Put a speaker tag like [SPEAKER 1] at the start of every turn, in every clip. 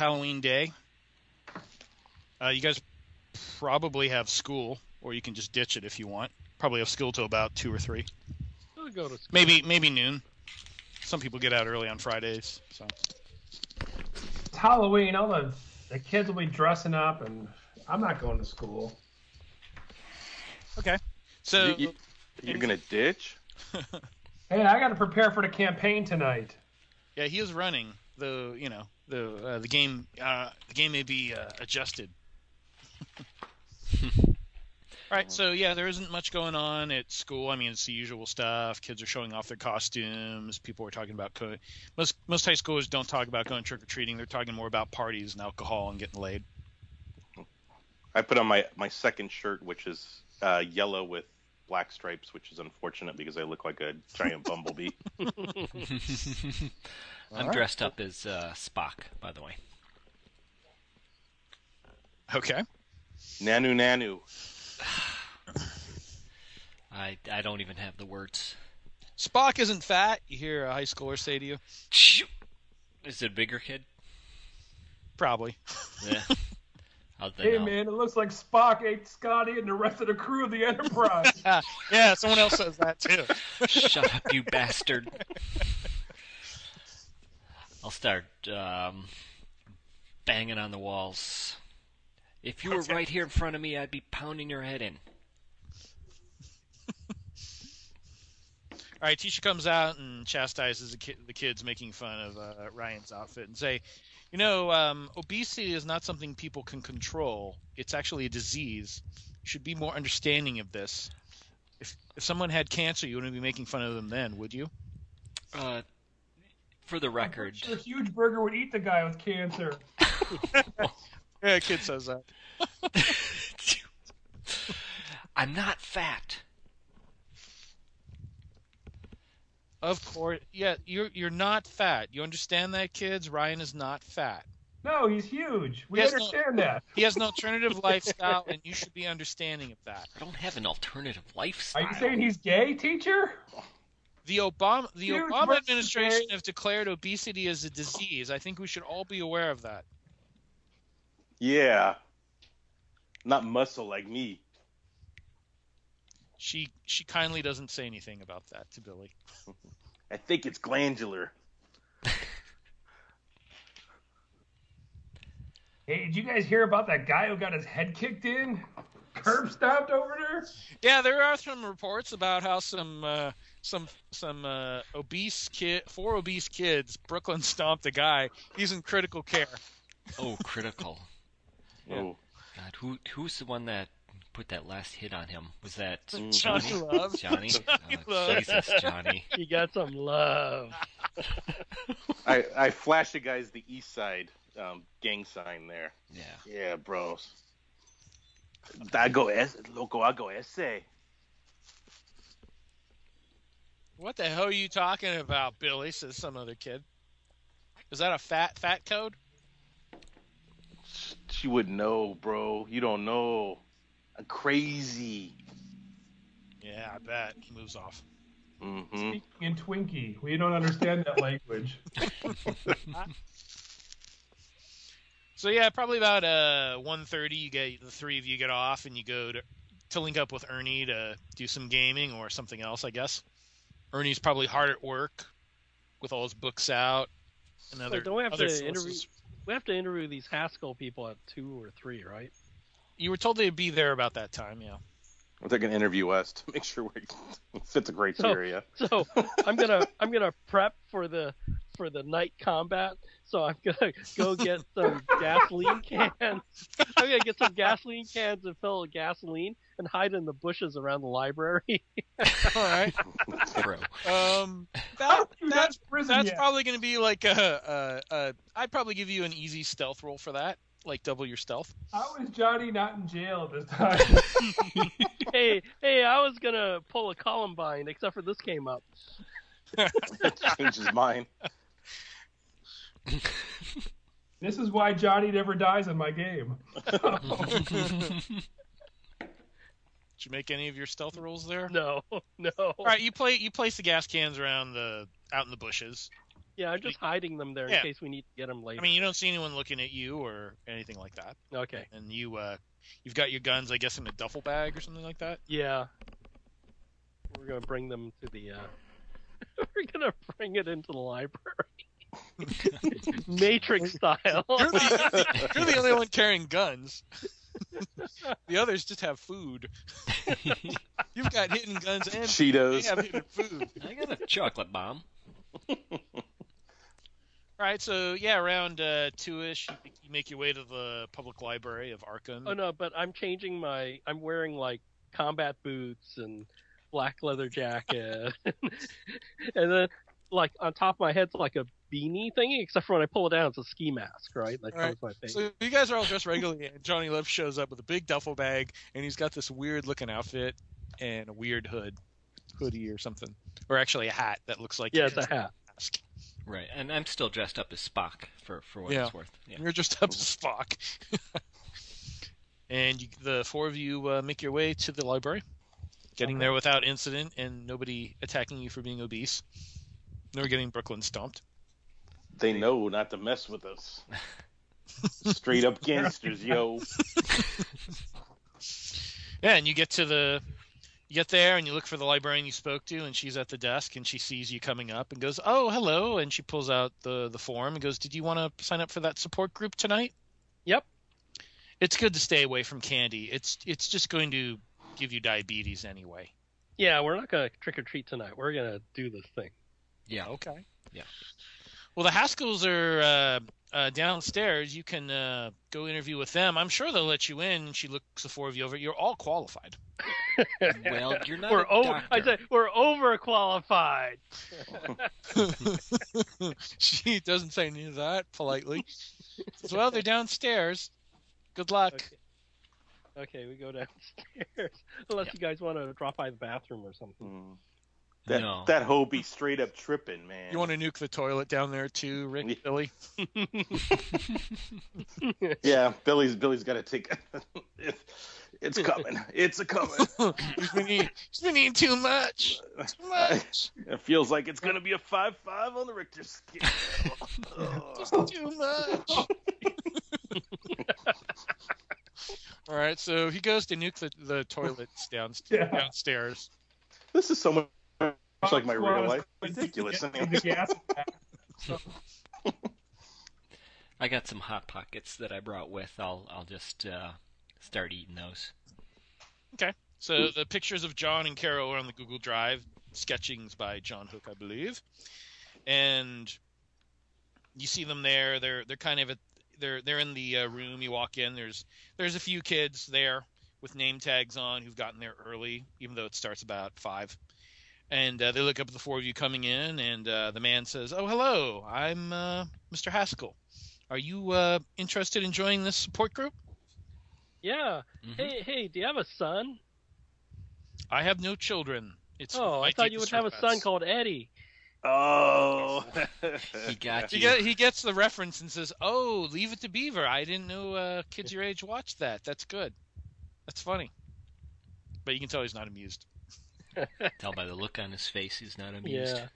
[SPEAKER 1] Halloween day. Uh, you guys probably have school, or you can just ditch it if you want. Probably have school till about two or three,
[SPEAKER 2] I'll go to school.
[SPEAKER 1] maybe maybe noon. Some people get out early on Fridays, so
[SPEAKER 3] It's Halloween. All the the kids will be dressing up, and I'm not going to school.
[SPEAKER 1] so
[SPEAKER 4] you, are gonna ditch?
[SPEAKER 3] Hey, I got to prepare for the campaign tonight.
[SPEAKER 1] yeah, he is running. Though you know the uh, the game uh, the game may be uh, adjusted. All right, so yeah, there isn't much going on at school. I mean, it's the usual stuff. Kids are showing off their costumes. People are talking about co- most most high schoolers don't talk about going trick or treating. They're talking more about parties and alcohol and getting laid.
[SPEAKER 4] I put on my my second shirt, which is uh, yellow with black stripes, which is unfortunate because I look like a giant bumblebee.
[SPEAKER 5] I'm dressed up as uh, Spock, by the way.
[SPEAKER 1] Okay.
[SPEAKER 4] nanu nanu.
[SPEAKER 5] I, I don't even have the words.
[SPEAKER 1] Spock isn't fat. You hear a high schooler say to you,
[SPEAKER 5] Shoo! Is it a bigger kid?
[SPEAKER 1] probably.
[SPEAKER 5] Yeah. I'll, then
[SPEAKER 3] Hey,
[SPEAKER 5] I'll-
[SPEAKER 3] man, it looks like Spock ate Scotty and the rest of the crew of the Enterprise.
[SPEAKER 1] Uh, Yeah, someone else says that too.
[SPEAKER 5] Shut up, you bastard. I'll start um, banging on the walls. If you were right here in front of me, I'd be pounding your head in.
[SPEAKER 1] All right, Tisha comes out and chastises the, ki- the kids making fun of uh, Ryan's outfit and say, "You know, um, obesity is not something people can control. It's actually a disease. You should be more understanding of this. If if someone had cancer, you wouldn't be making fun of them then, would you?
[SPEAKER 5] Uh, for the
[SPEAKER 3] I'm
[SPEAKER 5] record,
[SPEAKER 3] sure a huge burger would eat the guy with cancer.
[SPEAKER 1] Yeah, a kid says that.
[SPEAKER 5] I'm not fat.
[SPEAKER 1] Of course, yeah, you're you're not fat. You understand that, kids? Ryan is not fat.
[SPEAKER 3] No, he's huge. We
[SPEAKER 1] Yes, no.
[SPEAKER 3] understand that.
[SPEAKER 1] He has an alternative lifestyle, and you should be understanding of that.
[SPEAKER 5] I don't have an alternative
[SPEAKER 3] Are
[SPEAKER 5] lifestyle.
[SPEAKER 3] you saying he's gay, teacher?
[SPEAKER 1] The Obama the
[SPEAKER 3] Huge
[SPEAKER 1] Obama
[SPEAKER 3] mercy,
[SPEAKER 1] administration
[SPEAKER 3] Dave.
[SPEAKER 1] has declared obesity as a disease. I think we should all be aware of that.
[SPEAKER 4] Yeah. Not muscle like me.
[SPEAKER 1] She she kindly doesn't say anything about that to Billy.
[SPEAKER 4] I think it's glandular.
[SPEAKER 3] Hey, did you guys hear about that guy who got his head kicked in? Curb stomped over there?
[SPEAKER 1] Yeah, there are some reports about how some uh, some some uh, obese kid four obese kids Brooklyn stomped a guy. He's in critical care.
[SPEAKER 5] Oh, critical.
[SPEAKER 4] Oh.
[SPEAKER 5] God, who who's the one that put that last hit on him? Was that
[SPEAKER 4] Mm.
[SPEAKER 1] Johnny Love.
[SPEAKER 5] Johnny?
[SPEAKER 1] Johnny
[SPEAKER 5] Oh,
[SPEAKER 1] Love.
[SPEAKER 5] Jesus, Johnny.
[SPEAKER 2] You got some love.
[SPEAKER 4] I, I flash the guys the east side um, gang sign there.
[SPEAKER 5] Yeah.
[SPEAKER 4] Yeah, bros. I go es loco, I go ese.
[SPEAKER 1] What the hell are you talking about, Billy? Says some other kid. Is that a fat fat code?
[SPEAKER 4] She would know, bro. You don't know. I'm crazy.
[SPEAKER 1] Yeah, I bet he moves off. Mm.
[SPEAKER 4] hmm
[SPEAKER 3] Speaking in Twinkie, we don't understand that language.
[SPEAKER 1] So yeah, probably about uh 1:30 you get the three of you get off and you go to to link up with Ernie to do some gaming or something else, I guess. Ernie's probably hard at work with all his books out and other,
[SPEAKER 2] Oh, don't we have
[SPEAKER 1] other
[SPEAKER 2] to
[SPEAKER 1] sources.
[SPEAKER 2] interview- We have to interview these Haskell people at two or three, right?
[SPEAKER 1] You were told they'd be there about that time, yeah.
[SPEAKER 4] Well, they're gonna interview us to make sure we fit the criteria.
[SPEAKER 2] So I'm gonna I'm gonna prep for the for the night combat. So I'm gonna go get some gasoline cans. I'm gonna get some gasoline cans and fill it with gasoline and hide in the bushes around the library.
[SPEAKER 1] All right.
[SPEAKER 5] Pro.
[SPEAKER 1] Um that,
[SPEAKER 3] You got
[SPEAKER 1] that's
[SPEAKER 3] to prison
[SPEAKER 1] that's
[SPEAKER 3] yet.
[SPEAKER 1] probably going to be like a, a, a I'd probably give you an easy stealth roll for that, like double your stealth.
[SPEAKER 3] How is Johnny not in jail at this time?
[SPEAKER 2] hey, hey, I was gonna pull a Columbine, except for this came up.
[SPEAKER 4] Changes mine.
[SPEAKER 3] this is why Johnny never dies in my game.
[SPEAKER 1] Did you make any of your stealth rolls there?
[SPEAKER 2] No, no.
[SPEAKER 1] All right, you play you place the gas cans around the out in the bushes.
[SPEAKER 2] Yeah, I'm just hiding them there in
[SPEAKER 1] Yeah.
[SPEAKER 2] case we need to get them later.
[SPEAKER 1] I mean, you don't see anyone looking at you or anything like that.
[SPEAKER 2] okay.
[SPEAKER 1] And you, uh, you've got your guns, I guess, in a duffel bag or something like that.
[SPEAKER 2] Yeah. We're gonna bring them to the. uh We're gonna bring it into the library, Matrix style.
[SPEAKER 1] You're the, you're the only one carrying guns. the others just have food. You've got hidden guns and they
[SPEAKER 4] Cheetos.
[SPEAKER 1] have hidden food.
[SPEAKER 5] I got a chocolate bomb.
[SPEAKER 1] All right, so yeah, around uh, two-ish, you- you make your way to the public library of Arkham.
[SPEAKER 2] oh no, but I'm changing my. I'm wearing like combat boots and black leather jacket, and then like on top of my head's like a beanie thingy. Except for when I pull it down, it's a ski mask, right? That
[SPEAKER 1] Right.
[SPEAKER 2] covers my face.
[SPEAKER 1] So you guys are all dressed regularly, and Johnny Love shows up with a big duffel bag, and he's got this weird-looking outfit and a weird hood, hoodie or something, or actually a hat that looks like
[SPEAKER 2] yeah, it's a hat.
[SPEAKER 1] mask.
[SPEAKER 5] Right, and I'm still dressed up as Spock for for what
[SPEAKER 1] Yeah.
[SPEAKER 5] it's worth. Yeah.
[SPEAKER 1] You're just up to Spock. and you, the four of you uh, make your way to the library, getting there without incident and nobody attacking you for being obese, nor getting Brooklyn stomped.
[SPEAKER 4] They know not to mess with us. Straight up gangsters, yo.
[SPEAKER 1] Yeah, and you get to the you get there and you look for the librarian you spoke to and she's at the desk and she sees you coming up and goes, "Oh, hello." And she pulls out the the form and goes, "Did you want to sign up for that support group tonight?"
[SPEAKER 2] Yep.
[SPEAKER 1] It's good to stay away from candy. It's it's just going to give you diabetes anyway.
[SPEAKER 2] Yeah, we're not gonna trick or treat tonight. We're gonna do this thing.
[SPEAKER 5] Yeah.
[SPEAKER 1] Okay.
[SPEAKER 5] Yeah.
[SPEAKER 1] Well, the Haskells are uh, uh, downstairs. You can uh, go interview with them. I'm sure they'll let you in. She looks the four of you over. You're all qualified.
[SPEAKER 5] Well, you're not.
[SPEAKER 2] We're
[SPEAKER 5] a
[SPEAKER 2] over. I
[SPEAKER 5] doctor.
[SPEAKER 2] said we're overqualified.
[SPEAKER 1] she doesn't say any of that politely. Says, well, they're downstairs. Good luck.
[SPEAKER 2] Okay. Okay, we go downstairs. Unless you guys want to drop by the bathroom or something.
[SPEAKER 4] Mm. That
[SPEAKER 5] No.
[SPEAKER 4] that hoe be straight up tripping, man.
[SPEAKER 1] You want to nuke the toilet down there too, Rick,
[SPEAKER 4] Yeah.
[SPEAKER 1] Billy?
[SPEAKER 4] Yeah, Billy's Billy's got to take. it's, it's coming. It's a coming.
[SPEAKER 1] he's, been eating, he's been eating too much. Too much.
[SPEAKER 4] It feels like it's gonna be a five-five on the Richter scale. Ugh.
[SPEAKER 1] Just too much. All right, so he goes to nuke the, the toilets downstairs.
[SPEAKER 3] Yeah.
[SPEAKER 1] downstairs.
[SPEAKER 4] this is so much like my
[SPEAKER 3] Well,
[SPEAKER 4] real
[SPEAKER 3] it's
[SPEAKER 4] life.
[SPEAKER 3] going to
[SPEAKER 4] Ridiculous.
[SPEAKER 3] get the gas back.
[SPEAKER 5] I got some hot pockets that I brought with. I'll I'll just uh, start eating those.
[SPEAKER 1] So the pictures of John and Carol are on the Google Drive, sketchings by John Hook, I believe, and you see them there. They're they're kind of at they're they're in the uh, room. You walk in. There's there's a few kids there with name tags on who've gotten there early, even though it starts about five. And uh, they look up at the four of you coming in, and uh, the man says, "Oh, hello. I'm uh, Mr. Haskell. Are you uh, interested in joining this support group?
[SPEAKER 2] Yeah.
[SPEAKER 5] Mhm.
[SPEAKER 2] Hey, hey, do you have a son?
[SPEAKER 1] I have no children. It's
[SPEAKER 2] Oh, I
[SPEAKER 1] my
[SPEAKER 2] thought you would
[SPEAKER 1] deepest
[SPEAKER 2] have a son
[SPEAKER 1] regrets."
[SPEAKER 2] called Eddie.
[SPEAKER 4] Oh.
[SPEAKER 5] He got
[SPEAKER 1] He,
[SPEAKER 5] you.
[SPEAKER 1] get, he gets the reference and says, "Oh, Leave It to Beaver. I didn't know uh, kids your age watched that. That's good. That's funny." But you can tell he's not amused.
[SPEAKER 5] Tell by the look on his face, he's not amused.
[SPEAKER 2] Yeah.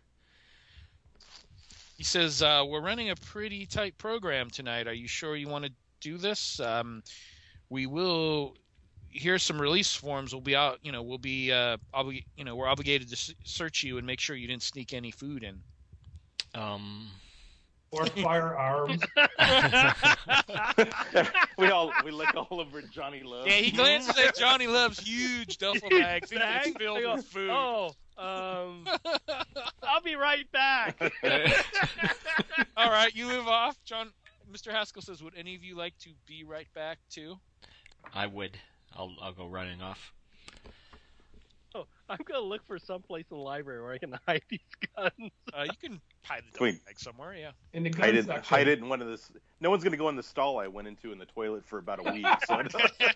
[SPEAKER 1] He says, uh, "We're running a pretty tight program tonight. Are you sure you want to do this? Um, we will. Here's some release forms. We'll be out. You know, we'll be. Uh, obli- you know, we're obligated to s- search you and make sure you didn't sneak any food in.
[SPEAKER 5] Um.
[SPEAKER 3] Or firearms.
[SPEAKER 4] we all we look all over Johnny Love.
[SPEAKER 1] Yeah, he glances at Johnny Love's huge duffel bag, thinking
[SPEAKER 2] Bag?
[SPEAKER 1] it's filled with food.
[SPEAKER 2] Oh, um, I'll be right back.
[SPEAKER 1] All right, you move off. John, Mr. Haskell says, "Would any of you like to be right back too?"
[SPEAKER 5] I would. I'll I'll go running off.
[SPEAKER 2] Oh, I'm gonna look for some place in the library where I can hide these guns.
[SPEAKER 1] Uh, you can hide the
[SPEAKER 4] Queen.
[SPEAKER 1] dog bag somewhere. Yeah.
[SPEAKER 3] In the
[SPEAKER 4] Hide
[SPEAKER 3] gun
[SPEAKER 4] it,
[SPEAKER 3] section.
[SPEAKER 4] hide it in one of this. No one's gonna go in the stall I went into in the toilet for about a week. So it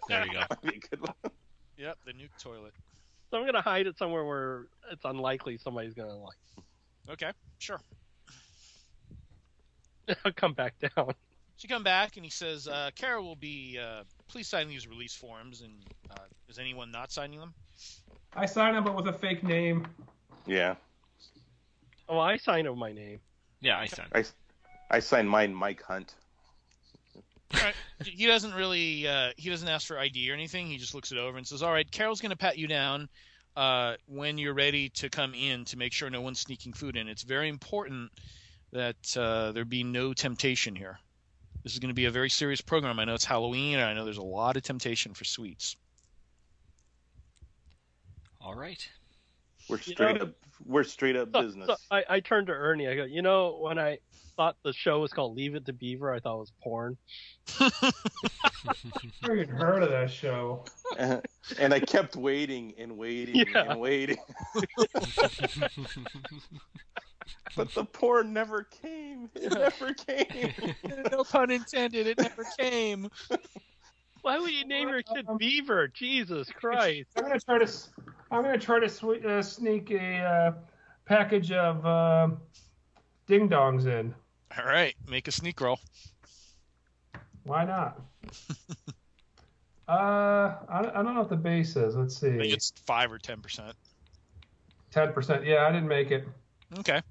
[SPEAKER 5] There you go.
[SPEAKER 4] might be a good one.
[SPEAKER 1] Yep, the nuke toilet.
[SPEAKER 2] So I'm gonna hide it somewhere where it's unlikely somebody's gonna like
[SPEAKER 1] Okay, sure.
[SPEAKER 2] come back down.
[SPEAKER 1] So you come back, and he says, uh, "Kara will be. Uh, please sign these release forms." And uh, is anyone not signing them?
[SPEAKER 3] I signed up with a fake name.
[SPEAKER 4] Yeah.
[SPEAKER 2] Oh, I signed up my name.
[SPEAKER 5] Yeah, I signed.
[SPEAKER 4] I, I signed mine Mike Hunt.
[SPEAKER 1] All right. he doesn't really uh, he doesn't ask for ID or anything. He just looks it over and says, "All right, Carol's going to pat you down uh, when you're ready to come in to make sure no one's sneaking food in. It's very important that uh, there be no temptation here. This is going to be a very serious program. I know it's Halloween, and I know there's a lot of temptation for sweets.
[SPEAKER 5] All right.
[SPEAKER 4] We're
[SPEAKER 2] You
[SPEAKER 4] straight
[SPEAKER 2] know-
[SPEAKER 4] up. We're straight up
[SPEAKER 2] So-
[SPEAKER 4] business.
[SPEAKER 2] so I, I turned to Ernie. I go, you know, when I thought the show was called Leave It to Beaver, I thought it was porn.
[SPEAKER 3] never even heard of that show.
[SPEAKER 4] and I kept waiting and waiting
[SPEAKER 2] Yeah.
[SPEAKER 4] and waiting, but the porn never came. It never came.
[SPEAKER 1] no pun intended. It never came.
[SPEAKER 2] Why would you name your kid Beaver? Jesus Christ!
[SPEAKER 3] I'm gonna try to. s- I'm gonna try to swe- uh, sneak a uh, package of uh, ding dongs in.
[SPEAKER 1] All right, make a sneak roll.
[SPEAKER 3] Why not? uh, I, I don't know what the base is. Let's
[SPEAKER 1] I think
[SPEAKER 3] see.
[SPEAKER 1] it's five or ten percent.
[SPEAKER 3] Ten percent. Yeah, I didn't make it.
[SPEAKER 1] Okay.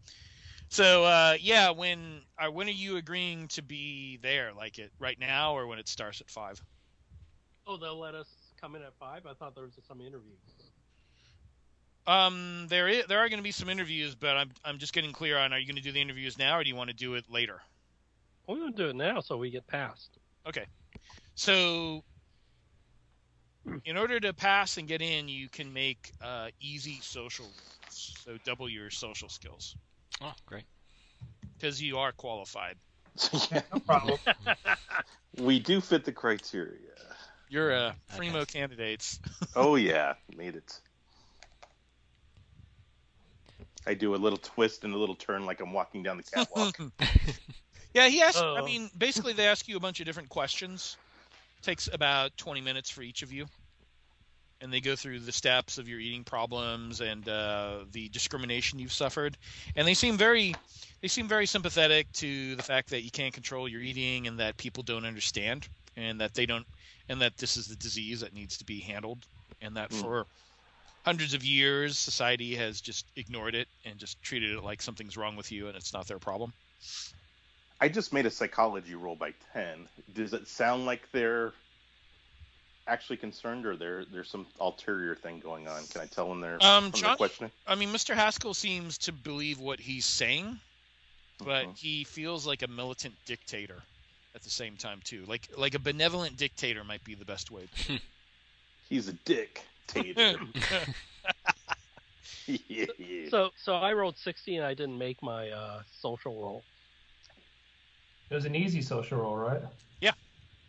[SPEAKER 1] So uh, yeah, when uh, when are you agreeing to be there? Like it right now, or when it starts at five?
[SPEAKER 2] Oh, they'll let us come in at five. I thought there was some interview.
[SPEAKER 1] Um, there is, there are going to be some interviews, but I'm I'm just getting clear on: Are you going to do the interviews now, or do you want to do it later?
[SPEAKER 2] We're gonna do it now, so we get passed.
[SPEAKER 1] So, in order to pass and get in, you can make uh, easy social, rules. so double your social skills
[SPEAKER 5] Oh, great.
[SPEAKER 1] because you are qualified.
[SPEAKER 4] So, yeah,
[SPEAKER 3] No problem.
[SPEAKER 4] we do fit the criteria.
[SPEAKER 1] You're a
[SPEAKER 5] Okay.
[SPEAKER 1] primo candidates.
[SPEAKER 4] Oh yeah, made it. I do a little twist and a little turn like I'm walking down the catwalk.
[SPEAKER 1] Yeah, he asked. I
[SPEAKER 2] Oh.
[SPEAKER 1] mean, basically, they ask you a bunch of different questions. Takes about twenty minutes for each of you, and they go through the steps of your eating problems and uh, the discrimination you've suffered. And they seem very, they seem very sympathetic to the fact that you can't control your eating and that people don't understand and that they don't, and that this is the disease that needs to be handled, and that
[SPEAKER 4] Mm.
[SPEAKER 1] for hundreds of years society has just ignored it and just treated it like something's wrong with you and it's not their problem.
[SPEAKER 4] I just made a psychology roll by ten. Does it sound like they're actually concerned, or there there's some ulterior thing going on? Can I tell when they're
[SPEAKER 1] Um,
[SPEAKER 4] from their
[SPEAKER 1] John-
[SPEAKER 4] questioning?
[SPEAKER 1] I mean, Mr. Haskell seems to believe what he's saying, but
[SPEAKER 4] Mhm.
[SPEAKER 1] he feels like a militant dictator at the same time too. Like like a benevolent dictator might be the best way.
[SPEAKER 4] he's a dick. Tater. Yeah.
[SPEAKER 2] So, so I rolled sixty and I didn't make my uh, social roll.
[SPEAKER 3] It was an easy social roll, right?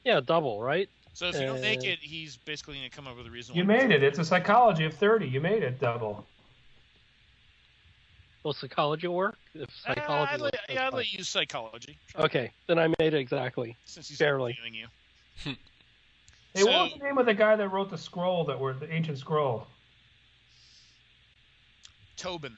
[SPEAKER 2] Yeah, double, right?
[SPEAKER 1] So if you don't make
[SPEAKER 2] Uh,
[SPEAKER 1] it, he's basically going to come up with a reason.
[SPEAKER 3] You
[SPEAKER 1] why-
[SPEAKER 3] made it. It's a psychology of thirty. You made it double.
[SPEAKER 2] Will psychology work? If
[SPEAKER 1] Uh,
[SPEAKER 2] psychology,
[SPEAKER 1] I'd,
[SPEAKER 2] works,
[SPEAKER 1] let,
[SPEAKER 2] that's
[SPEAKER 1] yeah, I'd
[SPEAKER 2] fine.
[SPEAKER 1] let you use psychology
[SPEAKER 2] Okay, then I made it exactly.
[SPEAKER 1] since he's
[SPEAKER 2] Barely.
[SPEAKER 1] interviewing you.
[SPEAKER 3] Hey, what was
[SPEAKER 1] So-
[SPEAKER 3] the name of the guy that wrote the scroll that were the ancient scroll?
[SPEAKER 1] Tobin.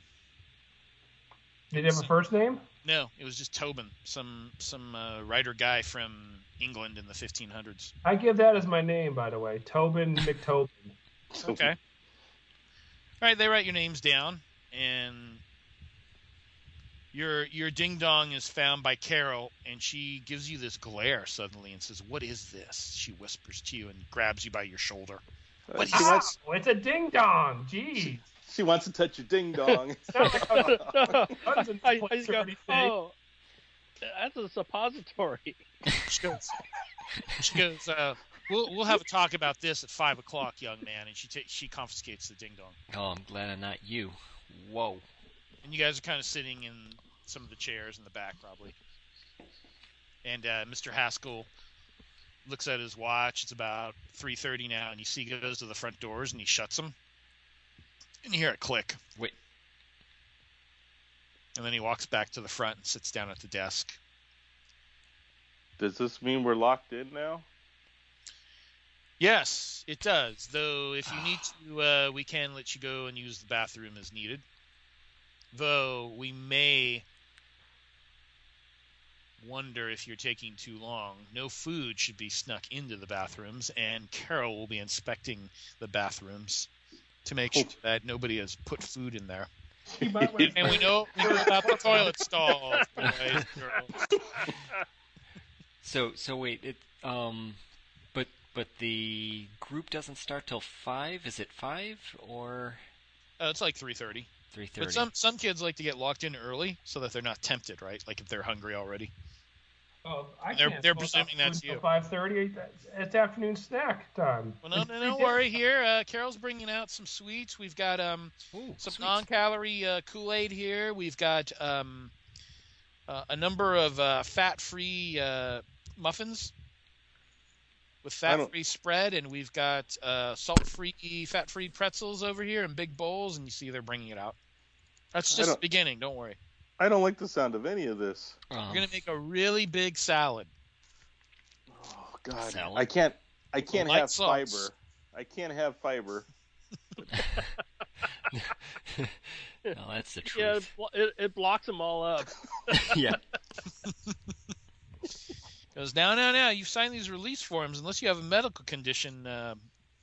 [SPEAKER 3] Did he have a first name?
[SPEAKER 1] No, it was just Tobin, some some uh, writer guy from England in the 1500s.
[SPEAKER 3] I give that as my name, by the way. Tobin McTobin.
[SPEAKER 1] Okay. All right, they write your names down, and your your ding dong is found by Carol, and she gives you this glare suddenly and says, "What is this?" She whispers to you and grabs you by your shoulder.
[SPEAKER 4] Uh,
[SPEAKER 1] What
[SPEAKER 4] she wants
[SPEAKER 3] Oh, it's a ding dong. Jeez.
[SPEAKER 4] she wants to touch your ding dong.
[SPEAKER 3] Sound like I'm a-
[SPEAKER 2] I,
[SPEAKER 3] Tons of
[SPEAKER 2] I
[SPEAKER 3] points
[SPEAKER 2] just go,
[SPEAKER 3] already made.
[SPEAKER 2] oh, that's a suppository.
[SPEAKER 1] She goes, she goes uh, "We'll we'll have a talk about this at five o'clock, young man." And she ta- she confiscates the ding dong,
[SPEAKER 5] Oh, I'm glad I'm not you. Whoa.
[SPEAKER 1] and you guys are kind of sitting in some of the chairs in the back, probably. And uh, Mr. Haskell looks at his watch. It's about three thirty now, and you see he goes to the front doors and he shuts them, and you hear it click.
[SPEAKER 5] Wait.
[SPEAKER 1] And then he walks back to the front and sits down at the desk.
[SPEAKER 4] Does this mean we're locked in now?
[SPEAKER 1] Yes, it does. Though if you need to, uh, we can let you go and use the bathroom as needed. Though we may wonder if you're taking too long. No food should be snuck into the bathrooms, and Carol will be inspecting the bathrooms to make sure that nobody has put food in there.
[SPEAKER 3] He might want
[SPEAKER 1] And we know, we know about the toilet stalls, boys, girls.
[SPEAKER 5] So so wait, it um, but but the group doesn't start till five. Is it five or
[SPEAKER 1] Uh, it's like 3:30.
[SPEAKER 5] three thirty?
[SPEAKER 1] But some some kids like to get locked in early so that they're not tempted, right? Like if they're hungry already.
[SPEAKER 3] Oh, I
[SPEAKER 1] They're-
[SPEAKER 3] can't
[SPEAKER 1] they're
[SPEAKER 3] smoke
[SPEAKER 1] presuming
[SPEAKER 3] food
[SPEAKER 1] that's
[SPEAKER 3] till
[SPEAKER 1] you.
[SPEAKER 3] 5:30. That's- It's afternoon snack time.
[SPEAKER 1] Well, no, no,
[SPEAKER 3] They
[SPEAKER 1] no
[SPEAKER 3] did-
[SPEAKER 1] worry here. Uh, Carol's bringing out some sweets. We've got um
[SPEAKER 5] Ooh,
[SPEAKER 1] some
[SPEAKER 5] sweet.
[SPEAKER 1] non-calorie uh, Kool-Aid here. We've got um uh, a number of uh, fat-free uh, muffins with
[SPEAKER 4] I don't-
[SPEAKER 1] fat-free spread, and we've got uh, salt-free, fat-free pretzels over here in big bowls. And you see, they're bringing it out. That's
[SPEAKER 4] I
[SPEAKER 1] just the
[SPEAKER 4] don't-
[SPEAKER 1] beginning. Don't worry.
[SPEAKER 4] I don't like the sound of any of this.
[SPEAKER 5] Um,
[SPEAKER 1] We're gonna make a really big salad.
[SPEAKER 4] Oh God,
[SPEAKER 5] Salad.
[SPEAKER 4] I can't. I can't
[SPEAKER 1] Light
[SPEAKER 4] have
[SPEAKER 1] sauce.
[SPEAKER 4] fiber. I can't have fiber.
[SPEAKER 5] well, that's the
[SPEAKER 2] Yeah,
[SPEAKER 5] truth.
[SPEAKER 2] it, blo- it, it blocks them all up.
[SPEAKER 5] yeah.
[SPEAKER 1] Goes now, now, now. You've signed these release forms. Unless you have a medical condition, uh,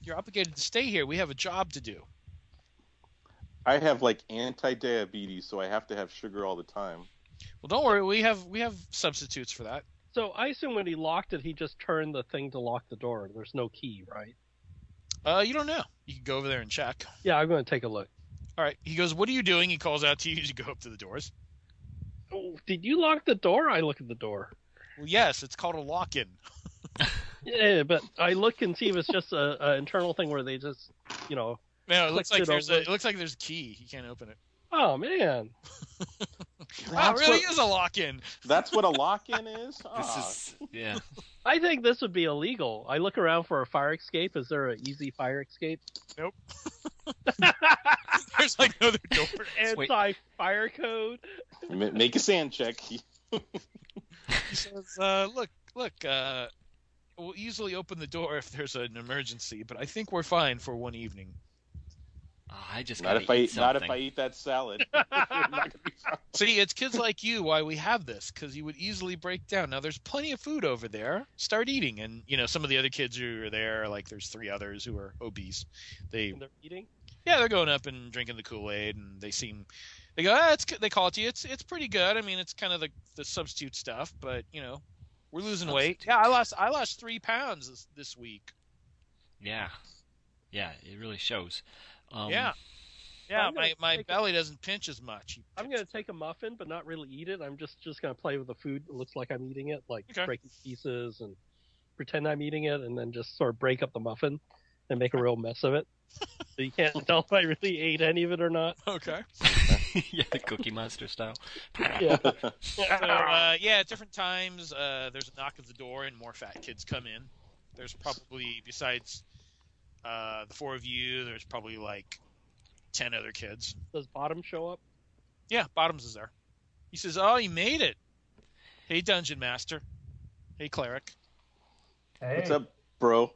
[SPEAKER 1] you're obligated to stay here. We have a job to do.
[SPEAKER 4] I have like anti-diabetes, so I have to have sugar all the time.
[SPEAKER 1] Well, don't worry. We have we have substitutes for that.
[SPEAKER 2] So I assume when he locked it, he just turned the thing to lock the door. There's no key, right?
[SPEAKER 1] Uh, you don't know. You can go over there and check.
[SPEAKER 2] Yeah, I'm going to take a look.
[SPEAKER 1] All right. He goes, "What are you doing?" He calls out to you. You go up to the doors.
[SPEAKER 2] Oh, did you lock the door? I look at the door.
[SPEAKER 1] Well, yes, it's called a lock-in.
[SPEAKER 2] Yeah, but I look and see if it's just a, a internal thing where they just, you know,
[SPEAKER 1] No, it looks like
[SPEAKER 2] Clicked it
[SPEAKER 1] there's a
[SPEAKER 2] over.
[SPEAKER 1] it looks like there's a key. You can't open it.
[SPEAKER 2] oh man,
[SPEAKER 1] Wow, it
[SPEAKER 4] That's
[SPEAKER 1] really
[SPEAKER 4] what,
[SPEAKER 1] is a lock-in.
[SPEAKER 4] that's what a lock-in is.
[SPEAKER 5] This
[SPEAKER 4] Ah,
[SPEAKER 5] is yeah.
[SPEAKER 2] I think this would be illegal. I look around for a fire escape. Is there an easy fire escape?
[SPEAKER 1] Nope. There's like no other door.
[SPEAKER 5] Wait.
[SPEAKER 2] Anti fire code.
[SPEAKER 4] Ah. ma- Make a sand check.
[SPEAKER 1] He says, uh, "Look, look. Uh, we'll easily open the door if there's an emergency, but I think we're fine for one evening."
[SPEAKER 5] Oh, I just
[SPEAKER 4] Not
[SPEAKER 5] gotta
[SPEAKER 4] if I
[SPEAKER 5] eat
[SPEAKER 4] eat, not if
[SPEAKER 5] something.
[SPEAKER 4] I eat that salad. You're not gonna be fine.
[SPEAKER 1] See, it's kids like you why we have this, because you would easily break down. Now, there's plenty of food over there. Start eating. And, you know, some of the other kids who are there, like there's three others who are obese. They,
[SPEAKER 2] And they're eating.
[SPEAKER 1] yeah, they're going up and drinking the Kool Aid, and they seem, they go, ah, it's, good." they call it to you. It's, it's pretty good. I mean, it's kind of the, the substitute stuff, but, you know, we're losing weight.
[SPEAKER 5] Substitute.
[SPEAKER 1] Yeah, I lost, I lost three pounds this, this week.
[SPEAKER 5] Yeah, yeah. It really shows. Um,
[SPEAKER 1] Yeah. Yeah,
[SPEAKER 2] I'm gonna
[SPEAKER 1] my, my
[SPEAKER 2] take a-
[SPEAKER 1] belly doesn't pinch as much. You
[SPEAKER 2] I'm
[SPEAKER 1] pinch-
[SPEAKER 2] gonna take a muffin, but not really eat it. I'm just just gonna play with the food. It looks like I'm eating it, like
[SPEAKER 1] Okay.
[SPEAKER 2] breaking pieces and pretend I'm eating it, and then just sort of break up the muffin and make a real mess of it. so you can't tell if I really ate any of it or not.
[SPEAKER 1] Okay.
[SPEAKER 5] yeah, the Cookie Monster style.
[SPEAKER 2] Yeah.
[SPEAKER 1] So, uh, yeah, at different times, uh, there's a knock at the door and more fat kids come in. There's probably, besides uh, the four of you, there's probably like 10 other kids.
[SPEAKER 2] Does bottom show up?
[SPEAKER 1] Yeah, Bottoms is there. He says, Oh, you made it. Hey, Dungeon Master. Hey, Cleric.
[SPEAKER 3] Hey,
[SPEAKER 4] What's up, bro?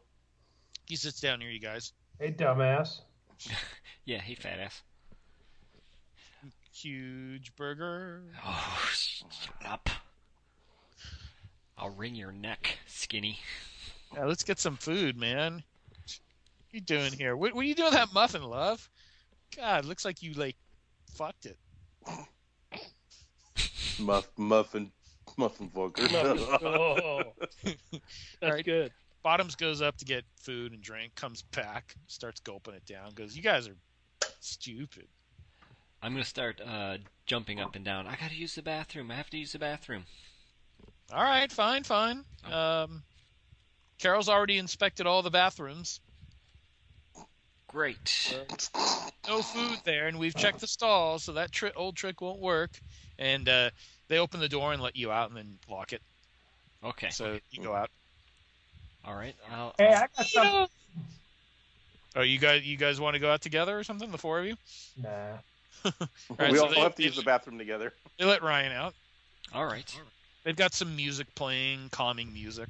[SPEAKER 1] He sits down near you guys.
[SPEAKER 3] hey, dumbass.
[SPEAKER 5] Yeah, hey, fat ass.
[SPEAKER 1] Huge burger.
[SPEAKER 5] Oh, shut up. I'll wring your neck, skinny.
[SPEAKER 1] Yeah, let's get some food, man. What you doing here? What, what are you doing with that muffin, love? God, looks like you like fucked it.
[SPEAKER 4] Muff, muffin, muffin fucker.
[SPEAKER 2] Oh, that's
[SPEAKER 1] Alright.
[SPEAKER 2] good.
[SPEAKER 1] Bottoms goes up to get food and drink, comes back, starts gulping it down, goes, You guys are stupid.
[SPEAKER 5] I'm gonna start uh, jumping up and down. I gotta use the bathroom. I have to use the bathroom.
[SPEAKER 1] All right, fine, fine. Um, Carol's already inspected all the bathrooms.
[SPEAKER 5] Great.
[SPEAKER 1] No food there, and we've checked the stalls, so that tri- old trick won't work. And uh, they open the door and let you out and then lock it.
[SPEAKER 5] Okay.
[SPEAKER 1] So you go out.
[SPEAKER 5] All right. I'll,
[SPEAKER 3] Hey,
[SPEAKER 5] I'll-
[SPEAKER 3] I got something.
[SPEAKER 1] Oh, you guys, you guys want to go out together or something? The four of you.
[SPEAKER 3] Nah.
[SPEAKER 1] right,
[SPEAKER 4] we
[SPEAKER 1] so
[SPEAKER 4] all
[SPEAKER 1] they-
[SPEAKER 4] have to use the bathroom together.
[SPEAKER 1] They let Ryan out.
[SPEAKER 5] all right.
[SPEAKER 1] They've got some music playing, calming music.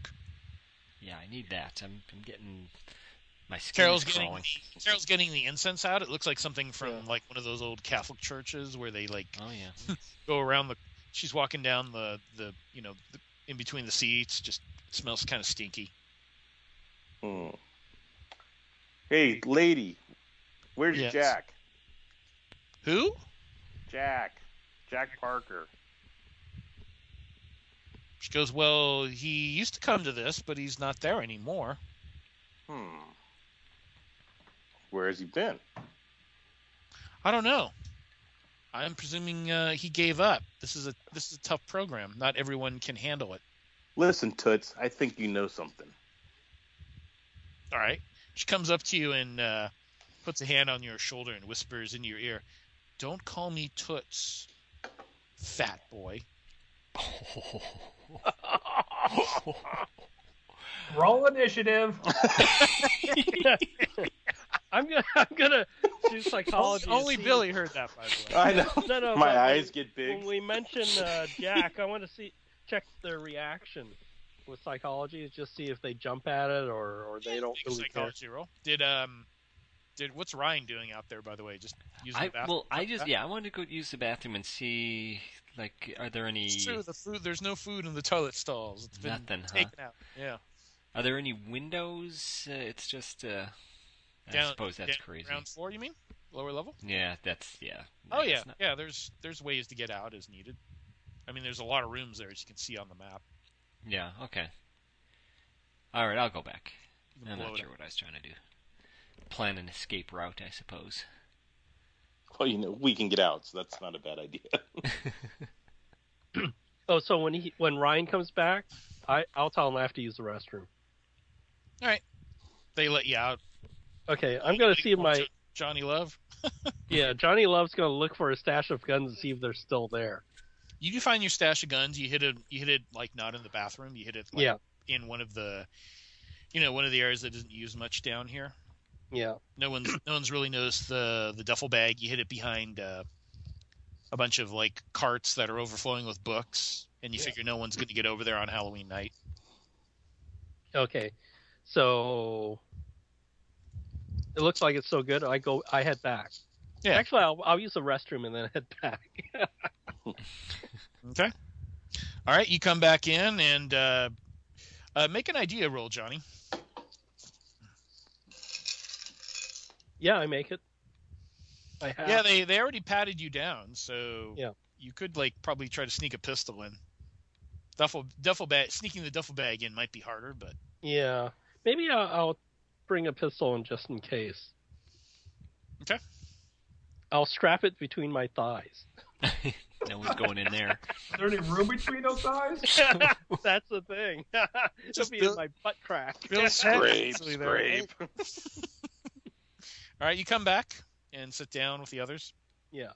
[SPEAKER 5] Yeah, I need that. I'm, I'm getting my skin
[SPEAKER 1] Carol's
[SPEAKER 5] is
[SPEAKER 1] getting
[SPEAKER 5] crawling.
[SPEAKER 1] Carol's getting the incense out. It looks like something from
[SPEAKER 2] Yeah.
[SPEAKER 1] like one of those old Catholic churches where they like
[SPEAKER 5] Oh yeah.
[SPEAKER 1] go around the. She's walking down the the you know the, in between the seats. Just smells kind of stinky.
[SPEAKER 4] Hmm. Hey, lady, where's
[SPEAKER 1] Yes.
[SPEAKER 4] Jack?
[SPEAKER 1] Who?
[SPEAKER 4] Jack. Jack Parker.
[SPEAKER 1] She goes, Well, he used to come to this, but he's not there anymore.
[SPEAKER 4] Hmm. Where has he been?
[SPEAKER 1] I don't know. I'm presuming uh, he gave up. This is a this is a tough program. Not everyone can handle it.
[SPEAKER 4] Listen, Toots, I think you know something.
[SPEAKER 1] All right. She comes up to you and uh, puts a hand on your shoulder and whispers in your ear, "Don't call me Toots, fat boy."
[SPEAKER 3] Roll initiative.
[SPEAKER 2] I'm gonna I'm gonna do psychology. to
[SPEAKER 1] Only
[SPEAKER 2] see-
[SPEAKER 1] Billy heard that, by the way.
[SPEAKER 4] I know.
[SPEAKER 2] No, no.
[SPEAKER 4] My
[SPEAKER 2] but
[SPEAKER 4] eyes
[SPEAKER 2] when,
[SPEAKER 4] get big.
[SPEAKER 2] When we mention uh, Jack, I want to see check their reaction with psychology to just see if they jump at it or, or they don't
[SPEAKER 1] Big
[SPEAKER 2] really care.
[SPEAKER 1] psychology roll. Did um, did what's Ryan doing out there? By the way, just using
[SPEAKER 5] I
[SPEAKER 1] the bathroom.
[SPEAKER 5] well, I just yeah, I wanted to go use the bathroom and see like are there any
[SPEAKER 1] It's true. The food. There's no food in the toilet stalls. It's been
[SPEAKER 5] Nothing, huh?
[SPEAKER 1] taken out. Yeah.
[SPEAKER 5] are there any windows? Uh, it's just uh, I
[SPEAKER 1] Down-
[SPEAKER 5] suppose that's
[SPEAKER 1] down-
[SPEAKER 5] crazy.
[SPEAKER 1] Ground floor, you mean? Lower level?
[SPEAKER 5] Yeah, that's yeah.
[SPEAKER 1] Oh yeah,
[SPEAKER 5] It's not-
[SPEAKER 1] yeah. There's there's ways to get out as needed. I mean, there's a lot of rooms there as you can see on the map.
[SPEAKER 5] yeah. Okay. All right, I'll go back.
[SPEAKER 1] You can
[SPEAKER 5] I'm
[SPEAKER 1] blow
[SPEAKER 5] not
[SPEAKER 1] it
[SPEAKER 5] sure
[SPEAKER 1] up.
[SPEAKER 5] what I was trying to do. Plan an escape route, I suppose.
[SPEAKER 4] Well, you know, we can get out, so that's not a bad idea.
[SPEAKER 2] Oh, so when he when Ryan comes back, I I'll tell him I have to use the restroom.
[SPEAKER 1] They let you out.
[SPEAKER 2] Okay, I'm gonna see if my
[SPEAKER 1] Johnny Love.
[SPEAKER 2] yeah Johnny Love's gonna look for his stash of guns and see if they're still there.
[SPEAKER 1] You do find your stash of guns. You hit it. You hit it like not in the bathroom. You hit it. Like,
[SPEAKER 2] Yeah,
[SPEAKER 1] In one of the, you know, one of the areas that isn't used much down here.
[SPEAKER 2] yeah.
[SPEAKER 1] No one's no one's really noticed the the duffel bag. You hit it behind uh, a bunch of like carts that are overflowing with books, and you
[SPEAKER 2] Yeah.
[SPEAKER 1] figure no one's going to get over there on Halloween night.
[SPEAKER 2] Okay, so it looks like it's so good. I go. I head back.
[SPEAKER 1] Yeah.
[SPEAKER 2] Actually, I'll, I'll use the restroom and then head back.
[SPEAKER 1] Okay. All right, you come back in and uh, uh, make an idea roll, Johnny.
[SPEAKER 2] Yeah, I make it. I have.
[SPEAKER 1] Yeah, they they already patted you down, so
[SPEAKER 2] Yeah.
[SPEAKER 1] you could like probably try to sneak a pistol in. Duffel duffel bag sneaking the duffel bag in might be harder, but
[SPEAKER 2] Yeah. Maybe I'll, I'll bring a pistol in just in case.
[SPEAKER 1] Okay.
[SPEAKER 2] I'll strap it between my thighs.
[SPEAKER 5] no one's going in there.
[SPEAKER 3] Is there any room between those eyes?
[SPEAKER 2] That's the thing. It'll
[SPEAKER 1] Just
[SPEAKER 2] be in
[SPEAKER 1] build-
[SPEAKER 2] my butt crack.
[SPEAKER 1] Bill's
[SPEAKER 4] Scrape,
[SPEAKER 1] actually there, right?
[SPEAKER 4] scrape.
[SPEAKER 1] All right, you come back and sit down with the others.
[SPEAKER 2] Yeah.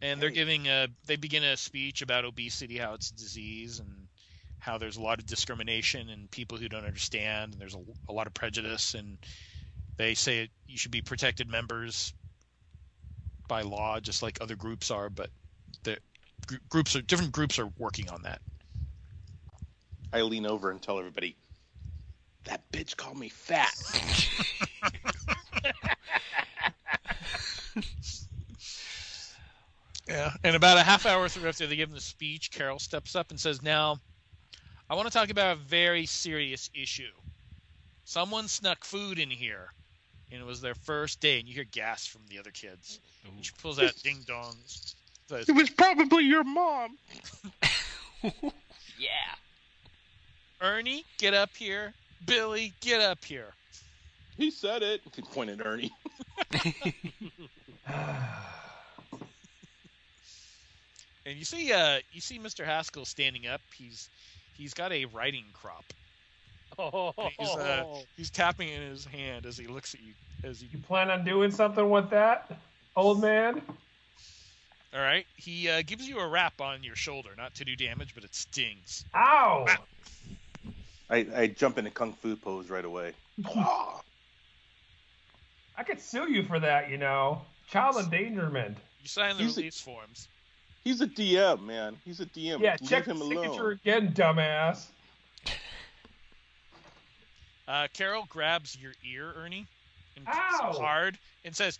[SPEAKER 1] And they're
[SPEAKER 4] Hey.
[SPEAKER 1] giving a they begin a speech about obesity, how it's a disease, and how there's a lot of discrimination and people who don't understand, and there's a, a lot of prejudice, and they say you should be protected members by law, just like other groups are, but the gr- groups are different groups are working on that.
[SPEAKER 4] I lean over and tell everybody, that bitch called me fat.
[SPEAKER 1] Yeah. And about a half hour through after they give him the speech, Carol steps up and says, Now, I want to talk about a very serious issue. Someone snuck food in here, and it was their first day, and you hear gas from the other kids. And she pulls out ding dongs. Says,
[SPEAKER 4] was probably your mom.
[SPEAKER 5] yeah.
[SPEAKER 1] Ernie, get up here. Billy, get up here.
[SPEAKER 4] He said it. He pointed at Ernie.
[SPEAKER 1] And you see uh you see Mr. Haskell standing up. He's he's got a writing crop.
[SPEAKER 2] Oh,
[SPEAKER 1] He's, uh, He's tapping it in his hand as he looks at you as he
[SPEAKER 3] You plan on doing something with that, old man?
[SPEAKER 1] All right. He uh, gives you a rap on your shoulder, not to do damage, but it stings.
[SPEAKER 3] Ow!
[SPEAKER 1] Ah.
[SPEAKER 4] I, I jump into kung fu pose right away. Ah.
[SPEAKER 3] I could sue you for that, you know. Child endangerment.
[SPEAKER 1] You sign the
[SPEAKER 4] He's a-
[SPEAKER 1] release forms.
[SPEAKER 4] He's a DM, man. He's a DM.
[SPEAKER 3] Yeah,
[SPEAKER 4] Leave
[SPEAKER 3] check
[SPEAKER 4] him
[SPEAKER 3] the signature
[SPEAKER 4] alone.
[SPEAKER 3] again, dumbass.
[SPEAKER 1] Uh, Carol grabs your ear, Ernie, and
[SPEAKER 3] Ow!
[SPEAKER 1] pulls it hard, and says,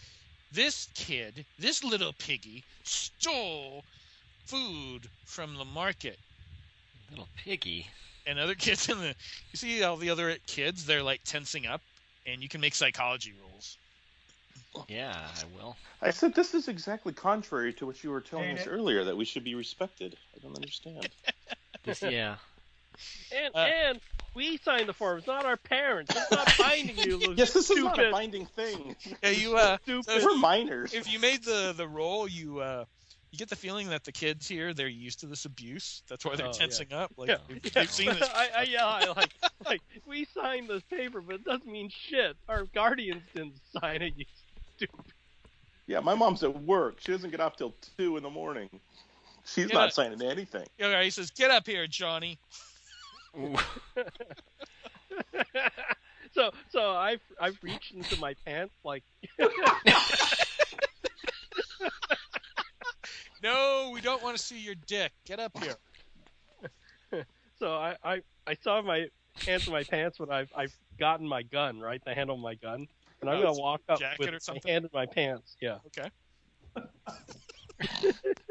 [SPEAKER 1] "This kid, this little piggy, stole food from the market."
[SPEAKER 5] Little piggy.
[SPEAKER 1] And other kids in the, you see all the other kids, they're like tensing up, and you can make psychology rolls.
[SPEAKER 5] Yeah, I will.
[SPEAKER 4] I said this is exactly contrary to what you were telling
[SPEAKER 3] Ain't
[SPEAKER 4] us
[SPEAKER 3] it?
[SPEAKER 4] earlier that we should be respected. I don't understand.
[SPEAKER 5] This, yeah.
[SPEAKER 2] And
[SPEAKER 1] Uh,
[SPEAKER 2] and we signed the form. It's not our parents. It's not binding you, Luke.
[SPEAKER 4] yes, this is not a
[SPEAKER 2] Stupid.
[SPEAKER 4] binding thing.
[SPEAKER 1] Yeah, you. Uh,
[SPEAKER 2] Stupid.
[SPEAKER 4] We're minors.
[SPEAKER 1] if you made the the roll, you uh, you get the feeling that the kids here they're used to this abuse. That's why they're
[SPEAKER 2] Oh, yeah.
[SPEAKER 1] tensing up. Like
[SPEAKER 2] Yeah.
[SPEAKER 1] they've, they've seen this.
[SPEAKER 2] I, I, yeah, I like, like we signed this paper, but it doesn't mean shit. Our guardians didn't sign it. You
[SPEAKER 4] Yeah, my mom's at work. She doesn't get off till two in the morning. She's
[SPEAKER 1] Yeah.
[SPEAKER 4] not signing anything.
[SPEAKER 1] Yeah, right, he says, "Get up here, Johnny."
[SPEAKER 2] so so I've I've reached into my pants like
[SPEAKER 1] No, we don't want to see your dick. Get up here.
[SPEAKER 2] so I I, I saw my hands in my pants when I've I've gotten my gun right the handle of my gun and I'm
[SPEAKER 1] Oh,
[SPEAKER 2] gonna
[SPEAKER 1] it's
[SPEAKER 2] walk up
[SPEAKER 1] jacket
[SPEAKER 2] with
[SPEAKER 1] or
[SPEAKER 2] my
[SPEAKER 1] something?
[SPEAKER 2] hand in my pants yeah
[SPEAKER 1] Okay. All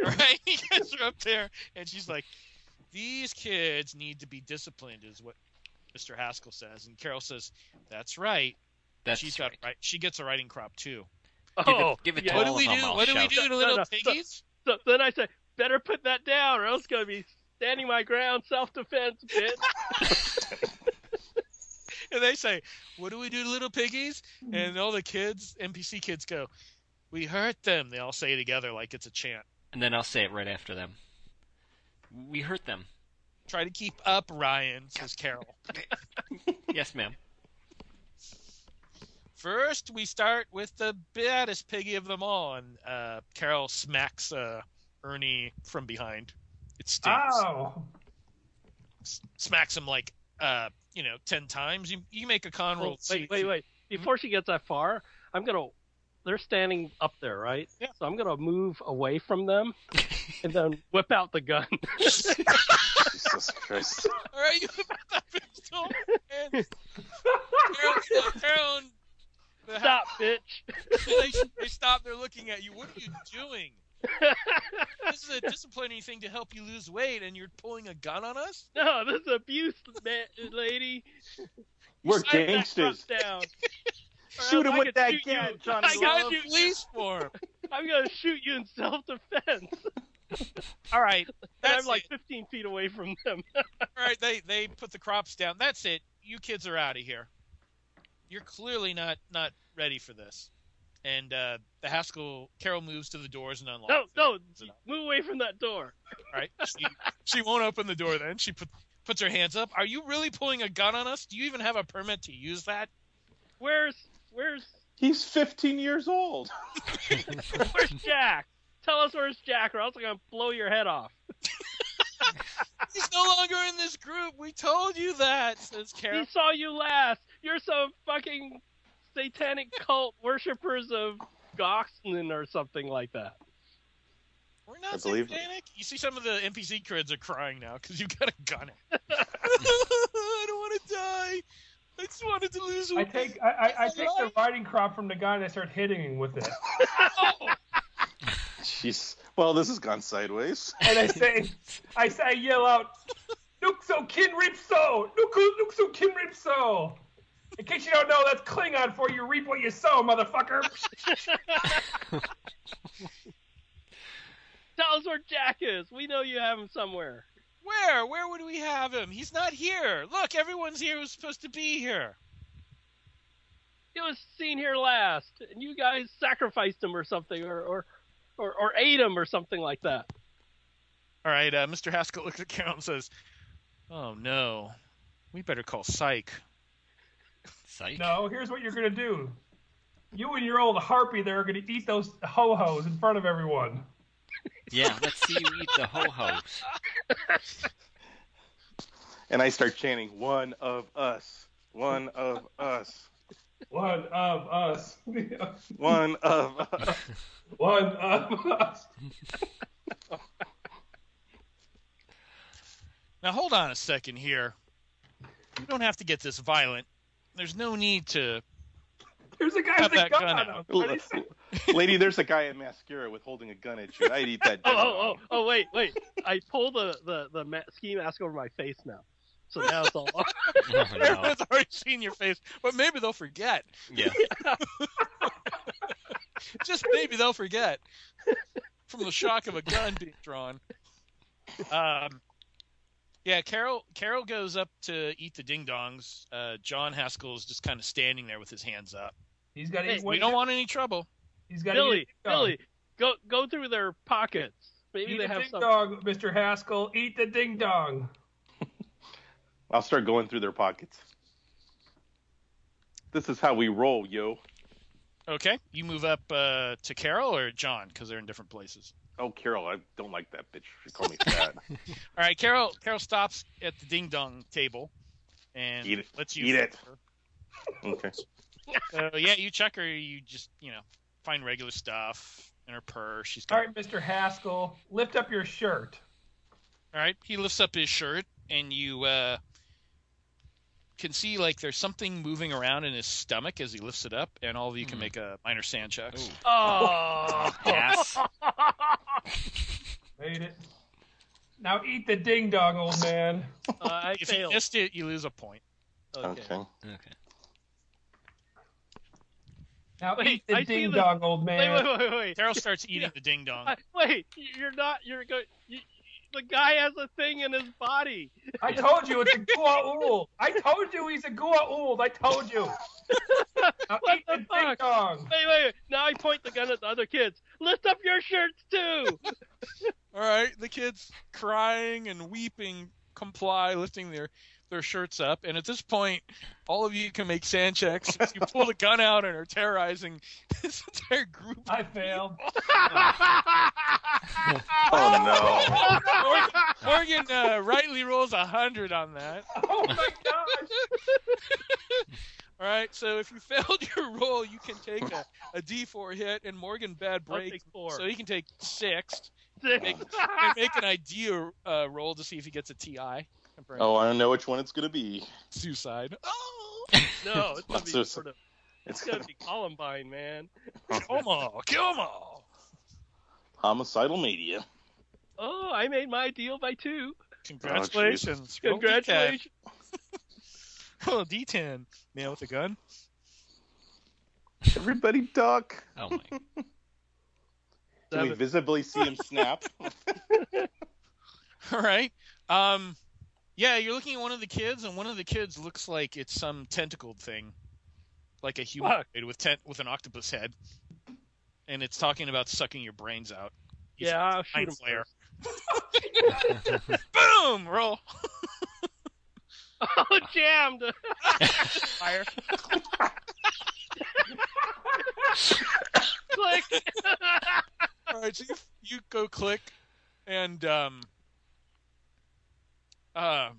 [SPEAKER 1] right, you guys are up there, and she's like, "These kids need to be disciplined," is what Mr. Haskell says, and Carol says, "That's right."
[SPEAKER 5] That's
[SPEAKER 1] She's got right. She gets a riding crop too.
[SPEAKER 5] Give it-
[SPEAKER 1] Oh.
[SPEAKER 5] give it
[SPEAKER 2] yeah.
[SPEAKER 5] to
[SPEAKER 1] what
[SPEAKER 5] all
[SPEAKER 1] do we
[SPEAKER 5] of
[SPEAKER 1] do?
[SPEAKER 5] 'em, I'll
[SPEAKER 1] What do we
[SPEAKER 5] shout.
[SPEAKER 1] do to
[SPEAKER 2] No,
[SPEAKER 1] little
[SPEAKER 2] no, no.
[SPEAKER 1] piggies?
[SPEAKER 2] so then I said better put that down or else it's gonna be standing my ground self defense bitch
[SPEAKER 1] And they say, "What do we do to little piggies?" And all the kids, NPC kids, go, "We hurt them." They all say it together like it's a chant.
[SPEAKER 5] And then I'll say it right after them. We hurt them.
[SPEAKER 1] Try to keep up, Ryan says Carol.
[SPEAKER 5] Yes, ma'am.
[SPEAKER 1] First, we start with the baddest piggy of them all, and uh, Carol smacks uh, Ernie from behind. It stings.
[SPEAKER 2] Oh.
[SPEAKER 3] Ow!
[SPEAKER 1] S- Smacks him like, uh, you know, ten times. You, you make a con roll.
[SPEAKER 2] Oh,
[SPEAKER 1] to see
[SPEAKER 2] wait,
[SPEAKER 1] if
[SPEAKER 2] wait,
[SPEAKER 1] you-
[SPEAKER 2] wait. Before she gets that far, I'm gonna. They're standing up there, right?
[SPEAKER 1] Yeah.
[SPEAKER 2] So I'm gonna move away from them, and then whip out the gun.
[SPEAKER 4] Jesus Christ.
[SPEAKER 1] All right, you put that pistol. And Carol, Carol, the house-
[SPEAKER 2] Stop, bitch!
[SPEAKER 1] they, they stop. They're looking at you. What are you doing? This is a disciplining thing to help you lose weight, and you're pulling a gun on us.
[SPEAKER 2] No, this is abuse, ma- lady.
[SPEAKER 4] We're
[SPEAKER 2] Slide that
[SPEAKER 4] gangsters.
[SPEAKER 2] crop down. or else
[SPEAKER 4] Shoot him
[SPEAKER 2] I
[SPEAKER 4] with
[SPEAKER 2] could
[SPEAKER 4] that
[SPEAKER 2] shoot
[SPEAKER 4] gun,
[SPEAKER 2] you.
[SPEAKER 4] Johnny
[SPEAKER 2] I
[SPEAKER 1] Got
[SPEAKER 2] got
[SPEAKER 1] a
[SPEAKER 2] you.
[SPEAKER 1] police form.
[SPEAKER 2] I'm gonna shoot you in self-defense. And
[SPEAKER 1] All right, that's
[SPEAKER 2] I'm like
[SPEAKER 1] it.
[SPEAKER 2] 15 feet away from them.
[SPEAKER 1] All right, they they put the crops down. That's it. You kids are out of here. You're clearly not not ready for this. And uh, the Haskell Carol moves to the doors and unlocks.
[SPEAKER 2] No,
[SPEAKER 1] it.
[SPEAKER 2] no,
[SPEAKER 1] It's enough.
[SPEAKER 2] move away from that door.
[SPEAKER 1] All right. She, she won't open the door. Then she put, puts her hands up. Are you really pulling a gun on us? Do you even have a permit to use that?
[SPEAKER 2] Where's, where's,
[SPEAKER 4] He's 15 years old.
[SPEAKER 2] where's Jack? Tell us where's Jack, or else I'm gonna blow your head off.
[SPEAKER 1] He's no longer in this group. We told you that. Says Carol.
[SPEAKER 2] He saw you last. You're some fucking satanic cult worshippers of Goxlin or something like that.
[SPEAKER 1] We're
[SPEAKER 4] I
[SPEAKER 1] not
[SPEAKER 4] believe-
[SPEAKER 1] satanic. You see, some of the NPC kids are crying now because you got a gun. I don't want to die. I just wanted to lose
[SPEAKER 3] I
[SPEAKER 1] weight.
[SPEAKER 3] take I, I, I take the riding crop from the guy and I start hitting him with it,
[SPEAKER 1] Oh!
[SPEAKER 4] Jeez. Well, this has gone sideways.
[SPEAKER 3] and I say, I say, I yell out, "Nuxo kin ripso, Nuku Nuxo kin ripso." In case you don't know, that's Klingon for you reap what you sow, motherfucker.
[SPEAKER 2] Tell us where Jack is. We know you have him somewhere.
[SPEAKER 1] Where? Where would we have him? He's not here. Look, everyone's here who's supposed to be here.
[SPEAKER 2] He was seen here last, and you guys sacrificed him or something, or or or, or ate him or something like that.
[SPEAKER 1] All right, uh, Mr. Haskell looks at Carol and says, Oh no, we better call Psych.
[SPEAKER 5] Psych.
[SPEAKER 3] No, here's what you're gonna do. You and your old harpy there are gonna eat those ho hos in front of everyone.
[SPEAKER 5] Yeah, let's see you eat the ho hos.
[SPEAKER 4] And I start chanting, one of us, one of us,
[SPEAKER 3] One of us.
[SPEAKER 4] one of us.
[SPEAKER 3] One of us.
[SPEAKER 1] Now hold on a second here. You don't have to get this violent. There's no need to.
[SPEAKER 3] There's a guy
[SPEAKER 1] Cut
[SPEAKER 3] with a
[SPEAKER 1] that
[SPEAKER 3] gun
[SPEAKER 1] gun
[SPEAKER 3] on
[SPEAKER 1] out.
[SPEAKER 3] him. What do you say?
[SPEAKER 4] Lady, there's a guy in mascara with holding a gun at you. I'd eat that.
[SPEAKER 2] Oh
[SPEAKER 4] down.
[SPEAKER 2] oh oh oh wait wait! I pulled the the the ma- ski mask over my face now, so now it's all.
[SPEAKER 5] Oh, no.
[SPEAKER 1] Everyone's already seen your face, but maybe they'll forget.
[SPEAKER 5] Yeah.
[SPEAKER 1] Just maybe they'll forget from the shock of a gun being drawn. Um, yeah, Carol. Carol goes up to eat the ding dongs. Uh, John Haskell is just kind of standing there with his hands up.
[SPEAKER 3] He's got.
[SPEAKER 2] Hey,
[SPEAKER 3] eat
[SPEAKER 1] We
[SPEAKER 3] one-
[SPEAKER 1] don't want any trouble.
[SPEAKER 3] He's got.
[SPEAKER 2] Billy, Billy, go go through their pockets. Maybe
[SPEAKER 3] Eat
[SPEAKER 2] they
[SPEAKER 3] the
[SPEAKER 2] have
[SPEAKER 3] ding
[SPEAKER 2] some.
[SPEAKER 3] dong, Mr. Haskell. Eat the ding dong.
[SPEAKER 4] I'll start going through their pockets. This is how we roll, yo.
[SPEAKER 1] Okay, you move up uh, to Carol or John because they're in different places.
[SPEAKER 4] Oh, Carol, I don't like that bitch. She called me fat.
[SPEAKER 1] All right, Carol. Carol stops at the ding dong table and
[SPEAKER 4] Eat it.
[SPEAKER 1] lets you
[SPEAKER 4] Eat it.
[SPEAKER 1] flip
[SPEAKER 4] okay.
[SPEAKER 1] her. So yeah, you check her. You just you know find regular stuff in her purse. She's got
[SPEAKER 3] All right, Mr. Haskell, lift up your shirt.
[SPEAKER 1] All right. He lifts up his shirt, and you uh, can see like there's something moving around in his stomach as he lifts it up, and all of you can
[SPEAKER 5] Hmm.
[SPEAKER 1] make a minor sand checks.
[SPEAKER 5] Ooh.
[SPEAKER 2] Oh,
[SPEAKER 5] Pass.
[SPEAKER 3] Made it. Now eat the ding dong, old man.
[SPEAKER 2] Uh, I
[SPEAKER 1] If you
[SPEAKER 2] failed.
[SPEAKER 1] missed it, you lose a point.
[SPEAKER 2] Okay.
[SPEAKER 4] Okay.
[SPEAKER 5] Okay.
[SPEAKER 3] Now
[SPEAKER 2] Wait,
[SPEAKER 3] eat the
[SPEAKER 2] I see
[SPEAKER 3] ding
[SPEAKER 2] this-
[SPEAKER 3] dong, old
[SPEAKER 2] Wait,
[SPEAKER 3] man.
[SPEAKER 2] wait, wait, wait.
[SPEAKER 1] Carol starts eating
[SPEAKER 2] Yeah.
[SPEAKER 1] the ding dong.
[SPEAKER 2] Uh, wait, you're not. You're going. You, the guy has a thing in his body.
[SPEAKER 3] I told you it's a Gua'uld. I told you he's a Gua'uld. I told you. Now
[SPEAKER 2] What
[SPEAKER 3] eat
[SPEAKER 2] the
[SPEAKER 3] the ding
[SPEAKER 2] fuck?
[SPEAKER 3] dong.
[SPEAKER 2] Wait, wait, wait. Now I point the gun at the other kids. Lift up your shirts too.
[SPEAKER 1] All right, the kids crying and weeping comply, lifting their their shirts up, and at this point, all of you can make sand checks. you pull the gun out and are terrorizing this entire group.
[SPEAKER 3] I failed.
[SPEAKER 4] Oh no.
[SPEAKER 1] Morgan, Morgan uh, rightly rolls a hundred on that.
[SPEAKER 3] Oh my gosh.
[SPEAKER 1] All right, so if you failed your roll, you can take a, a D4 hit, and Morgan bad
[SPEAKER 2] I'll
[SPEAKER 1] break,
[SPEAKER 2] take four.
[SPEAKER 1] so he can take six
[SPEAKER 2] Six.
[SPEAKER 1] and make an idea uh, roll to see if he gets a TI. Temporary
[SPEAKER 4] Oh, I know which one it's gonna be.
[SPEAKER 1] Suicide. Oh,
[SPEAKER 2] no, it's gonna
[SPEAKER 4] So-
[SPEAKER 2] be sort of.
[SPEAKER 4] It's
[SPEAKER 2] It's gonna
[SPEAKER 4] gonna
[SPEAKER 2] be Columbine, man.
[SPEAKER 1] kill 'em all, kill 'em all.
[SPEAKER 4] homicidal media.
[SPEAKER 2] Oh, I made my deal by two.
[SPEAKER 1] Congratulations. Roll
[SPEAKER 2] Congratulations.
[SPEAKER 1] D10. Roll a D10. Man with a gun.
[SPEAKER 4] Everybody duck.
[SPEAKER 5] Oh my.
[SPEAKER 4] Can we
[SPEAKER 2] Seven.
[SPEAKER 4] visibly see him snap?
[SPEAKER 1] All right. Um, yeah, you're looking at one of the kids, and one of the kids looks like it's some tentacled thing, like a human with tent with an octopus head, and it's talking about sucking your brains out. He's
[SPEAKER 2] Yeah, I'll
[SPEAKER 1] a
[SPEAKER 2] shoot
[SPEAKER 1] mind
[SPEAKER 2] him.
[SPEAKER 1] flayer.
[SPEAKER 2] first.
[SPEAKER 1] Boom! Roll.
[SPEAKER 2] Oh, jammed.
[SPEAKER 1] Fire.
[SPEAKER 2] Click.
[SPEAKER 1] All right, so you, you go click, and um, uh,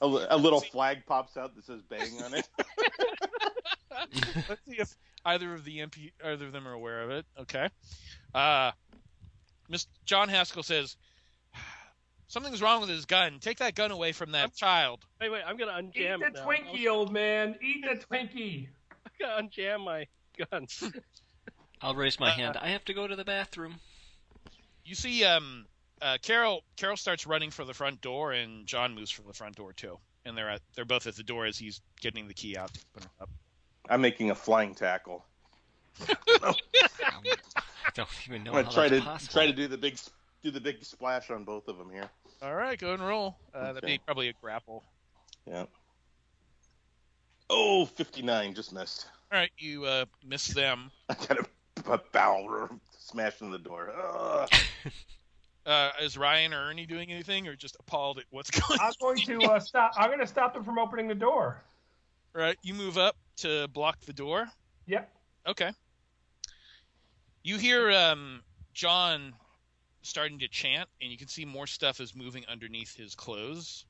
[SPEAKER 4] a, li- a little flag pops out that says "bang" on it.
[SPEAKER 1] let's see if either of the MP, either of them are aware of it. Okay. Uh, Miss John Haskell says something's wrong with his gun. Take that gun away from that child.
[SPEAKER 2] Wait, wait. I'm gonna
[SPEAKER 3] Eat
[SPEAKER 2] unjam it
[SPEAKER 3] the
[SPEAKER 2] now.
[SPEAKER 3] Twinkie, old man. Eat the Twinkie.
[SPEAKER 2] I'm gonna unjam my gun.
[SPEAKER 5] I'll raise
[SPEAKER 1] Uh,
[SPEAKER 5] my hand. I have to go to the bathroom.
[SPEAKER 1] You see, um, uh, Carol. Carol starts running for the front door, and John moves for the front door too. And they're at, they're both at the door as he's getting the key out to open her up.
[SPEAKER 4] I'm making a flying tackle.
[SPEAKER 5] I don't even know
[SPEAKER 4] I'm
[SPEAKER 5] how
[SPEAKER 4] gonna try
[SPEAKER 5] that's
[SPEAKER 4] to
[SPEAKER 5] possible.
[SPEAKER 4] try to do the big do the big splash on both of them here.
[SPEAKER 1] All right, go ahead and roll. Uh, That'd be
[SPEAKER 4] Okay.
[SPEAKER 1] probably a grapple.
[SPEAKER 4] Yeah. Oh, 59, just missed.
[SPEAKER 1] All right, you uh, miss them.
[SPEAKER 4] I got a, a bow smashing the door. Ugh.
[SPEAKER 1] Uh, is Ryan or Ernie doing anything, or just appalled at what's going? on?
[SPEAKER 3] I'm going to uh, stop. I'm going to stop them from opening the door.
[SPEAKER 1] Right, you move up to block the door.
[SPEAKER 3] Yep.
[SPEAKER 1] Okay. You hear um, John starting to chant, and you can see more stuff is moving underneath his clothes.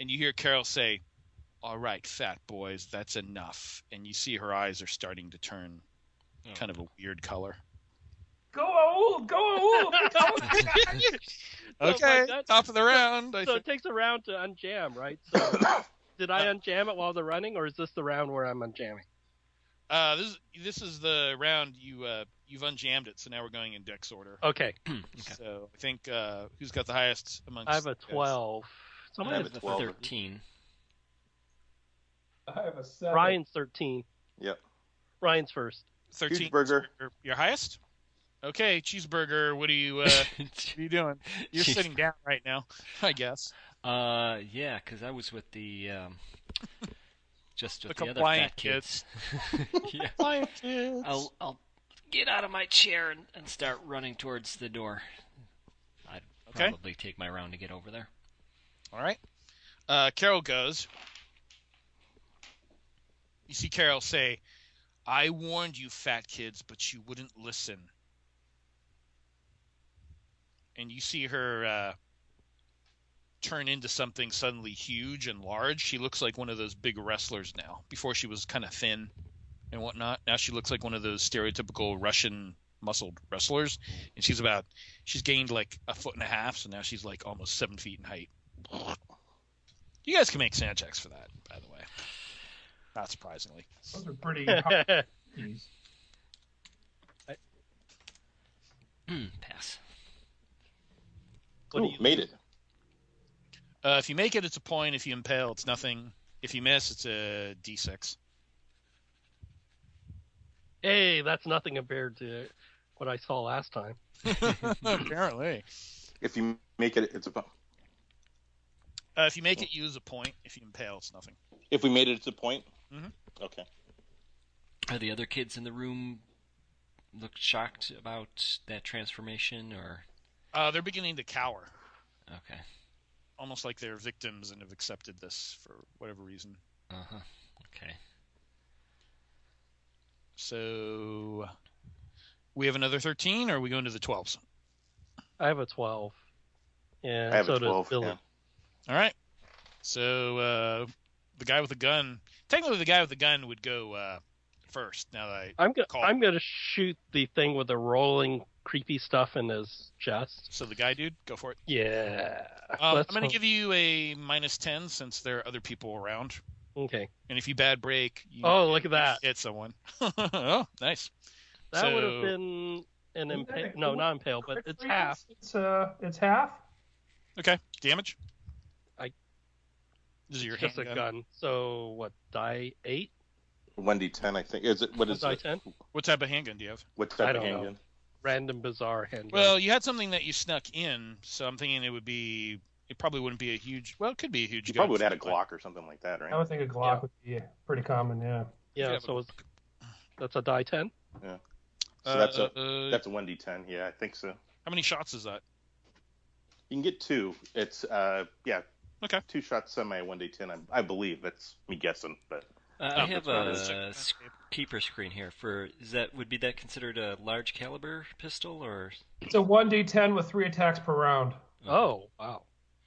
[SPEAKER 1] And you hear Carol say, All right, fat boys, that's enough. And you see her eyes are starting to turn
[SPEAKER 5] Oh.
[SPEAKER 1] kind of a weird color.
[SPEAKER 3] Go old. Go old. I told you.
[SPEAKER 2] Oh,
[SPEAKER 1] Okay,
[SPEAKER 2] my God.
[SPEAKER 1] top of the round. I
[SPEAKER 2] So
[SPEAKER 1] think.
[SPEAKER 2] it takes a round to unjam, right? So did I unjam it while they're running, or is this the round where I'm unjamming?
[SPEAKER 1] Uh, this, is- this is the round you uh, you've unjammed it, so now we're going in dex order.
[SPEAKER 2] Okay,
[SPEAKER 5] okay.
[SPEAKER 1] So I think uh, who's got the highest amongst?
[SPEAKER 2] I have a
[SPEAKER 1] you guys?
[SPEAKER 2] twelve.
[SPEAKER 5] I
[SPEAKER 2] Someone
[SPEAKER 5] have
[SPEAKER 2] has
[SPEAKER 5] a
[SPEAKER 4] 12.
[SPEAKER 5] thirteen.
[SPEAKER 3] I have a seven.
[SPEAKER 2] Ryan's thirteen.
[SPEAKER 4] Yep.
[SPEAKER 2] Ryan's first.
[SPEAKER 1] Thirteen.
[SPEAKER 4] Cheeseburger.
[SPEAKER 1] Your, your highest. Okay, cheeseburger. What are you? Uh, what are you doing? You're
[SPEAKER 5] Cheese-
[SPEAKER 1] sitting down right now, I guess.
[SPEAKER 5] Uh, yeah, because I was with the um, just with
[SPEAKER 1] The
[SPEAKER 5] the, other
[SPEAKER 1] compliant
[SPEAKER 5] fat kids. yeah,
[SPEAKER 1] Hi, kids.
[SPEAKER 5] I'll I'll get out of my chair and, and start running towards the door. I'd
[SPEAKER 1] Okay.
[SPEAKER 5] probably take my round to get over there.
[SPEAKER 1] All right. Uh, Carol goes. You see Carol say, I warned you, fat kids, but you wouldn't listen. And you see her uh, turn into something suddenly huge and large. She looks like one of those big wrestlers now. Before she was kind of thin and whatnot. Now she looks like one of those stereotypical Russian muscled wrestlers. And she's about, she's gained like a foot and a half. So now she's like almost seven feet in height. You guys can make sand checks for that, by the way. Not surprisingly.
[SPEAKER 3] Those are pretty. Jeez.
[SPEAKER 5] Pass.
[SPEAKER 2] What do
[SPEAKER 4] Ooh,
[SPEAKER 2] you-
[SPEAKER 4] made it.
[SPEAKER 1] Uh, if you make it, it's a point. If you impale, it's nothing. If you miss, it's a d6.
[SPEAKER 2] hey, that's nothing compared to what I saw last time.
[SPEAKER 1] Apparently.
[SPEAKER 4] If you make it, it's a po-
[SPEAKER 1] Uh, if you make it, use a point. If you impale, it's nothing.
[SPEAKER 4] if we made it, it's a point.
[SPEAKER 1] Mhm.
[SPEAKER 4] Okay.
[SPEAKER 5] Are the other kids in the room look shocked about that transformation, or
[SPEAKER 1] Uh, they're beginning to cower,
[SPEAKER 5] okay?
[SPEAKER 1] almost like they're victims and have accepted this for whatever reason.
[SPEAKER 5] Uh huh. Okay.
[SPEAKER 1] So we have another 13, or are we going to the 12s?
[SPEAKER 2] I have a twelve. Yeah,
[SPEAKER 4] I have
[SPEAKER 2] so
[SPEAKER 4] a twelve.
[SPEAKER 2] does Billy.
[SPEAKER 4] yeah.
[SPEAKER 1] All right. So uh, the guy with the gun, technically, the guy with the gun would go uh, first. Now that I
[SPEAKER 2] I'm gonna
[SPEAKER 1] Call.
[SPEAKER 2] I'm gonna shoot the thing with the rolling creepy stuff in his chest.
[SPEAKER 1] So the guy dude, go for it.
[SPEAKER 2] Yeah.
[SPEAKER 1] Um, I'm
[SPEAKER 2] Let's
[SPEAKER 1] going to
[SPEAKER 2] hope-
[SPEAKER 1] give you a minus ten since there are other people around,
[SPEAKER 2] Okay.
[SPEAKER 1] and if you bad break, you
[SPEAKER 2] Oh, look at that.
[SPEAKER 1] hit someone. oh, nice.
[SPEAKER 2] That would
[SPEAKER 1] So-
[SPEAKER 2] have been
[SPEAKER 3] Isn't
[SPEAKER 2] an
[SPEAKER 3] that
[SPEAKER 2] impale.
[SPEAKER 3] a
[SPEAKER 2] No,
[SPEAKER 3] cool-
[SPEAKER 2] not impale, but it's half.
[SPEAKER 3] It's uh, it's half.
[SPEAKER 1] Okay, damage.
[SPEAKER 2] I-
[SPEAKER 1] This is your
[SPEAKER 2] It's just a
[SPEAKER 1] handgun.
[SPEAKER 2] gun. So what? Die eight?
[SPEAKER 4] One d ten, I think. Is it what is
[SPEAKER 2] die
[SPEAKER 4] it?
[SPEAKER 2] ten?
[SPEAKER 1] What type of handgun do you have?
[SPEAKER 4] What type
[SPEAKER 2] I
[SPEAKER 4] of
[SPEAKER 2] don't know.
[SPEAKER 4] handgun?
[SPEAKER 2] Random bizarre handgun.
[SPEAKER 1] Well, you had something that you snuck in, so I'm thinking it would be. It probably wouldn't be a huge. Well, it could be a huge.
[SPEAKER 4] You
[SPEAKER 1] gun.
[SPEAKER 4] probably would have had a Glock or something like that,
[SPEAKER 3] I
[SPEAKER 4] right?
[SPEAKER 3] would think a Glock
[SPEAKER 2] Yeah.
[SPEAKER 3] would be pretty common. Yeah.
[SPEAKER 1] you
[SPEAKER 2] yeah.
[SPEAKER 1] have
[SPEAKER 2] So it's, that's a die ten.
[SPEAKER 4] So that's a
[SPEAKER 1] Uh,
[SPEAKER 4] that's a one d ten. Yeah, I think so.
[SPEAKER 1] how many shots is that?
[SPEAKER 4] You can get two. It's uh yeah.
[SPEAKER 1] Okay.
[SPEAKER 4] Two shots semi one d ten. I, I believe that's me guessing, but
[SPEAKER 5] Uh,
[SPEAKER 1] Oh,
[SPEAKER 5] I have
[SPEAKER 1] Let's
[SPEAKER 4] that's
[SPEAKER 1] check
[SPEAKER 5] a
[SPEAKER 1] that.
[SPEAKER 5] s- keeper screen here for is that would be that considered a large caliber pistol or
[SPEAKER 3] It's a one d10 with three attacks per round.
[SPEAKER 2] Oh wow.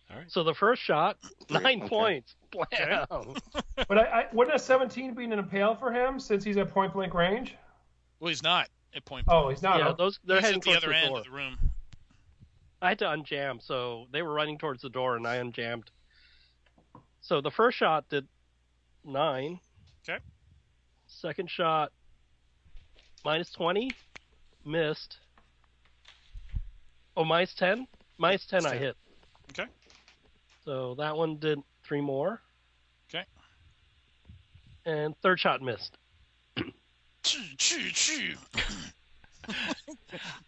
[SPEAKER 5] All right.
[SPEAKER 2] So the first shot,
[SPEAKER 4] Three,
[SPEAKER 2] nine
[SPEAKER 4] okay.
[SPEAKER 2] points. Blam.
[SPEAKER 3] But I, I wouldn't a 17 be an impale for him since he's at point blank range?
[SPEAKER 1] Well, he's not at point.
[SPEAKER 3] Oh, he's not.
[SPEAKER 2] Yeah,
[SPEAKER 3] huh?
[SPEAKER 2] those they're
[SPEAKER 1] He's
[SPEAKER 2] heading
[SPEAKER 1] at the
[SPEAKER 2] towards
[SPEAKER 1] other
[SPEAKER 2] the
[SPEAKER 1] end
[SPEAKER 2] door.
[SPEAKER 1] of the room.
[SPEAKER 2] I had to unjam, so they were running towards the door, and I unjammed. So the first shot did nine.
[SPEAKER 1] Okay.
[SPEAKER 2] Second shot, minus twenty, missed. Oh, minus ten, minus ten, I
[SPEAKER 1] 10.
[SPEAKER 2] hit.
[SPEAKER 1] Okay.
[SPEAKER 2] So that one did three more.
[SPEAKER 1] Okay.
[SPEAKER 2] And third shot missed.
[SPEAKER 1] Choo, choo, choo.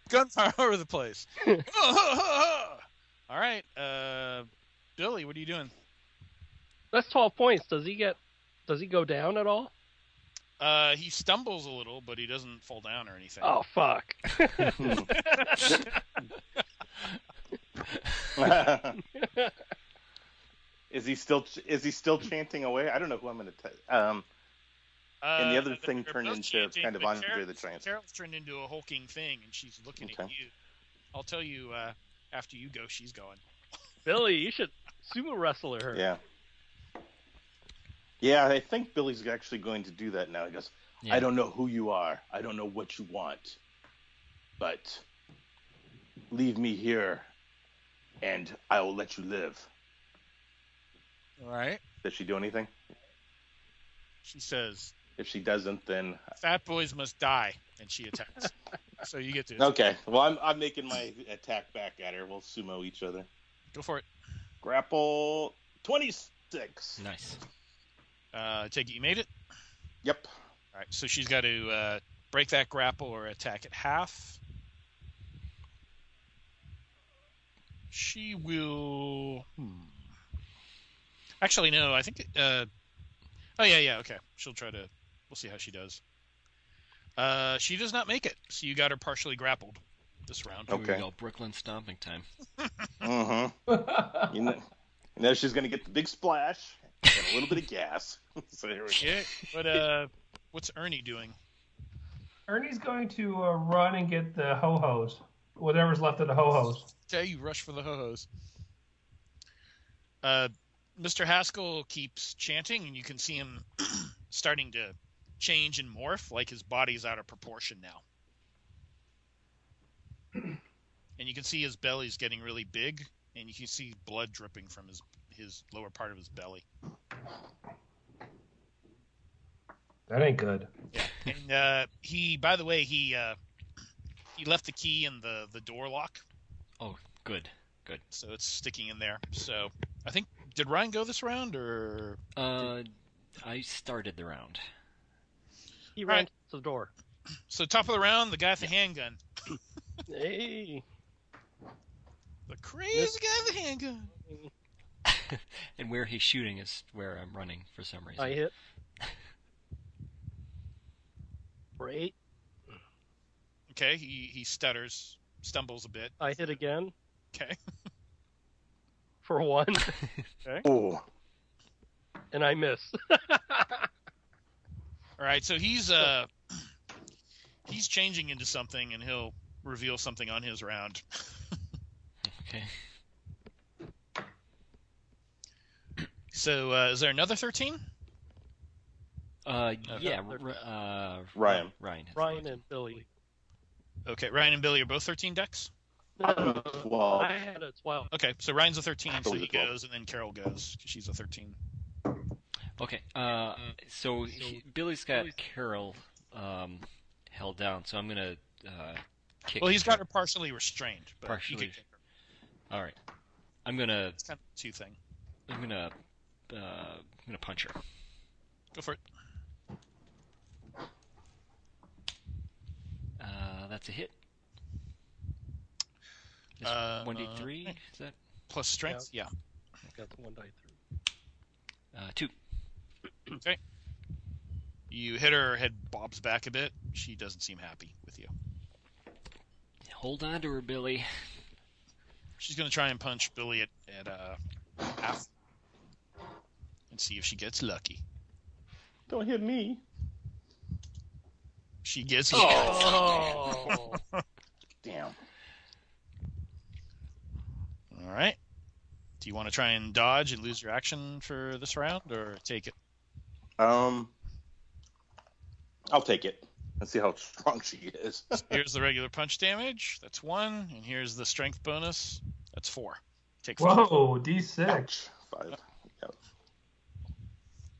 [SPEAKER 1] Gunfire all over the place. all right, uh, Billy, what are you doing?
[SPEAKER 2] That's twelve points. Does he get? Does he go down at all?
[SPEAKER 1] Uh, he stumbles a little, but he doesn't fall down or anything.
[SPEAKER 2] Oh fuck!
[SPEAKER 4] is he still is he still chanting away? I don't know who I'm going to. Um,
[SPEAKER 1] Uh,
[SPEAKER 4] and the other thing
[SPEAKER 1] they're
[SPEAKER 4] turned
[SPEAKER 1] both
[SPEAKER 4] into
[SPEAKER 1] chanting,
[SPEAKER 4] kind of
[SPEAKER 1] but
[SPEAKER 4] Andre
[SPEAKER 1] Carol-
[SPEAKER 4] the Giant.
[SPEAKER 1] Carol's turned into a hulking thing, and she's looking at
[SPEAKER 4] Okay.
[SPEAKER 1] you. I'll tell you uh, after you go. She's going.
[SPEAKER 2] Billy, you should sumo wrestle her.
[SPEAKER 4] yeah. Yeah, I think Billy's actually going to do that now. He goes,
[SPEAKER 5] Yeah.
[SPEAKER 4] I don't know who you are. I don't know what you want. But leave me here and I will let you live.
[SPEAKER 1] All right.
[SPEAKER 4] Does she do anything?
[SPEAKER 1] She says,
[SPEAKER 4] If she doesn't, then
[SPEAKER 1] "Fat boys must die," and she attacks. so you get to
[SPEAKER 4] okay. Well, I'm I'm making my attack back at her. We'll sumo each other.
[SPEAKER 1] go for it.
[SPEAKER 4] Grapple twenty six.
[SPEAKER 5] nice.
[SPEAKER 1] Uh, take it. You made it.
[SPEAKER 4] Yep.
[SPEAKER 1] All right, so she's got to uh, break that grapple or attack at half. She will. Hmm. Actually, no. I think. Uh, oh yeah, yeah. Okay, she'll try to. We'll see how she does. Uh, she does not make it, so you got her partially grappled this round.
[SPEAKER 5] Here
[SPEAKER 4] Okay.
[SPEAKER 5] we go. Brooklyn stomping time.
[SPEAKER 4] Mm-hmm. You know, you know she's gonna get the big splash and a little bit of gas. so there we go.
[SPEAKER 1] Yeah. But uh, what's Ernie doing?
[SPEAKER 3] Ernie's going to uh, run and get the ho hos, whatever's left of the ho hos.
[SPEAKER 1] Okay, you rush for the ho hos. Uh, Mr. Haskell keeps chanting, and you can see him starting to change and morph, like his body's out of proportion now. And you can see his belly's getting really big, and you can see blood dripping from his his lower part of his belly.
[SPEAKER 3] That ain't good.
[SPEAKER 1] And uh, he, by the way, he uh, he left the key in the the door lock,
[SPEAKER 5] Oh, good.
[SPEAKER 1] so it's sticking in there. So I think did Ryan go this round or
[SPEAKER 5] Uh, I started the round.
[SPEAKER 2] He
[SPEAKER 1] Right.
[SPEAKER 2] ran to the door.
[SPEAKER 1] So top of the round, the guy with the handgun.
[SPEAKER 2] Hey,
[SPEAKER 1] The crazy guy with the handgun.
[SPEAKER 5] And where he's shooting is where I'm running for some reason.
[SPEAKER 2] I hit. For eight,
[SPEAKER 1] Okay, he, he stutters, stumbles a bit.
[SPEAKER 2] I hit again.
[SPEAKER 1] Okay.
[SPEAKER 2] For one,
[SPEAKER 4] Oh,
[SPEAKER 2] and I miss.
[SPEAKER 1] All right, so he's uh he's changing into something and he'll reveal something on his round.
[SPEAKER 5] Okay.
[SPEAKER 1] So uh, is there another 13?
[SPEAKER 5] Uh,
[SPEAKER 1] Uh,
[SPEAKER 5] yeah.
[SPEAKER 2] Oh, no,
[SPEAKER 5] R- uh,
[SPEAKER 4] Ryan.
[SPEAKER 5] Ryan. has
[SPEAKER 2] Ryan
[SPEAKER 5] it.
[SPEAKER 2] and Billy.
[SPEAKER 1] Okay, Ryan and Billy are both 13 decks.
[SPEAKER 2] No,
[SPEAKER 4] well,
[SPEAKER 2] I had a twelve.
[SPEAKER 1] Okay, so Ryan's a 13, so
[SPEAKER 4] Those are
[SPEAKER 1] he
[SPEAKER 4] 12.
[SPEAKER 1] goes, and then Carol goes. She's a 13.
[SPEAKER 5] Okay. Uh, so he, Billy's got Carol um held down, so I'm gonna uh kick.
[SPEAKER 1] Well, he's got her partially restrained. But You
[SPEAKER 5] Partially.
[SPEAKER 1] can kick her.
[SPEAKER 5] All right. I'm gonna.
[SPEAKER 1] It's kind of a two thing.
[SPEAKER 5] I'm gonna. Uh, I'm gonna punch her.
[SPEAKER 1] Go for it.
[SPEAKER 5] Uh, that's a hit.
[SPEAKER 1] Uh,
[SPEAKER 5] One d three.
[SPEAKER 1] uh,
[SPEAKER 5] Is that
[SPEAKER 1] Plus strength? Yeah.
[SPEAKER 2] Got the one die through.
[SPEAKER 5] uh, two?
[SPEAKER 1] You hit her, her head bobs back a bit. She doesn't seem happy with you.
[SPEAKER 5] Hold on to her, Billy.
[SPEAKER 1] She's going to try and punch Billy at, at uh, half and see if she gets lucky.
[SPEAKER 4] don't hit me.
[SPEAKER 1] She gets
[SPEAKER 2] Oh,
[SPEAKER 4] Damn.
[SPEAKER 1] All right. Do you want to try and dodge and lose your action for this round or take it?
[SPEAKER 4] Um, I'll take it. Let's see how strong she is.
[SPEAKER 1] Here's the regular punch damage. That's one. And here's the strength bonus. That's four. Take four.
[SPEAKER 3] Whoa, D6.
[SPEAKER 4] Ouch. Five. Yep.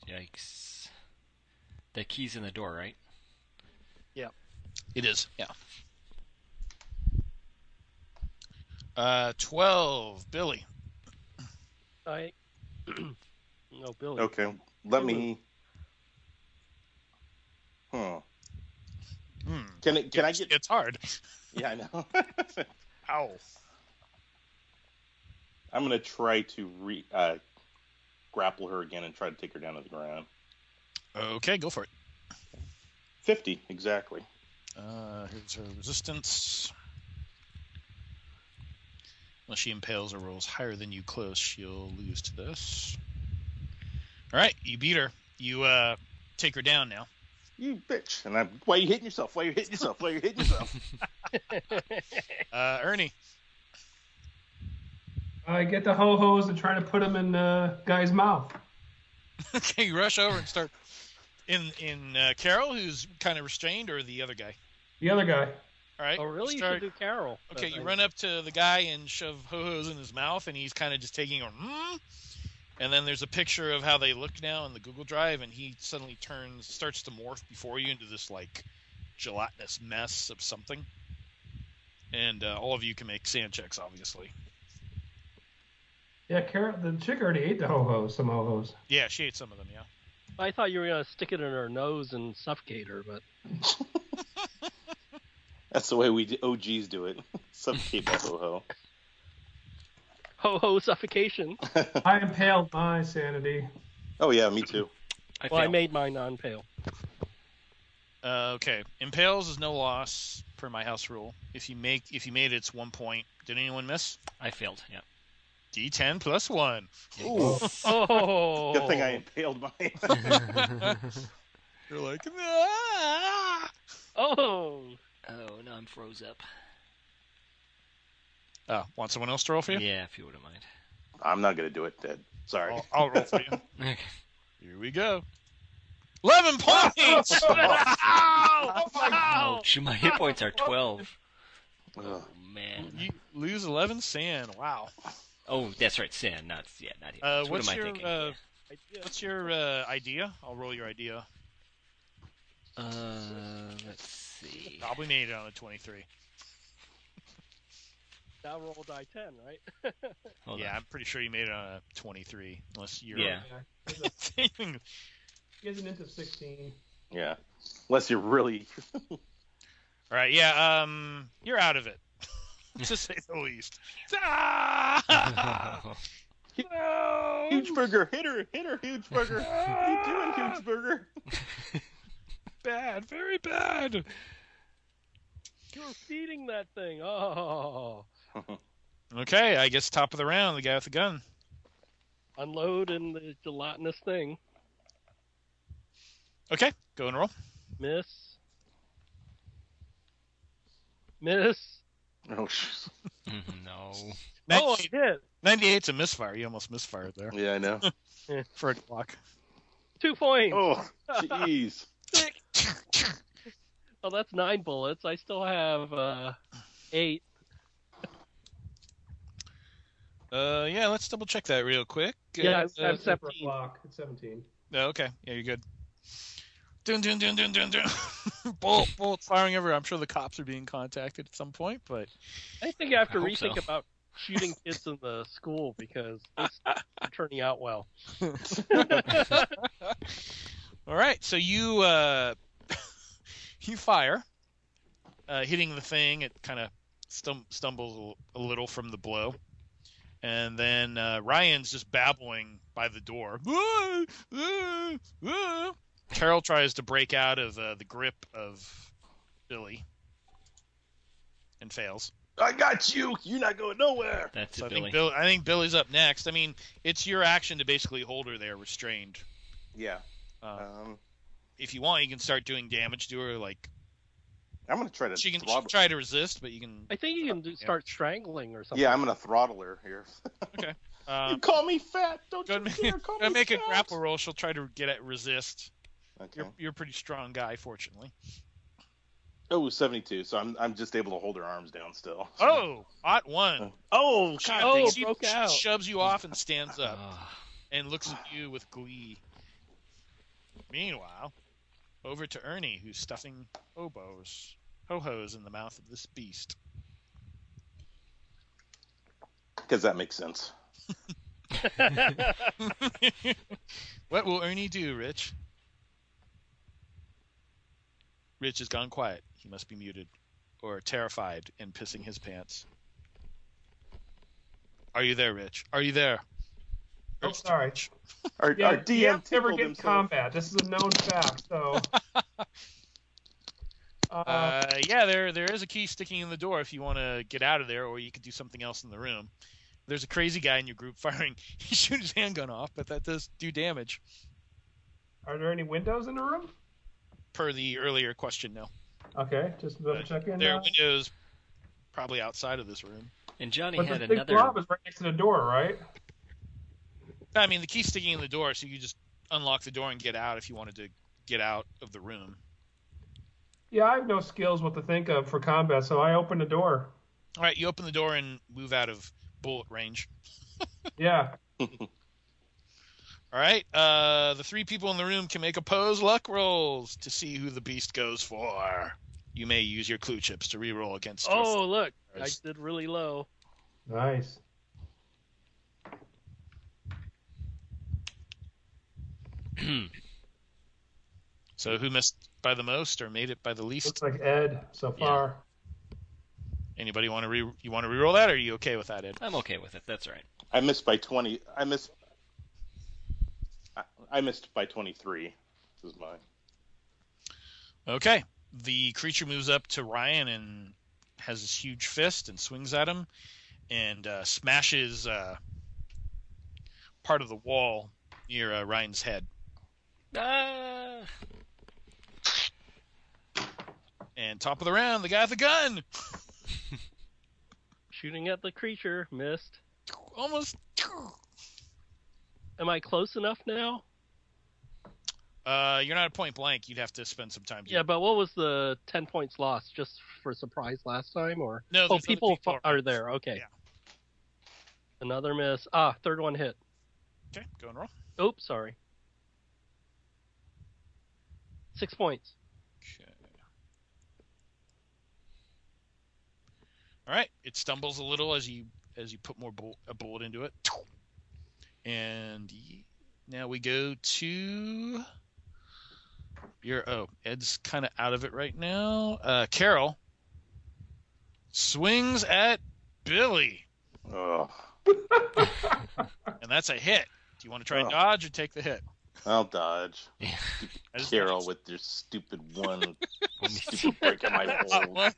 [SPEAKER 5] Yikes. That key's in the door, right?
[SPEAKER 1] It is. Yeah. Uh, 12. Billy.
[SPEAKER 2] I. no, Billy.
[SPEAKER 4] Okay. Let me. Hmm.
[SPEAKER 1] Hmm.
[SPEAKER 4] Can it? Can I get?
[SPEAKER 1] It's hard.
[SPEAKER 4] Yeah, I know.
[SPEAKER 1] Ow.
[SPEAKER 4] I'm gonna try to re uh, grapple her again and try to take her down to the ground.
[SPEAKER 1] Okay, go for it.
[SPEAKER 4] Fifty exactly.
[SPEAKER 1] Uh, here's her resistance. Unless she impales or rolls higher than you close, she'll lose to this. All right, you beat her. You uh, take her down now.
[SPEAKER 4] You bitch! And I'm. Why are you hitting yourself? Why are you hitting yourself? Why are you hitting yourself?
[SPEAKER 1] Uh, Ernie,
[SPEAKER 3] I get the ho hos and try to put them in the guy's mouth.
[SPEAKER 1] okay, you rush over and start in in uh, Carol, who's kind of restrained, or the other guy.
[SPEAKER 3] The other guy.
[SPEAKER 1] All right.
[SPEAKER 2] Oh, really?
[SPEAKER 1] start-
[SPEAKER 2] You should do Carol.
[SPEAKER 1] Okay,
[SPEAKER 2] But
[SPEAKER 1] you
[SPEAKER 2] I-
[SPEAKER 1] run up to the guy and shove ho-hos in his mouth, and he's kind of just taking a mm. And then there's a picture of how they look now in the Google Drive, and he suddenly turns, starts to morph before you into this like gelatinous mess of something. And uh, all of you can make sand checks, obviously.
[SPEAKER 3] Yeah, Carol, the chick already ate the ho hos, some ho hos.
[SPEAKER 1] Yeah, she ate some of them. Yeah.
[SPEAKER 2] I thought you were gonna stick it in her nose and suffocate her, but
[SPEAKER 4] That's the way we do, OGs do it. Suffocate that ho
[SPEAKER 2] Ho ho suffocation.
[SPEAKER 4] ho.
[SPEAKER 3] I impaled my sanity.
[SPEAKER 4] oh yeah, me too.
[SPEAKER 5] I
[SPEAKER 2] Well, I
[SPEAKER 5] failed.
[SPEAKER 2] made mine non pale.
[SPEAKER 1] Uh, okay, impales is no loss per my house rule. If you make, if you made it, it's one point. Did anyone miss?
[SPEAKER 5] I failed. Yeah.
[SPEAKER 1] D10 plus one.
[SPEAKER 4] Ooh,
[SPEAKER 2] Oh,
[SPEAKER 4] good thing I impaled mine.
[SPEAKER 1] You're like, "Ah!"
[SPEAKER 2] Oh,
[SPEAKER 5] Oh, now I'm froze up.
[SPEAKER 1] Uh, want someone else to roll for you?
[SPEAKER 5] Yeah, if you wouldn't mind.
[SPEAKER 4] I'm not gonna do it, Ted. Sorry.
[SPEAKER 1] I'll, I'll roll for you.
[SPEAKER 5] Okay.
[SPEAKER 1] Here we go. Eleven points.
[SPEAKER 2] Ow! Ow!
[SPEAKER 5] Ouch, Oh, my hit points are 12.
[SPEAKER 4] Ugh.
[SPEAKER 5] Oh, man.
[SPEAKER 1] you lose eleven sand. Wow.
[SPEAKER 5] Oh, that's right, Sin. Not, yeah, not hit
[SPEAKER 1] Uh,
[SPEAKER 5] points. what
[SPEAKER 1] what's
[SPEAKER 5] am I
[SPEAKER 1] your,
[SPEAKER 5] thinking?
[SPEAKER 1] uh, What's your uh, idea? I'll roll your idea.
[SPEAKER 5] Uh, let's see.
[SPEAKER 1] Probably made it on a twenty-three.
[SPEAKER 2] Now roll die ten, right?
[SPEAKER 5] Hold
[SPEAKER 1] yeah,
[SPEAKER 5] on.
[SPEAKER 1] I'm pretty sure you made it on a twenty-three, unless you're.
[SPEAKER 5] Yeah.
[SPEAKER 3] He isn't into 16.
[SPEAKER 4] Yeah. Unless you're really
[SPEAKER 1] All right, yeah, um, you're out of it, to say the least. Ah!
[SPEAKER 5] Mm-hmm,
[SPEAKER 1] no!
[SPEAKER 4] huge burger, hit her, hit her, huge burger. what are you doing, huge burger?
[SPEAKER 1] Bad, very bad.
[SPEAKER 2] You're feeding that thing. Oh,
[SPEAKER 1] Okay, I guess top of the round, the guy with the gun.
[SPEAKER 2] unload in the gelatinous thing.
[SPEAKER 1] Okay, go and roll.
[SPEAKER 2] Miss. Miss.
[SPEAKER 4] Oh, sh-
[SPEAKER 5] no.
[SPEAKER 2] Oh, I
[SPEAKER 1] 98,
[SPEAKER 2] did.
[SPEAKER 1] 98's a misfire. You almost misfired there
[SPEAKER 4] yeah, I know.
[SPEAKER 1] for a block.
[SPEAKER 2] Two points. Oh.
[SPEAKER 4] Oh, jeez.
[SPEAKER 2] Well, Oh, that's nine bullets. I still have uh, eight.
[SPEAKER 1] Uh, yeah, let's double check that real quick.
[SPEAKER 2] Yeah,
[SPEAKER 1] uh,
[SPEAKER 2] I have
[SPEAKER 3] Except for a
[SPEAKER 2] 17.
[SPEAKER 3] block. It's 17.
[SPEAKER 1] Oh, okay. Yeah, you're good. Dun dun dun dun dun dun. Bolt, bolts firing everywhere. I'm sure the cops are being contacted at some point, but
[SPEAKER 2] I think I have to
[SPEAKER 5] I hope
[SPEAKER 2] rethink
[SPEAKER 5] so.
[SPEAKER 2] about shooting kids in the school because it's not turning out well.
[SPEAKER 1] all right. So you uh, you fire, uh, hitting the thing. It kind of stum- stumbles a little from the blow, and then uh, Ryan's just babbling by the door. "Ah, ah, ah." Carol tries to break out of uh, the grip of Billy and fails.
[SPEAKER 4] I got you. You're not going nowhere.
[SPEAKER 5] That's
[SPEAKER 1] So
[SPEAKER 5] a
[SPEAKER 1] I
[SPEAKER 5] Billy.
[SPEAKER 1] think Bill, I think Billy's up next. I mean, it's your action to basically hold her there restrained.
[SPEAKER 4] Yeah.
[SPEAKER 1] Uh,
[SPEAKER 4] Um,
[SPEAKER 1] if you want, you can start doing damage to her. Like
[SPEAKER 4] I'm gonna try to
[SPEAKER 1] she can she can
[SPEAKER 4] throttle.
[SPEAKER 1] try to resist, but you can.
[SPEAKER 2] I think you can do, start strangling or something.
[SPEAKER 4] Yeah, I'm gonna throttle her here.
[SPEAKER 1] Um,
[SPEAKER 4] call me fat. Don't
[SPEAKER 1] go ahead and make, go ahead and make a grapple roll. She'll try to get at resist.
[SPEAKER 4] Okay.
[SPEAKER 1] You're you're a pretty strong guy, fortunately.
[SPEAKER 4] Oh, 72. So I'm I'm just able to hold her arms down still.
[SPEAKER 1] Oh, hot one.
[SPEAKER 4] Oh,
[SPEAKER 1] She,
[SPEAKER 2] Oh,
[SPEAKER 1] thinks you-
[SPEAKER 2] broke
[SPEAKER 1] she
[SPEAKER 2] out. Uh-huh.
[SPEAKER 1] shoves you off and stands up
[SPEAKER 5] Ah.
[SPEAKER 1] and looks at you with glee. Meanwhile, over to Ernie, who's stuffing oboes, ho hos in the mouth of this beast.
[SPEAKER 4] because that makes sense.
[SPEAKER 1] what will Ernie do, Rich? Rich has gone quiet. He must be muted or terrified and pissing his pants. Are you there, Rich? Are you there? Oh,
[SPEAKER 3] I'm Oh, sorry.
[SPEAKER 4] Our,
[SPEAKER 3] Yeah,
[SPEAKER 4] our DM
[SPEAKER 3] DMs never
[SPEAKER 4] tickled
[SPEAKER 3] get
[SPEAKER 4] himself.
[SPEAKER 3] combat. This is a known fact. So. Uh,
[SPEAKER 1] Uh, yeah, there there is a key sticking in the door if you want to get out of there, or you could do something else in the room. There's a crazy guy in your group firing. He shoot his handgun off, but that does do damage.
[SPEAKER 3] are there any windows in the room?
[SPEAKER 1] Per the earlier question, no.
[SPEAKER 3] Okay, just double check in.
[SPEAKER 1] There
[SPEAKER 3] uh,
[SPEAKER 1] are windows probably outside of this room.
[SPEAKER 5] And Johnny
[SPEAKER 3] but
[SPEAKER 5] had
[SPEAKER 3] the big
[SPEAKER 5] another.
[SPEAKER 3] blob is right next to the door, right?
[SPEAKER 1] I mean, the key's sticking in the door, so you just unlock the door and get out if you wanted to get out of the room.
[SPEAKER 3] Yeah, I have no skills what to think of for combat, so I open the door.
[SPEAKER 1] All right, you open the door and move out of bullet range.
[SPEAKER 3] Yeah.
[SPEAKER 1] All right, uh, the three people in the room can make opposed luck rolls to see who the beast goes for. You may use your clue chips to reroll against. your-
[SPEAKER 2] Oh, look. I did really low.
[SPEAKER 3] Nice.
[SPEAKER 1] So who missed by the most or made it by the least?
[SPEAKER 3] Looks like Ed so far.
[SPEAKER 1] Anybody want to re? You want to reroll that, or are you okay with that, Ed?
[SPEAKER 5] I'm okay with it. That's all right.
[SPEAKER 4] I missed by twenty. I missed. I- I missed by twenty three. This is mine.
[SPEAKER 1] Okay. The creature moves up to Ryan and has his huge fist and swings at him and uh, smashes uh, part of the wall near uh, Ryan's head.
[SPEAKER 5] Ah,
[SPEAKER 1] And top of the round, the guy with the gun
[SPEAKER 2] Shooting at the creature, missed.
[SPEAKER 1] almost.
[SPEAKER 2] Am I close enough now?
[SPEAKER 1] Uh, you're not at point blank. You'd have to spend some time.
[SPEAKER 2] Yeah, but what was the ten points lost just for surprise last time, or
[SPEAKER 1] No,
[SPEAKER 2] oh,
[SPEAKER 1] there's other
[SPEAKER 2] people,
[SPEAKER 1] people
[SPEAKER 2] fu- are there? Okay.
[SPEAKER 1] Yeah.
[SPEAKER 2] Another miss. Ah, third one hit.
[SPEAKER 1] Okay, go and roll.
[SPEAKER 2] Oops, sorry. Six points.
[SPEAKER 1] Okay. All right. It stumbles a little as you as you put more bull, a bullet into it. And ye- now we go to your oh Ed's kind of out of it right now. Uh, Carol swings at Billy,
[SPEAKER 4] Ugh.
[SPEAKER 1] and that's a hit. Do you want to try and
[SPEAKER 4] Oh.
[SPEAKER 1] dodge or take the hit?
[SPEAKER 4] I'll dodge.
[SPEAKER 1] I just-
[SPEAKER 4] Carol with your stupid one. stupid break in my hole.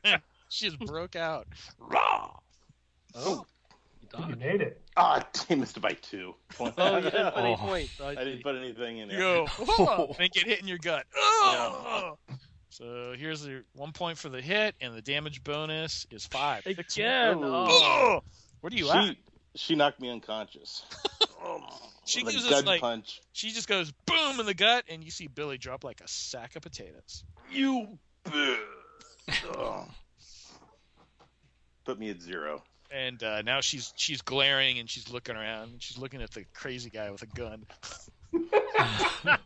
[SPEAKER 1] she just broke out.
[SPEAKER 4] Raw.
[SPEAKER 2] Oh, you
[SPEAKER 3] You
[SPEAKER 2] dodged.
[SPEAKER 3] made it.
[SPEAKER 4] Ah, I missed by two.
[SPEAKER 2] Oh, you didn't put any
[SPEAKER 5] Oh.
[SPEAKER 2] points. I,
[SPEAKER 4] I didn't
[SPEAKER 2] see.
[SPEAKER 4] put anything in
[SPEAKER 1] You
[SPEAKER 4] there.
[SPEAKER 1] go, "Oh," and get hit in your gut. Oh! So here's the one point for the hit, and the damage bonus is five. Six-
[SPEAKER 2] Again. Oh.
[SPEAKER 1] Oh! What are you at?
[SPEAKER 4] she, she knocked me unconscious.
[SPEAKER 1] She
[SPEAKER 4] With a
[SPEAKER 1] loses,
[SPEAKER 4] gut
[SPEAKER 1] like-
[SPEAKER 4] punch.
[SPEAKER 1] She just goes boom in the gut, and you see Billy drop like a sack of potatoes.
[SPEAKER 4] You. bitch. Ugh. Put me at zero.
[SPEAKER 1] And uh, now she's she's glaring and she's looking around. And she's looking at the crazy guy with a gun.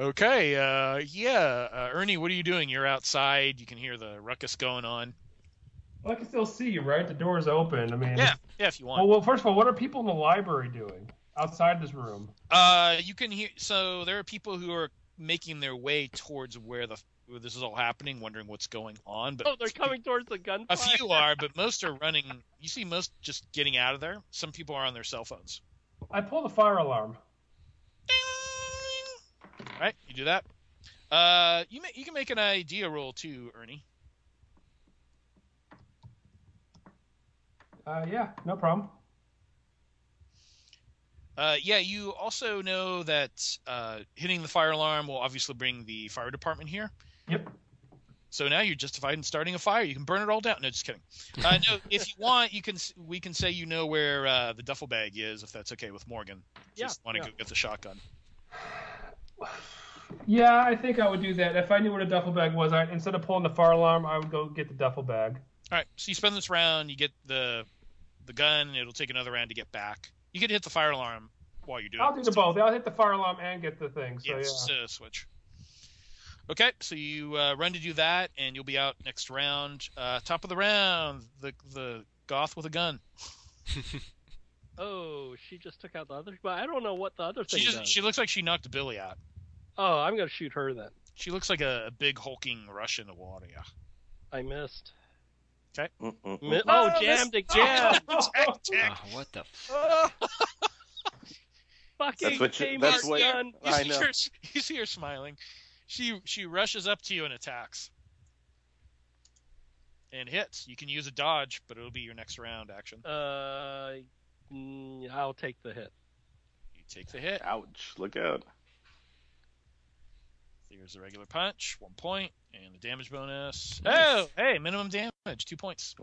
[SPEAKER 1] Okay, uh, yeah, uh, Ernie, what are you doing? You're outside. You can hear the ruckus going on.
[SPEAKER 3] Well, I can still see you, right? The door's open. I mean,
[SPEAKER 1] Yeah, yeah, if you want.
[SPEAKER 3] Well, well, first of all, what are people in the library doing outside this room?
[SPEAKER 1] Uh, you can hear. So there are people who are making their way towards where the where this is all happening, wondering what's going on. But
[SPEAKER 2] Oh, they're coming towards the gunfire.
[SPEAKER 1] A few are, but most are running. You see most just getting out of there. Some people are on their cell phones.
[SPEAKER 3] I pulled the fire alarm.
[SPEAKER 1] All right, you do that. Uh, you may, you can make an idea roll too, Ernie.
[SPEAKER 3] Uh, yeah, no problem.
[SPEAKER 1] Uh, yeah, you also know that uh, hitting the fire alarm will obviously bring the fire department here.
[SPEAKER 3] Yep.
[SPEAKER 1] So now you're justified in starting a fire. You can burn it all down. No, just kidding. Uh, no, if you want, you can. s- We can say you know where uh, the duffel bag is, if that's okay with Morgan.
[SPEAKER 2] Yeah,
[SPEAKER 1] Just want to
[SPEAKER 2] yeah.
[SPEAKER 1] go get the shotgun.
[SPEAKER 3] Yeah, I think I would do that if I knew what a duffel bag was. I, instead of pulling the fire alarm, I would go get the duffel bag.
[SPEAKER 1] All right. So you spend this round. You get the the gun. It'll take another round to get back. You can hit the fire alarm while you're doing.
[SPEAKER 3] I'll do
[SPEAKER 1] it.
[SPEAKER 3] the both. I'll hit the fire alarm and get the thing. So
[SPEAKER 1] Yeah,
[SPEAKER 3] yeah.
[SPEAKER 1] it's uh, switch. Okay, so you uh, run to do that, and you'll be out next round. Uh, top of the round, the the goth with a gun.
[SPEAKER 2] Oh, she just took out the other. But I don't know what the other
[SPEAKER 1] She
[SPEAKER 2] thing
[SPEAKER 1] just
[SPEAKER 2] does.
[SPEAKER 1] she looks like she knocked Billy out.
[SPEAKER 2] Oh, I'm gonna shoot her then.
[SPEAKER 1] She looks like a, a big hulking Russian warrior.
[SPEAKER 2] I missed. Mi-
[SPEAKER 4] Mm-mm-mm.
[SPEAKER 2] oh,
[SPEAKER 3] Oh,
[SPEAKER 2] jammed again.
[SPEAKER 1] Tick.
[SPEAKER 5] Ah, what the? F-
[SPEAKER 2] Fucking
[SPEAKER 4] That's what you-
[SPEAKER 2] Kmart
[SPEAKER 4] that's what-
[SPEAKER 2] gun.
[SPEAKER 1] You
[SPEAKER 4] I
[SPEAKER 1] see
[SPEAKER 4] know.
[SPEAKER 1] her, you see her smiling. She she rushes up to you and attacks. And hits. You can use a dodge, but it'll be your next round action.
[SPEAKER 2] Uh, mm, I'll take the hit.
[SPEAKER 1] You take the hit.
[SPEAKER 4] Ouch! Look out.
[SPEAKER 1] There's a regular punch, one point, and the damage bonus. Oh, hey, minimum damage, two points.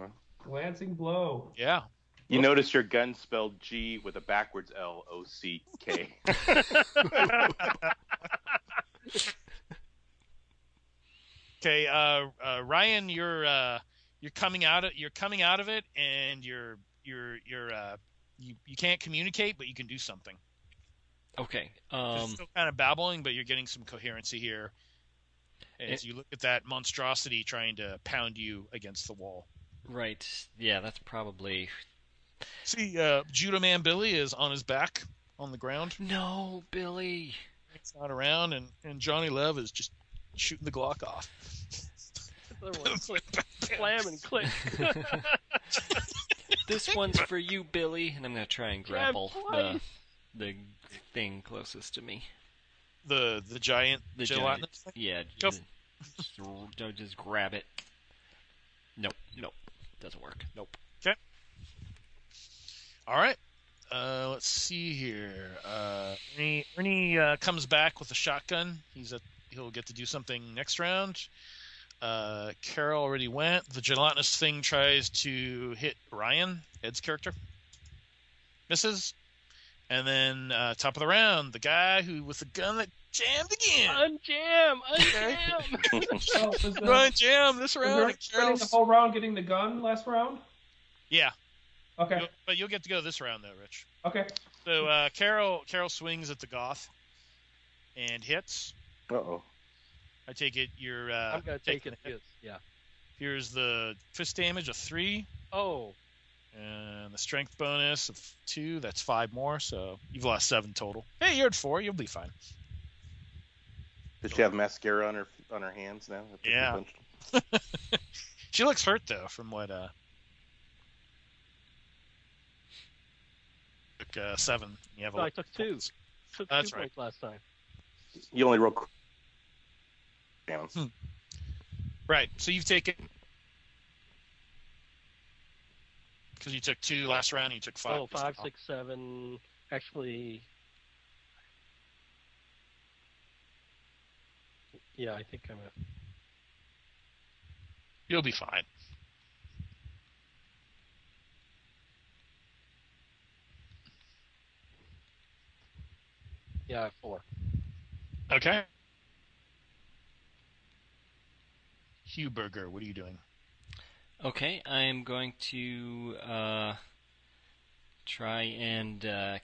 [SPEAKER 3] Glancing blow.
[SPEAKER 1] Yeah.
[SPEAKER 4] You notice your gun spelled G with a backwards L O C K.
[SPEAKER 1] Okay, uh, uh, Ryan, you're uh, you're coming out of you're coming out of it, and you're you're you're uh, you you can't communicate, but you can do something.
[SPEAKER 5] okay.
[SPEAKER 1] You're
[SPEAKER 5] Um,
[SPEAKER 1] still kind of babbling, but you're getting some coherency here. As you look at that monstrosity trying to pound you against the wall.
[SPEAKER 5] right. Yeah, that's probably
[SPEAKER 1] See, uh, Judah Man Billy is on his back on the ground.
[SPEAKER 5] no, Billy.
[SPEAKER 1] It's not around, and, and Johnny Love is just shooting the Glock off.
[SPEAKER 2] Other one, click, slam and click.
[SPEAKER 5] This one's for you, Billy, and I'm gonna try and
[SPEAKER 2] Grab
[SPEAKER 5] grapple the
[SPEAKER 2] twice.
[SPEAKER 5] the thing closest to me.
[SPEAKER 1] The the giant
[SPEAKER 5] The
[SPEAKER 1] gelatinous thing?
[SPEAKER 5] giant- yeah,
[SPEAKER 1] Go.
[SPEAKER 5] just, just, r- just grab it. Nope, nope, doesn't work. Nope.
[SPEAKER 1] All right. Uh, let's see here. Uh, Ernie, Ernie uh, comes back with a shotgun. He's at, he'll get to do something next round. Uh, Carol already went. The gelatinous thing tries to hit Ryan, Ed's character. Misses. And then uh, top of the round, the guy who with the gun that jammed again.
[SPEAKER 2] unjam, unjam.
[SPEAKER 3] Oh, was the,
[SPEAKER 1] Ryan jam this
[SPEAKER 3] was
[SPEAKER 1] round.
[SPEAKER 3] Eric
[SPEAKER 1] and
[SPEAKER 3] spending the
[SPEAKER 1] Carol's-
[SPEAKER 3] whole round getting the gun last round?
[SPEAKER 1] Yeah,
[SPEAKER 3] Okay.
[SPEAKER 1] you'll- but you'll get to go this round though, Rich.
[SPEAKER 3] Okay.
[SPEAKER 1] So uh, Carol Carol swings at the goth and hits.
[SPEAKER 4] Uh oh.
[SPEAKER 1] I take it you're. Uh,
[SPEAKER 2] I'm gonna take
[SPEAKER 1] taking
[SPEAKER 2] it.
[SPEAKER 1] the hit.
[SPEAKER 2] Yes, yeah.
[SPEAKER 1] Here's the twist damage of three,
[SPEAKER 2] Oh,
[SPEAKER 1] and the strength bonus of two. That's five more, so you've lost seven total. Hey, you're at four. You'll be fine.
[SPEAKER 4] Does she have mascara on her on her hands now? after she
[SPEAKER 1] Yeah.
[SPEAKER 4] punched him?
[SPEAKER 1] She looks hurt though, from what. uh Took uh, seven. You have
[SPEAKER 2] so I
[SPEAKER 1] a.
[SPEAKER 2] took two. Took
[SPEAKER 1] That's
[SPEAKER 2] two
[SPEAKER 1] right.
[SPEAKER 2] points last time.
[SPEAKER 4] You only roll. Damn.
[SPEAKER 1] Right. So you've taken. Because you took two last round, and you took five.
[SPEAKER 2] Oh, five, six, seven. Actually, yeah, I think I'm. At,
[SPEAKER 1] You'll be fine.
[SPEAKER 2] yeah, at four.
[SPEAKER 1] Okay. Huberger, what are you doing?
[SPEAKER 5] Okay, I am going to uh, try and uh,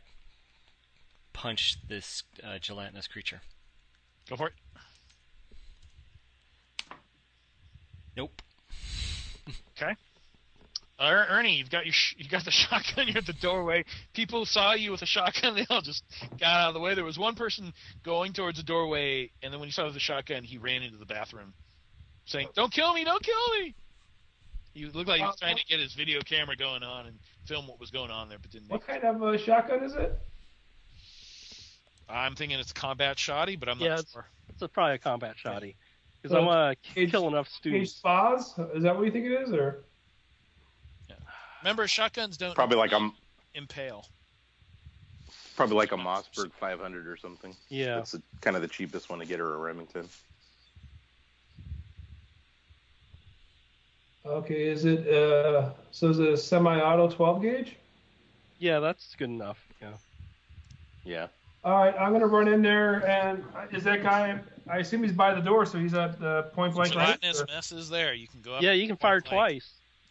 [SPEAKER 5] punch this uh, gelatinous creature.
[SPEAKER 1] Go for it.
[SPEAKER 5] Nope.
[SPEAKER 1] Er- Ernie, you've got your sh- you got the shotgun. You're at the doorway. People saw you with a shotgun. They all just got out of the way. There was one person going towards the doorway, and then when he saw the shotgun, he ran into the bathroom, saying, "Don't kill me! Don't kill me!" He looked like he was trying to get his video camera going on and film what was going on there, but didn't. Make-
[SPEAKER 3] What kind of uh, shotgun is it?
[SPEAKER 1] I'm thinking it's combat shoddy, but I'm
[SPEAKER 2] Yeah,
[SPEAKER 1] not
[SPEAKER 2] it's-
[SPEAKER 1] sure.
[SPEAKER 2] It's a, probably a combat shoddy because
[SPEAKER 3] So
[SPEAKER 2] I want to
[SPEAKER 3] it's-
[SPEAKER 2] kill enough
[SPEAKER 3] Cage
[SPEAKER 2] students.
[SPEAKER 3] spas? Is that what you think it is, or
[SPEAKER 1] Remember, shotguns don't
[SPEAKER 4] Probably like a
[SPEAKER 1] impale.
[SPEAKER 4] probably like a Mossberg 500 or something.
[SPEAKER 2] Yeah,
[SPEAKER 4] That's the, kind of the cheapest one to get her a Remington.
[SPEAKER 3] okay? Is it uh? So is it a semi-auto 12 gauge?
[SPEAKER 2] yeah, that's good enough. Yeah.
[SPEAKER 4] Yeah.
[SPEAKER 3] All right, I'm gonna run in there, and uh, is that guy? I assume he's by the door, so he's at uh, point blank range.
[SPEAKER 1] Gelatinous mess is there. You can go up.
[SPEAKER 2] Yeah, you can fire
[SPEAKER 1] Point blank.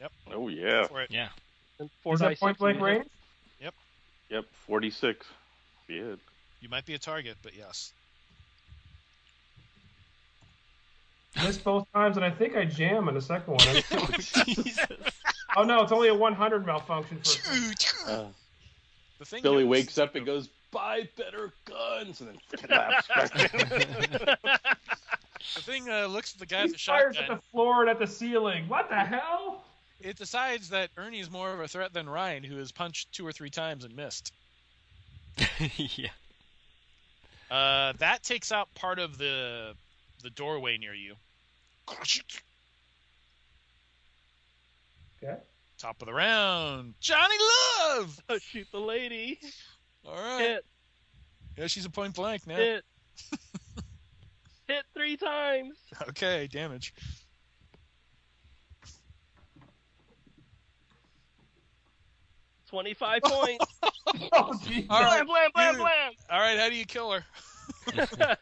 [SPEAKER 2] twice.
[SPEAKER 4] Oh yeah.
[SPEAKER 1] for it.
[SPEAKER 5] Yeah.
[SPEAKER 2] And four
[SPEAKER 3] Is
[SPEAKER 2] dice.
[SPEAKER 3] that point blank range?
[SPEAKER 4] Yep. 46. Yeah.
[SPEAKER 1] You might be a target, but yes.
[SPEAKER 3] Missed both times, and I think I jam on the second one.
[SPEAKER 5] Jesus.
[SPEAKER 3] oh no, it's only a 100 malfunction. For
[SPEAKER 4] Uh,
[SPEAKER 1] The thing
[SPEAKER 4] Billy
[SPEAKER 1] here-
[SPEAKER 4] wakes up and goes, "Buy better guns," and then laps back.
[SPEAKER 1] The thing uh, looks at the guy
[SPEAKER 3] he
[SPEAKER 1] with the
[SPEAKER 3] fires at
[SPEAKER 1] shotgun.
[SPEAKER 3] the floor and at the ceiling. What the hell?
[SPEAKER 1] It decides that Ernie is more of a threat than Ryan, who has punched two or three times and missed.
[SPEAKER 5] yeah.
[SPEAKER 1] Uh, that takes out part of the the doorway near you.
[SPEAKER 3] Okay.
[SPEAKER 1] Top of the round, Johnny Love.
[SPEAKER 2] Oh, shoot the lady.
[SPEAKER 1] All right,
[SPEAKER 2] Hit,
[SPEAKER 1] yeah, she's a point blank now.
[SPEAKER 2] hit, hit three times.
[SPEAKER 1] Okay, damage.
[SPEAKER 2] Twenty-five points.
[SPEAKER 3] Oh, gee.
[SPEAKER 1] All right,
[SPEAKER 2] blam, blam, blam,
[SPEAKER 1] you-
[SPEAKER 2] blam.
[SPEAKER 1] all right. How do you kill her?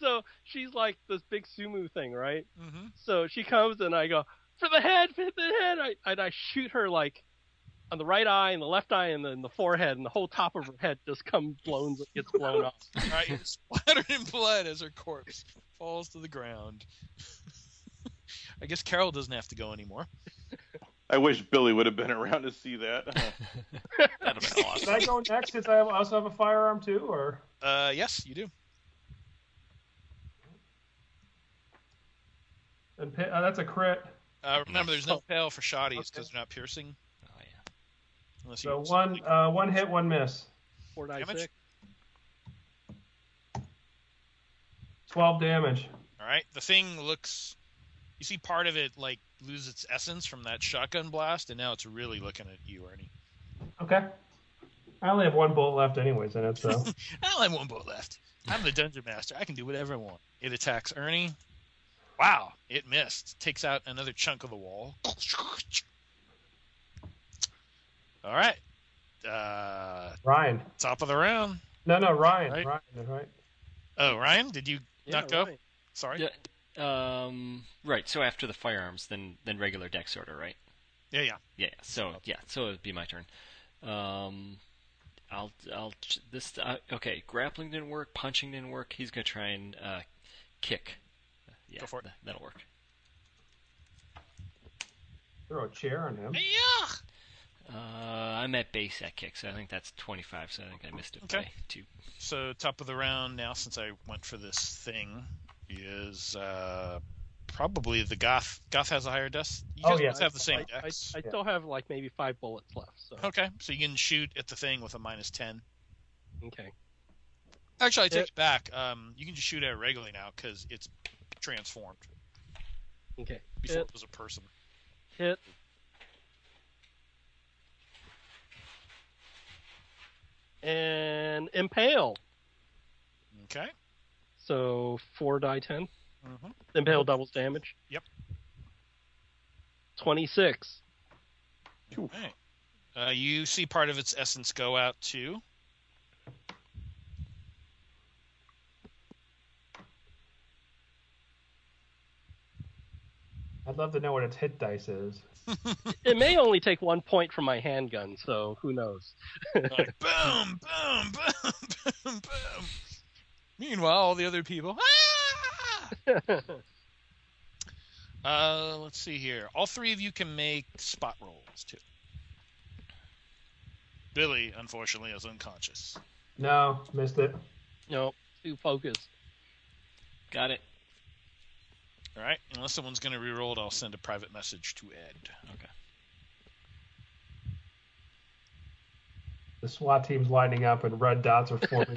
[SPEAKER 2] so she's like this big sumo thing, right?
[SPEAKER 1] Mm-hmm.
[SPEAKER 2] So she comes and I go for the head, for the head, I, and I shoot her like on the right eye and the left eye and then the forehead and the whole top of her head just comes blown gets blown off.
[SPEAKER 1] All right, you're splattered in blood as her corpse falls to the ground. I guess Carol doesn't have to go anymore.
[SPEAKER 4] I wish Billy would have been around to see that.
[SPEAKER 5] That'd have been
[SPEAKER 3] Should I go next since I have- also have a firearm too, or
[SPEAKER 1] Uh, yes, you do.
[SPEAKER 3] And pi- oh, that's a crit.
[SPEAKER 1] Uh, remember, there's no fail for shotties because
[SPEAKER 3] Okay.
[SPEAKER 1] they're not piercing.
[SPEAKER 5] Oh yeah.
[SPEAKER 1] Unless
[SPEAKER 3] So
[SPEAKER 1] you
[SPEAKER 3] one uh, one hit, one miss.
[SPEAKER 2] Four die
[SPEAKER 1] Damage?
[SPEAKER 2] six.
[SPEAKER 3] Twelve damage.
[SPEAKER 1] All right. The thing looks. You see part of it like lose its essence from that shotgun blast, and now it's really looking at you, Ernie.
[SPEAKER 3] Okay. I only have one bullet left, anyways, in it. So
[SPEAKER 1] I only have one bullet left. I'm the dungeon master. I can do whatever I want. It attacks Ernie. Wow, it missed. Takes out another chunk of the wall. All right. Uh,
[SPEAKER 3] Ryan.
[SPEAKER 1] top of the round.
[SPEAKER 3] No, no, Ryan.
[SPEAKER 1] Right.
[SPEAKER 3] Ryan. Right.
[SPEAKER 1] Oh, Ryan, did you
[SPEAKER 2] Yeah,
[SPEAKER 1] not go?
[SPEAKER 2] right.
[SPEAKER 1] Sorry.
[SPEAKER 5] Yeah. Um, right. So after the firearms, then then regular dex order, right?
[SPEAKER 1] Yeah, yeah.
[SPEAKER 5] Yeah. So yeah. So it'd be my turn. Um, I'll I'll ch- this uh, okay. Grappling didn't work. Punching didn't work. He's gonna try and uh, kick. Yeah,
[SPEAKER 1] Go for it.
[SPEAKER 5] tha- that'll work.
[SPEAKER 3] Throw a chair on him.
[SPEAKER 1] Yeah.
[SPEAKER 5] Uh, I'm at base at kick, so I think that's 25. So I think I missed it
[SPEAKER 1] Okay.
[SPEAKER 5] by two.
[SPEAKER 1] So top of the round now, since I went for this thing, is uh, probably the Goth. Goth has a higher dex. You
[SPEAKER 3] Oh,
[SPEAKER 1] guys
[SPEAKER 3] yeah.
[SPEAKER 1] both have the same
[SPEAKER 2] I, I, I
[SPEAKER 1] dex.
[SPEAKER 2] still have like maybe five bullets left. So
[SPEAKER 1] Okay, so you can shoot at the thing with a minus ten.
[SPEAKER 2] okay.
[SPEAKER 1] Actually, I take
[SPEAKER 2] It-
[SPEAKER 1] it back. Um, you can just shoot at it regularly now because it's transformed.
[SPEAKER 2] Okay.
[SPEAKER 1] Before
[SPEAKER 2] It
[SPEAKER 1] it was a person.
[SPEAKER 2] hit. And impale.
[SPEAKER 1] Okay.
[SPEAKER 2] So four die ten.
[SPEAKER 1] Mhm.
[SPEAKER 2] Impale doubles damage.
[SPEAKER 1] Yep.
[SPEAKER 2] Twenty six.
[SPEAKER 1] Alright. Uh, you see part of its essence go out too.
[SPEAKER 3] I'd love to know what its hit dice is.
[SPEAKER 2] It may only take one point from my handgun, so who knows?
[SPEAKER 1] Like, boom, boom, boom, boom, boom. Meanwhile, all the other people. "Ah!" Uh, let's see here. All three of you can make spot rolls too. Billy, unfortunately, is unconscious.
[SPEAKER 3] No, missed it.
[SPEAKER 2] no, too focused.
[SPEAKER 5] Got it.
[SPEAKER 1] All right. Unless someone's going to reroll it, I'll send a private message to Ed.
[SPEAKER 5] Okay.
[SPEAKER 3] The SWAT team's lining up, and red dots are forming.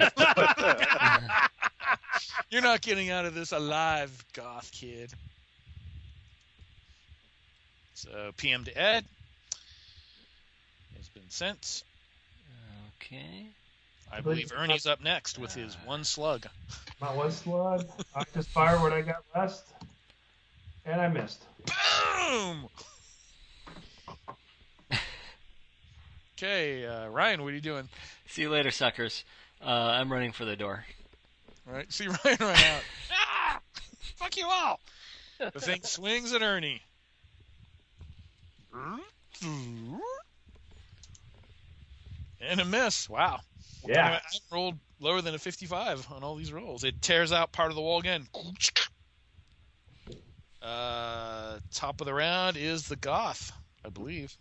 [SPEAKER 1] You're not getting out of this alive, goth kid. So PM to Ed has been sent.
[SPEAKER 5] Okay.
[SPEAKER 1] I believe Ernie's up next with his one slug.
[SPEAKER 3] My one slug. I just fire what I got left, and I missed.
[SPEAKER 1] Boom! Okay, uh, Ryan, what are you doing?
[SPEAKER 5] See you later, suckers. Uh, I'm running for the door.
[SPEAKER 1] All right, see Ryan right out. ah! Fuck you all! The thing swings at Ernie. And a miss. Wow.
[SPEAKER 3] Yeah.
[SPEAKER 1] I rolled lower than a 55 on all these rolls. It tears out part of the wall again. Uh, top of the round is the Goth, I believe.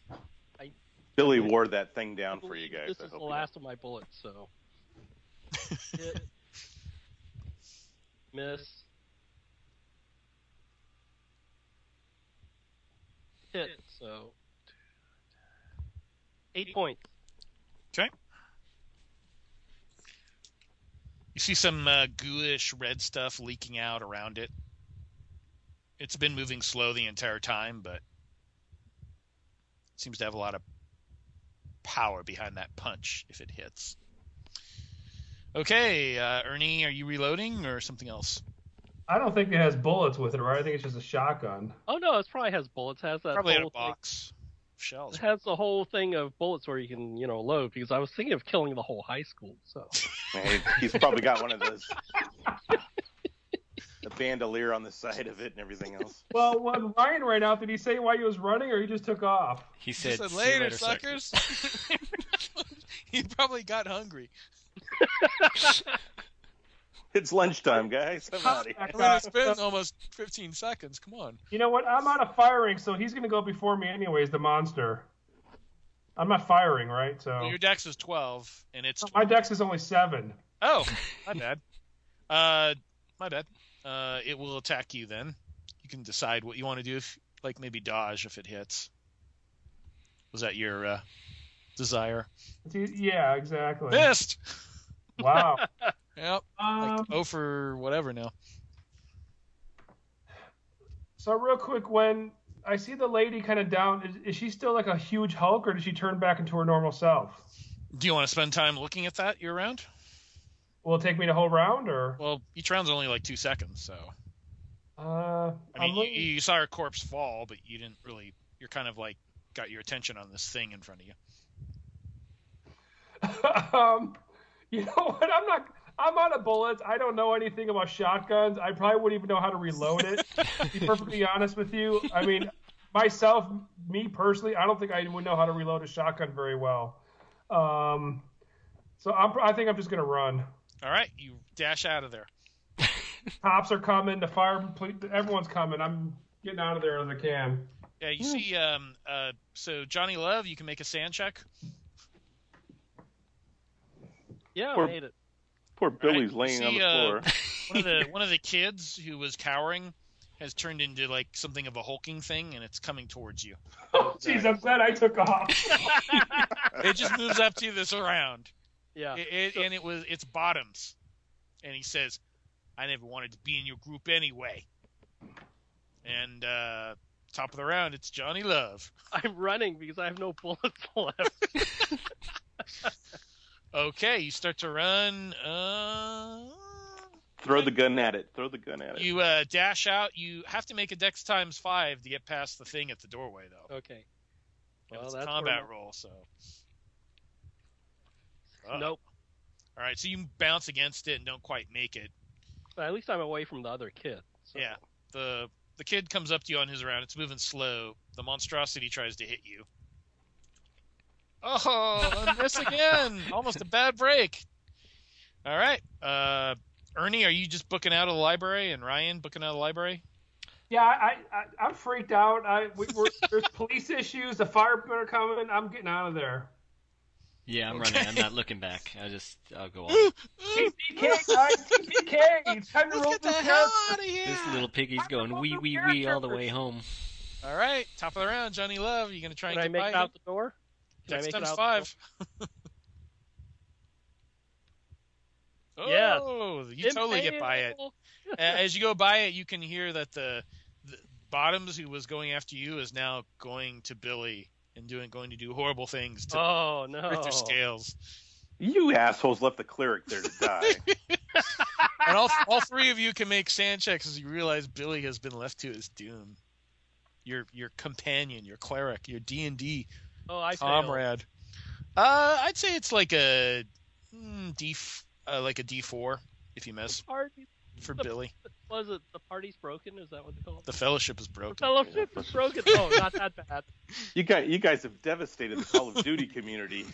[SPEAKER 4] Billy wore that thing down for you
[SPEAKER 2] believe
[SPEAKER 4] guys.
[SPEAKER 2] This
[SPEAKER 4] I
[SPEAKER 2] is the
[SPEAKER 4] hope you-
[SPEAKER 2] last of my bullets, so. Hit. Miss. Hit. So. Eight points.
[SPEAKER 1] You see some uh, gooish red stuff leaking out around it. It's been moving slow the entire time, but seems to have a lot of power behind that punch if it hits. Okay, uh, Ernie, are you reloading or something else?
[SPEAKER 3] I don't think it has bullets with it, right? I think it's just a shotgun.
[SPEAKER 2] Oh no, it probably has bullets. It has that
[SPEAKER 1] Probably in
[SPEAKER 2] whole
[SPEAKER 1] a
[SPEAKER 2] thing.
[SPEAKER 1] box of shells.
[SPEAKER 2] It has the whole thing of bullets where you can, you know, load because I was thinking of killing the whole high school. So
[SPEAKER 4] Man, he's probably got one of those. The bandolier on the side of it and everything else.
[SPEAKER 3] Well, when Ryan ran out, did he say why he was running, or he just took off?
[SPEAKER 5] He
[SPEAKER 1] He
[SPEAKER 5] said,
[SPEAKER 1] said,
[SPEAKER 5] "See you
[SPEAKER 1] later,
[SPEAKER 5] later,
[SPEAKER 1] suckers. he probably got hungry.
[SPEAKER 4] It's lunchtime, guys. I'm out of here.
[SPEAKER 1] I mean, it's been almost 15 seconds. Come on.
[SPEAKER 3] You know what? I'm out of firing, so he's gonna go before me anyways. The monster. I'm not firing, right?
[SPEAKER 1] Well,
[SPEAKER 5] Oh.
[SPEAKER 3] So
[SPEAKER 1] your dex is 12, and it's.
[SPEAKER 3] my dex is only seven.
[SPEAKER 1] Oh, my bad. Uh, my bad. Uh, it will attack you then. You can decide what you want to do. If like maybe dodge if it hits. Was that your uh, desire?
[SPEAKER 3] Dude, e-, yeah, exactly.
[SPEAKER 1] Missed.
[SPEAKER 3] Wow.
[SPEAKER 1] Yep.
[SPEAKER 3] Um,
[SPEAKER 1] Like oh for whatever now.
[SPEAKER 3] so real quick, when I see the lady kind of down, is, is she still like a huge Hulk, or does she turn back into her normal self?
[SPEAKER 1] Do you want to spend time looking at that year round?
[SPEAKER 3] Will it take me the whole round, or?
[SPEAKER 1] Well, each round's only like two seconds, so
[SPEAKER 3] Uh,
[SPEAKER 1] I
[SPEAKER 3] I'm
[SPEAKER 1] mean, you,
[SPEAKER 3] looking-
[SPEAKER 1] you saw her corpse fall, but you didn't really. You're kind of like got your attention on this thing in front of you.
[SPEAKER 3] um, you know what? I'm not. I'm out of bullets. I don't know anything about shotguns. I probably wouldn't even know how to reload it. to be perfectly honest with you, I mean, myself, me personally, I don't think I would know how to reload a shotgun very well. Um, so I'm, I think I'm just gonna run.
[SPEAKER 1] All right, you dash out of there.
[SPEAKER 3] Cops are coming. The fire, poli- everyone's coming. I'm getting out of there as I can.
[SPEAKER 1] Yeah, you
[SPEAKER 3] Hmm.
[SPEAKER 1] see. Um. Uh. So Johnny Love, you can make a sand check.
[SPEAKER 2] Yeah,
[SPEAKER 4] Or-
[SPEAKER 2] I made it.
[SPEAKER 4] Poor Billy's
[SPEAKER 1] You
[SPEAKER 4] laying on
[SPEAKER 1] see,
[SPEAKER 4] the
[SPEAKER 1] uh,
[SPEAKER 4] floor.
[SPEAKER 1] One of the one of the kids who was cowering has turned into like something of a hulking thing, and it's coming towards you.
[SPEAKER 3] Oh, jeez, I'm glad I took off.
[SPEAKER 1] It just moves up to you this round,
[SPEAKER 2] Yeah.
[SPEAKER 1] it, it, and it was it's bottoms, and he says, "I never wanted to be in your group anyway." And uh, top of the round, it's Johnny Love.
[SPEAKER 2] I'm running because I have no bullets left.
[SPEAKER 1] Okay, you start to run. Uh,
[SPEAKER 4] Throw the gun at it. Throw the gun at it.
[SPEAKER 1] you uh, dash out. You have to make a dex times five to get past the thing at the doorway, though.
[SPEAKER 2] Okay.
[SPEAKER 1] And
[SPEAKER 2] Well,
[SPEAKER 1] it's a
[SPEAKER 2] that's
[SPEAKER 1] combat
[SPEAKER 2] where my-
[SPEAKER 1] roll, so.
[SPEAKER 2] Nope.
[SPEAKER 1] All right, so you bounce against it and don't quite make it.
[SPEAKER 2] But at least I'm away from the other kid. So.
[SPEAKER 1] Yeah. The the kid comes up to you on his round. It's moving slow. The monstrosity tries to hit you. Oh, and miss again. Almost a bad break. All right. Uh, Ernie, are you just booking out of the library and Ryan booking out of the library?
[SPEAKER 3] Yeah, I, I, I I'm freaked out. I we, we're, there's police issues. The fire are coming. I'm getting out of there.
[SPEAKER 5] Yeah, I'm
[SPEAKER 1] Okay.
[SPEAKER 5] running. I'm not looking back. I just I'll go on.
[SPEAKER 3] TPK, guys, TPK. It's time to roll this
[SPEAKER 1] out of here!
[SPEAKER 5] This little piggy's going wee wee wee all the way home.
[SPEAKER 1] All right, top of the round, Johnny Love. You gonna try
[SPEAKER 2] Can
[SPEAKER 1] and
[SPEAKER 2] I
[SPEAKER 1] get
[SPEAKER 2] make
[SPEAKER 1] by
[SPEAKER 2] it
[SPEAKER 1] him?
[SPEAKER 2] out the door? Can I
[SPEAKER 1] Dex
[SPEAKER 2] make it
[SPEAKER 1] times
[SPEAKER 2] out the
[SPEAKER 1] five.
[SPEAKER 2] Yes.
[SPEAKER 1] Oh, you
[SPEAKER 2] door?
[SPEAKER 1] totally get by it.
[SPEAKER 2] Impale!
[SPEAKER 1] A- As you go by it, you can hear that the, the Bottoms, who was going after you, is now going to Billy and doing going to do horrible things to
[SPEAKER 2] Oh no!
[SPEAKER 1] hurt their scales.
[SPEAKER 4] You assholes left the cleric there to die.
[SPEAKER 1] And all, all three of you can make sand checks as you realize Billy has been left to his doom. Your your companion, your cleric, your D and D
[SPEAKER 2] Oh, I failed.
[SPEAKER 1] comrade. Uh, I'd say it's like a mm, D, f- uh, like a D four if you miss
[SPEAKER 2] Party
[SPEAKER 1] for Billy.
[SPEAKER 2] was it? The party's broken. Is that what they call it?
[SPEAKER 1] The fellowship is
[SPEAKER 2] The
[SPEAKER 1] broken.
[SPEAKER 2] fellowship is broken. Oh, not that bad.
[SPEAKER 4] You guys, you guys have devastated the Call of Duty community.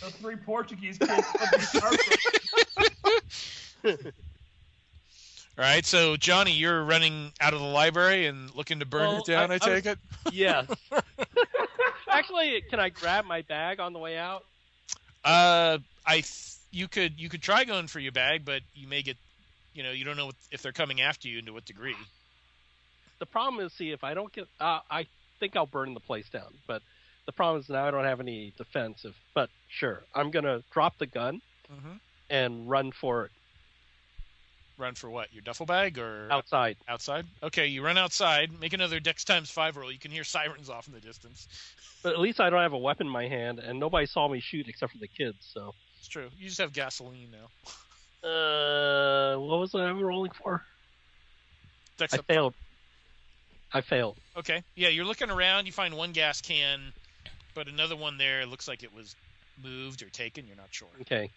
[SPEAKER 3] The three Portuguese kids. All
[SPEAKER 1] All right, so Johnny, you're running out of the library and looking to burn
[SPEAKER 2] Well,
[SPEAKER 1] it down. I,
[SPEAKER 2] I- I
[SPEAKER 1] take it.
[SPEAKER 2] Yes. Actually, can I grab my bag on the way out?
[SPEAKER 1] Uh, I th- you could you could try going for your bag, but you may get, you know, you don't know what, if they're coming after you and to what degree.
[SPEAKER 2] The problem is, see, if I don't get, uh, I think I'll burn the place down. But the problem is now I don't have any defensive. But sure, I'm gonna drop the gun Mm-hmm. and run for it
[SPEAKER 1] Run for what? Your duffel bag or
[SPEAKER 2] outside.
[SPEAKER 1] outside? Okay, you run outside. Make another Dex times five roll. You can hear sirens off in the distance.
[SPEAKER 2] But at least I don't have a weapon in my hand, and nobody saw me shoot except for the kids. So,
[SPEAKER 1] It's true. You just have gasoline now.
[SPEAKER 2] uh, what was I rolling for?
[SPEAKER 1] Dex
[SPEAKER 2] I
[SPEAKER 1] up-
[SPEAKER 2] failed. I failed.
[SPEAKER 1] Okay. Yeah, you're looking around. You find one gas can, but another one there looks like it was moved or taken. You're not sure.
[SPEAKER 2] Okay.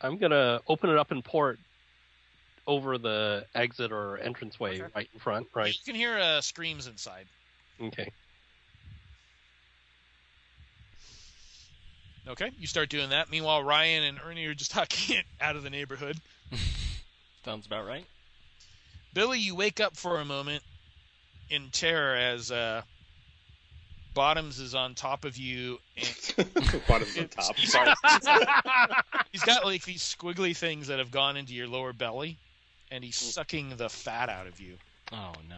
[SPEAKER 2] I'm gonna open it up and pour it over the exit or entranceway
[SPEAKER 1] Okay.
[SPEAKER 2] right in front. Right.
[SPEAKER 1] You can hear uh, screams inside.
[SPEAKER 2] Okay.
[SPEAKER 1] Okay. You start doing that. Meanwhile, Ryan and Ernie are just hucking it out of the neighborhood.
[SPEAKER 5] Sounds about right.
[SPEAKER 1] Billy, you wake up for a moment in terror as uh, Bottoms is on top of you and
[SPEAKER 4] Bottoms on top. Sorry.
[SPEAKER 1] He's got like these squiggly things that have gone into your lower belly, and he's sucking the fat out of you,
[SPEAKER 5] Oh no.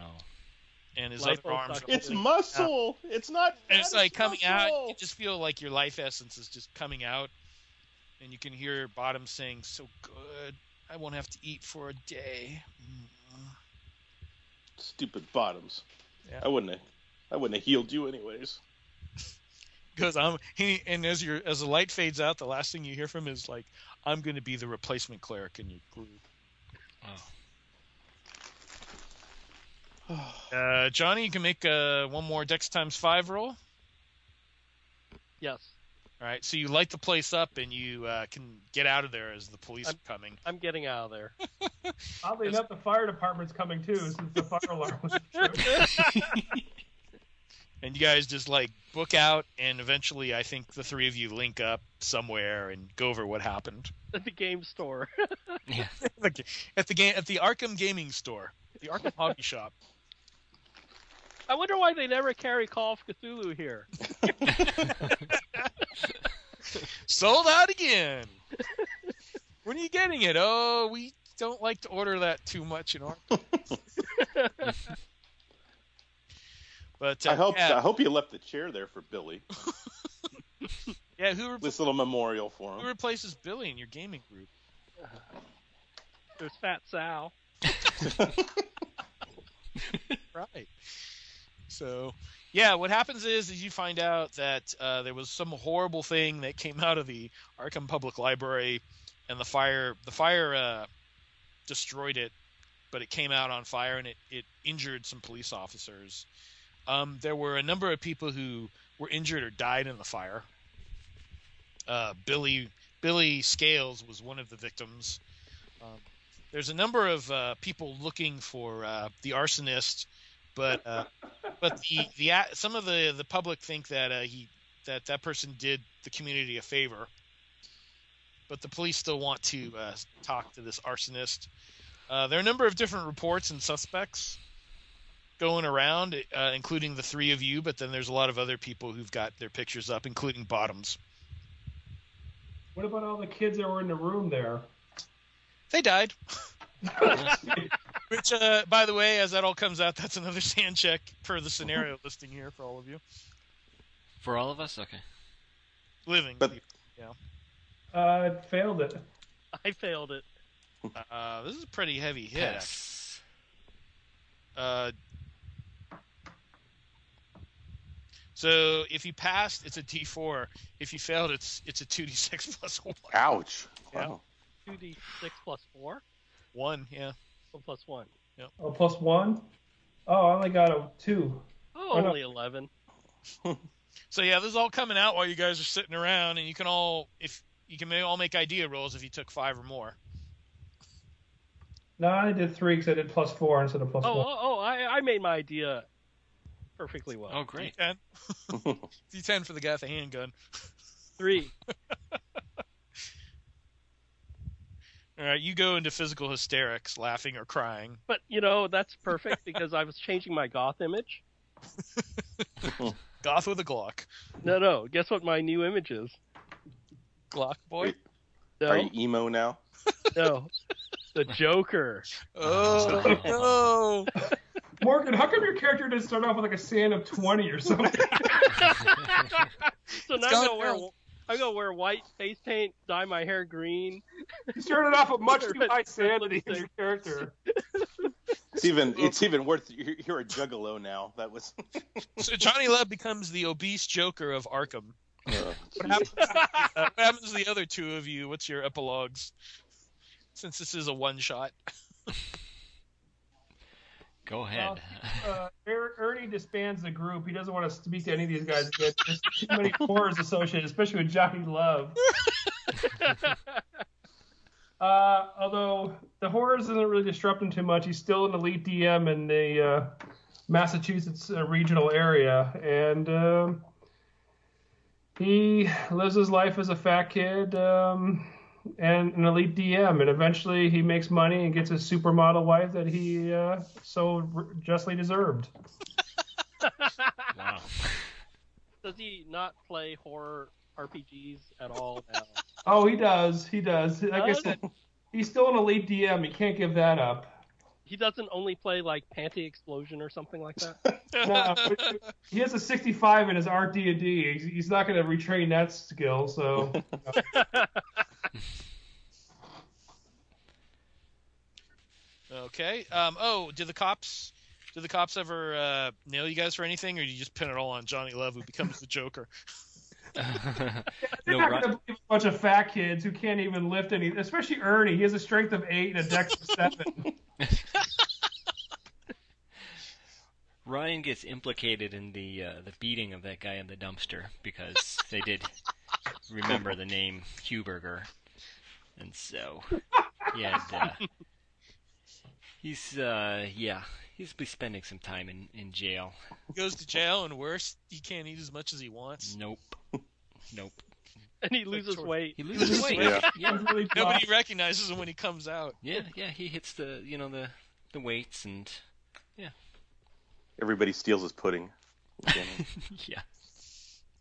[SPEAKER 1] and his
[SPEAKER 2] Liposuction.
[SPEAKER 1] other arms. Are,
[SPEAKER 4] It's muscle. It's not.
[SPEAKER 1] and it's
[SPEAKER 4] fat,
[SPEAKER 1] like coming out. You
[SPEAKER 4] muscle.
[SPEAKER 1] just feel like your life essence is just coming out, and you can hear Bottom saying, "So good, I won't have to eat for a day." Mm.
[SPEAKER 4] Stupid bottoms.
[SPEAKER 1] Yeah.
[SPEAKER 4] I wouldn't. Have, I wouldn't have healed you anyways.
[SPEAKER 1] Because I'm he, and as your as the light fades out, the last thing you hear from him is like, "I'm going to be the replacement cleric in your group."
[SPEAKER 5] Oh.
[SPEAKER 1] Uh, Johnny, you can make uh, one more Dex times five roll.
[SPEAKER 2] Yes,
[SPEAKER 1] All right, so you light the place up and you uh, can get out of there as the police
[SPEAKER 2] I'm-
[SPEAKER 1] are coming.
[SPEAKER 2] I'm getting out of there.
[SPEAKER 3] Oddly
[SPEAKER 1] That's-
[SPEAKER 3] enough, the fire department's coming too, since the fire alarm was true.
[SPEAKER 1] And you guys just like book out, and eventually, I think the three of you link up somewhere and go over what happened
[SPEAKER 2] At the game store.
[SPEAKER 5] Yeah.
[SPEAKER 1] at the game at the Arkham Gaming Store, the Arkham Hobby Shop.
[SPEAKER 2] I wonder why they never carry Call of Cthulhu here.
[SPEAKER 1] Sold out again. when are you getting it? Oh, we don't like to order that too much in Arkham. but uh,
[SPEAKER 4] I hope.
[SPEAKER 1] yeah,
[SPEAKER 4] I hope you left the chair there for Billy.
[SPEAKER 1] yeah, who re-
[SPEAKER 4] This little memorial for
[SPEAKER 1] who
[SPEAKER 4] him.
[SPEAKER 1] replaces Billy in your gaming group?
[SPEAKER 2] There's Fat Sal.
[SPEAKER 1] right. So, yeah, what happens is, is you find out that uh, there was some horrible thing that came out of the Arkham Public Library, and the fire the fire uh, destroyed it, but it came out on fire and it it injured some police officers. Um, there were a number of people who were injured or died in the fire. Uh, Billy Billy Scales was one of the victims. Um, there's a number of uh, people looking for uh, the arsonist, but uh, but the, the a- some of the, the public think that uh, he that that person did the community a favor. But the police still want to uh, talk to this arsonist. Uh, there are a number of different reports and suspects going around, uh, including the three of you. But then there's a lot of other people who've got their pictures up, including Bottoms.
[SPEAKER 3] What about all the kids that were in the room there?
[SPEAKER 1] They died. Which, uh, by the way, as that all comes out, that's another sand check per the scenario listing here for all of you
[SPEAKER 5] For all of us? Okay.
[SPEAKER 1] living.
[SPEAKER 4] But-
[SPEAKER 3] Uh, it failed it.
[SPEAKER 2] I failed it.
[SPEAKER 1] uh, this is a pretty heavy hit. actually.
[SPEAKER 5] Pass.
[SPEAKER 1] Uh, so if you passed, it's a D four. If you failed, it's it's a two D six plus one.
[SPEAKER 4] Ouch.
[SPEAKER 1] Yeah.
[SPEAKER 4] Wow.
[SPEAKER 2] 2d6 plus 4
[SPEAKER 1] One, yeah.
[SPEAKER 2] or plus 1.
[SPEAKER 3] Oh, plus one. Oh, I only got a two.
[SPEAKER 2] Oh,
[SPEAKER 3] Oh, no.
[SPEAKER 2] only 11.
[SPEAKER 1] So yeah, this is all coming out while you guys are sitting around, and you can all if you can may all make idea rolls if you took five or more.
[SPEAKER 3] No, I did three because I did plus four instead of plus
[SPEAKER 2] Oh,
[SPEAKER 3] one.
[SPEAKER 2] oh, oh I, I made my idea perfectly well.
[SPEAKER 5] Oh great.
[SPEAKER 1] D10. D10 for the guy with the handgun.
[SPEAKER 2] Three.
[SPEAKER 1] All right, you go into physical hysterics, laughing or crying.
[SPEAKER 2] But, you know, that's perfect because I was changing my goth image.
[SPEAKER 1] Goth with a Glock.
[SPEAKER 2] No, no. Guess what my new image is?
[SPEAKER 1] Glock boy.
[SPEAKER 4] Wait.
[SPEAKER 2] No,
[SPEAKER 4] Are you emo now?
[SPEAKER 2] no. The Joker.
[SPEAKER 1] Oh no!
[SPEAKER 3] Morgan, how come your character didn't start off with like a sand of twenty or something?
[SPEAKER 2] So now I'm
[SPEAKER 1] gone
[SPEAKER 2] gonna wear.
[SPEAKER 1] down.
[SPEAKER 2] I'm gonna wear white face paint, dye my hair green.
[SPEAKER 3] you started off with much too high sanity in your character.
[SPEAKER 4] It's even. It's even worth. You're, you're a juggalo now. That was.
[SPEAKER 1] So Johnny Love becomes the obese Joker of Arkham.
[SPEAKER 4] Uh,
[SPEAKER 1] What happens, uh, what happens to the other two of you? What's your epilogues? Since this is a one shot,
[SPEAKER 5] Go ahead.
[SPEAKER 3] Uh, Er- Ernie disbands the group. He doesn't want to speak to any of these guys again. There's too many horrors associated, especially with Johnny Love. Uh, although the horrors isn't really disrupt him too much. He's still an elite DM in the uh, Massachusetts uh, regional area, and um, he lives his life as a fat kid um, and an elite DM. And eventually, he makes money and gets his supermodel wife that he uh, so r- justly deserved.
[SPEAKER 5] wow.
[SPEAKER 2] Does he not play horror RPGs at all now?
[SPEAKER 3] Oh, he does. He does. Like I
[SPEAKER 2] Does?
[SPEAKER 3] said, He's still an elite DM. He can't give that up.
[SPEAKER 2] He doesn't only play like Panty Explosion or something like that.
[SPEAKER 3] No, he has a 65 in his art D and D. He's not going to retrain that skill. So
[SPEAKER 1] Okay. Um, oh, did the cops? Did the cops ever uh, nail you guys for anything, or you just pin it all on Johnny Love, who becomes the Joker?
[SPEAKER 3] they're
[SPEAKER 5] no,
[SPEAKER 3] not
[SPEAKER 5] Ron-
[SPEAKER 3] going to believe a bunch of fat kids who can't even lift any. Especially Ernie. He has a strength of eight and a dex of seven.
[SPEAKER 5] Ryan gets implicated in the uh, the beating of that guy in the dumpster because they did remember the name Huberger, and so he had uh, he's uh, yeah he's be spending some time in in jail.
[SPEAKER 1] He goes to jail, and worse, he can't eat as much as he wants.
[SPEAKER 5] Nope, nope.
[SPEAKER 2] And he loses
[SPEAKER 1] toward-
[SPEAKER 2] weight.
[SPEAKER 5] He loses weight.
[SPEAKER 4] weight.
[SPEAKER 5] yeah,
[SPEAKER 3] It's really
[SPEAKER 1] Nobody
[SPEAKER 3] tough.
[SPEAKER 1] recognizes him when he comes out.
[SPEAKER 5] yeah, yeah. He hits the you know the the weights and
[SPEAKER 4] Everybody steals his pudding.
[SPEAKER 5] yeah.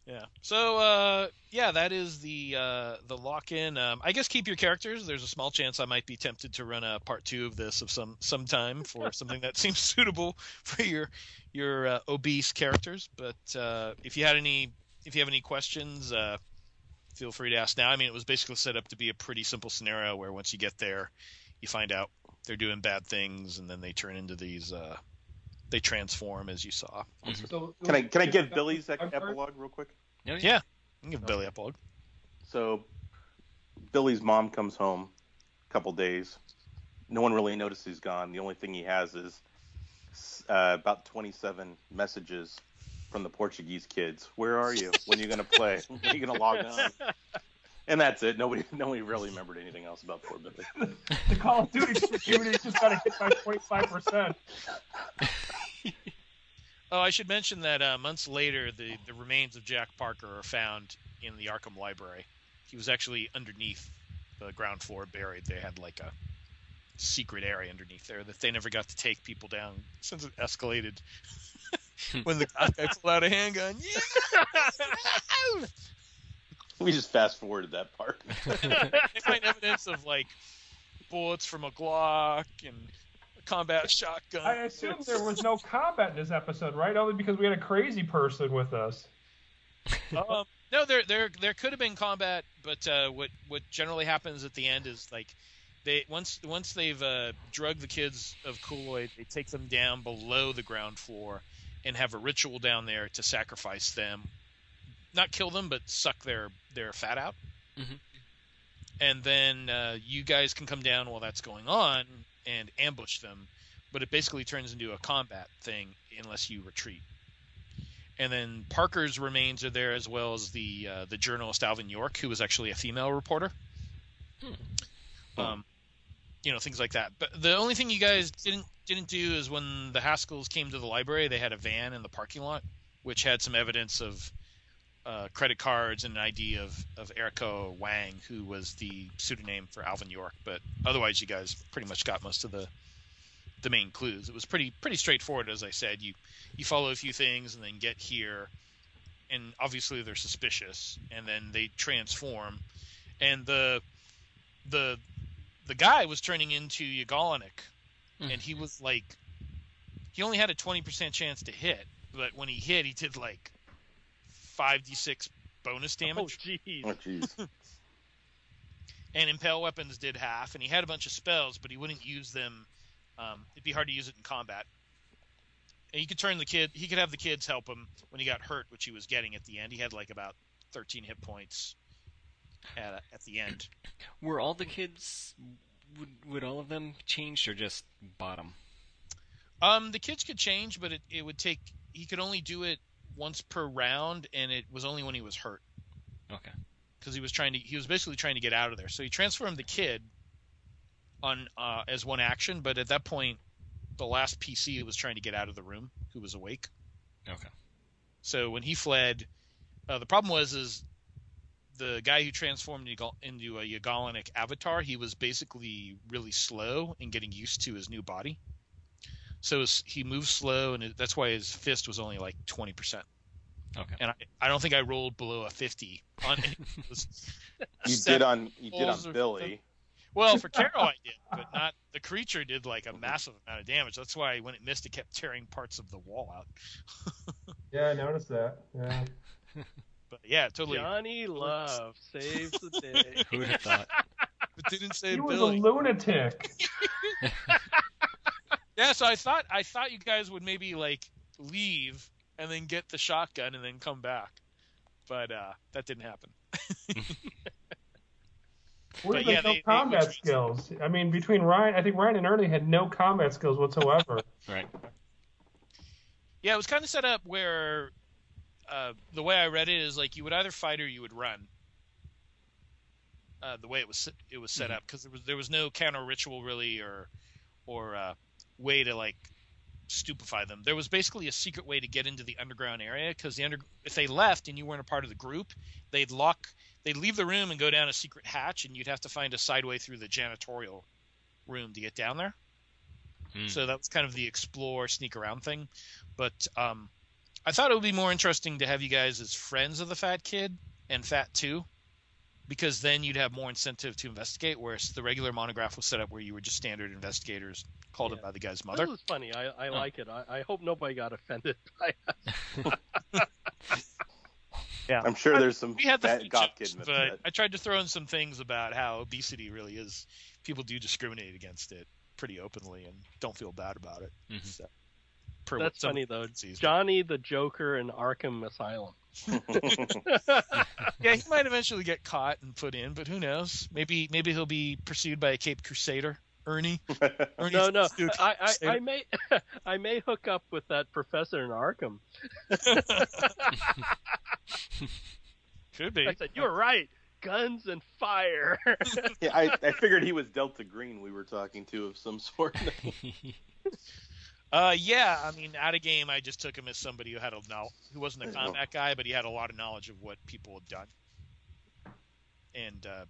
[SPEAKER 1] Yeah. So uh, yeah, that is the uh, the lock in. Um, I guess keep your characters. There's a small chance I might be tempted to run a part two of this of some sometime for something that seems suitable for your your uh, obese characters. But uh, if you had any if you have any questions, uh, feel free to ask now. I mean, it was basically set up to be a pretty simple scenario where once you get there, you find out they're doing bad things, and then they turn into these. Uh, they transform as you saw.
[SPEAKER 3] So-
[SPEAKER 4] Can I can I give Billy's ec- epilogue real quick?
[SPEAKER 5] No,
[SPEAKER 1] Yeah. You can give Billy up all.
[SPEAKER 4] So Billy's mom comes home a couple days. No one really notices he's gone. The only thing he has is uh, about 27 messages from the Portuguese kids. Where are you? When are you going to play? When are you going to log on? And that's it. Nobody nobody really remembered anything else about poor Billy.
[SPEAKER 3] The Call of Duty security just got to hit by 25 percent.
[SPEAKER 1] Oh, I should mention that uh, months later, the, the remains of Jack Parker are found in the Arkham Library. He was actually underneath the ground floor, buried. They had like a secret area underneath there that they never got to take people down since it escalated. when the guy pulled out a handgun, yeah!
[SPEAKER 4] We just fast forwarded that part.
[SPEAKER 1] they find evidence of like bullets from a Glock and a combat shotgun.
[SPEAKER 3] I assume there was no combat in this episode, right? Only because we had a crazy person with us.
[SPEAKER 1] um, no, there there there could have been combat, but uh, what what generally happens at the end is like they once once they've uh, drugged the kids of Kool-Aid, they take them down below the ground floor and have a ritual down there to sacrifice them, not kill them, but suck their their fat out.
[SPEAKER 5] Mhm.
[SPEAKER 1] And then uh, you guys can come down while that's going on and ambush them, but it basically turns into a combat thing unless you retreat and then Parker's remains are there as well as the uh, the journalist Alvin York, who was actually a female reporter. Um, you know things like that. But the only thing you guys didn't didn't do is when the Haskells came to the library, they had a van in the parking lot, which had some evidence of uh, credit cards and an ID of of Erico Wang, who was the pseudonym for Alvin York. But otherwise, you guys pretty much got most of the the main clues. It was pretty pretty straightforward, as I said. You you follow a few things and then get here and obviously they're suspicious and then they transform and the the the guy was turning into Yagalanik
[SPEAKER 5] Mhm.
[SPEAKER 1] and he was like he only had a 20% chance to hit but when he hit he did like 5d6 bonus
[SPEAKER 2] Oh,
[SPEAKER 1] damage
[SPEAKER 2] jeez.
[SPEAKER 4] Oh, jeez.
[SPEAKER 1] and impel weapons did half and he had a bunch of spells but he wouldn't use them um, it'd be hard to use it in combat and he could turn the kid he could have the kids help him when he got hurt which he was getting at the end he had like about 13 hit points at, at the end
[SPEAKER 5] Were all the kids would would all of them changed or just bottom?
[SPEAKER 1] um, the kids could change but it, it would take he could only do it once per round and it was only when he was hurt
[SPEAKER 5] Okay.
[SPEAKER 1] because he was trying to he was basically trying to get out of there. So he transformed the kid on uh, as one action, but at that point, the last PC was trying to get out of the room who was awake.
[SPEAKER 5] Okay.
[SPEAKER 1] So when he fled, uh, the problem was is the guy who transformed Yagal- into a Yagalanic avatar. He was basically really slow in getting used to his new body. So his, he moved slow, and it, that's why his fist was only like twenty percent.
[SPEAKER 5] Okay.
[SPEAKER 1] And I, I don't think I rolled below a fifty on any of those
[SPEAKER 4] You did on you did
[SPEAKER 1] Balls
[SPEAKER 4] on
[SPEAKER 1] are-
[SPEAKER 4] Billy.
[SPEAKER 1] Well, for Taro, I did, but not the creature did like a massive amount of damage. That's why when it missed, it kept tearing parts of the wall out.
[SPEAKER 3] Yeah, I noticed that. Yeah.
[SPEAKER 1] But yeah, totally.
[SPEAKER 2] Johnny Love saves the day.
[SPEAKER 5] Who'd have thought?
[SPEAKER 1] But didn't say
[SPEAKER 3] He was
[SPEAKER 1] Billy.
[SPEAKER 3] a lunatic.
[SPEAKER 1] Yeah, so I thought I thought you guys would maybe like leave and then get the shotgun and then come back, but uh, that didn't happen.
[SPEAKER 3] What
[SPEAKER 1] But
[SPEAKER 3] about
[SPEAKER 1] yeah,
[SPEAKER 3] no
[SPEAKER 1] they- they-
[SPEAKER 3] combat
[SPEAKER 1] which-
[SPEAKER 3] skills? I mean, between Ryan, I think Ryan and Ernie had no combat skills whatsoever.
[SPEAKER 5] Right.
[SPEAKER 1] Yeah, it was kind of set up where uh, the way I read it is like you would either fight or you would run. Uh, the way it was set- it was set up because there was there was no counter ritual really or or uh, way to like stupefy them. There was basically a secret way to get into the underground area because the under if they left and you weren't a part of the group, they'd lock they'd leave the room and go down a secret hatch and you'd have to find a side way through the janitorial room to get down there.
[SPEAKER 5] Hmm.
[SPEAKER 1] So that was kind of the explore sneak around thing but um, I thought it would be more interesting to have you guys as friends of the fat kid and fat two, because then you'd have more incentive to investigate. Whereas the regular monograph was set up where you were just standard investigators called
[SPEAKER 2] Yeah.
[SPEAKER 1] up by the guy's
[SPEAKER 2] This
[SPEAKER 1] mother.
[SPEAKER 2] is funny. I, I like it. I, I hope nobody got offended by
[SPEAKER 4] I'm sure there's some
[SPEAKER 1] We had the
[SPEAKER 4] fat
[SPEAKER 1] food
[SPEAKER 4] goth
[SPEAKER 1] jokes,
[SPEAKER 4] kid myth.
[SPEAKER 1] but I tried to throw in some things about how obesity really is people do discriminate against it pretty openly and don't feel bad about it.
[SPEAKER 5] Mhm.
[SPEAKER 1] So, per what
[SPEAKER 2] Mm-hmm. That's
[SPEAKER 1] some
[SPEAKER 2] funny, though.
[SPEAKER 1] agencies-
[SPEAKER 2] Johnny the Joker in Arkham Asylum.
[SPEAKER 1] Yeah, he might eventually get caught and put in, but who knows? Maybe maybe he'll be pursued by a Cape Crusader, Ernie. Ernie
[SPEAKER 2] No, no.
[SPEAKER 1] Duke.
[SPEAKER 2] I, I, I may I may hook up with that professor in Arkham.
[SPEAKER 1] Could be.
[SPEAKER 2] I said, You're right. Guns and fire.
[SPEAKER 4] yeah, I, I figured he was Delta Green we were talking to of some sort.
[SPEAKER 1] Uh, yeah, I mean, out of game, I just took him as somebody who had a know- who wasn't a combat guy, but he had a lot of knowledge of what people had done. And uh,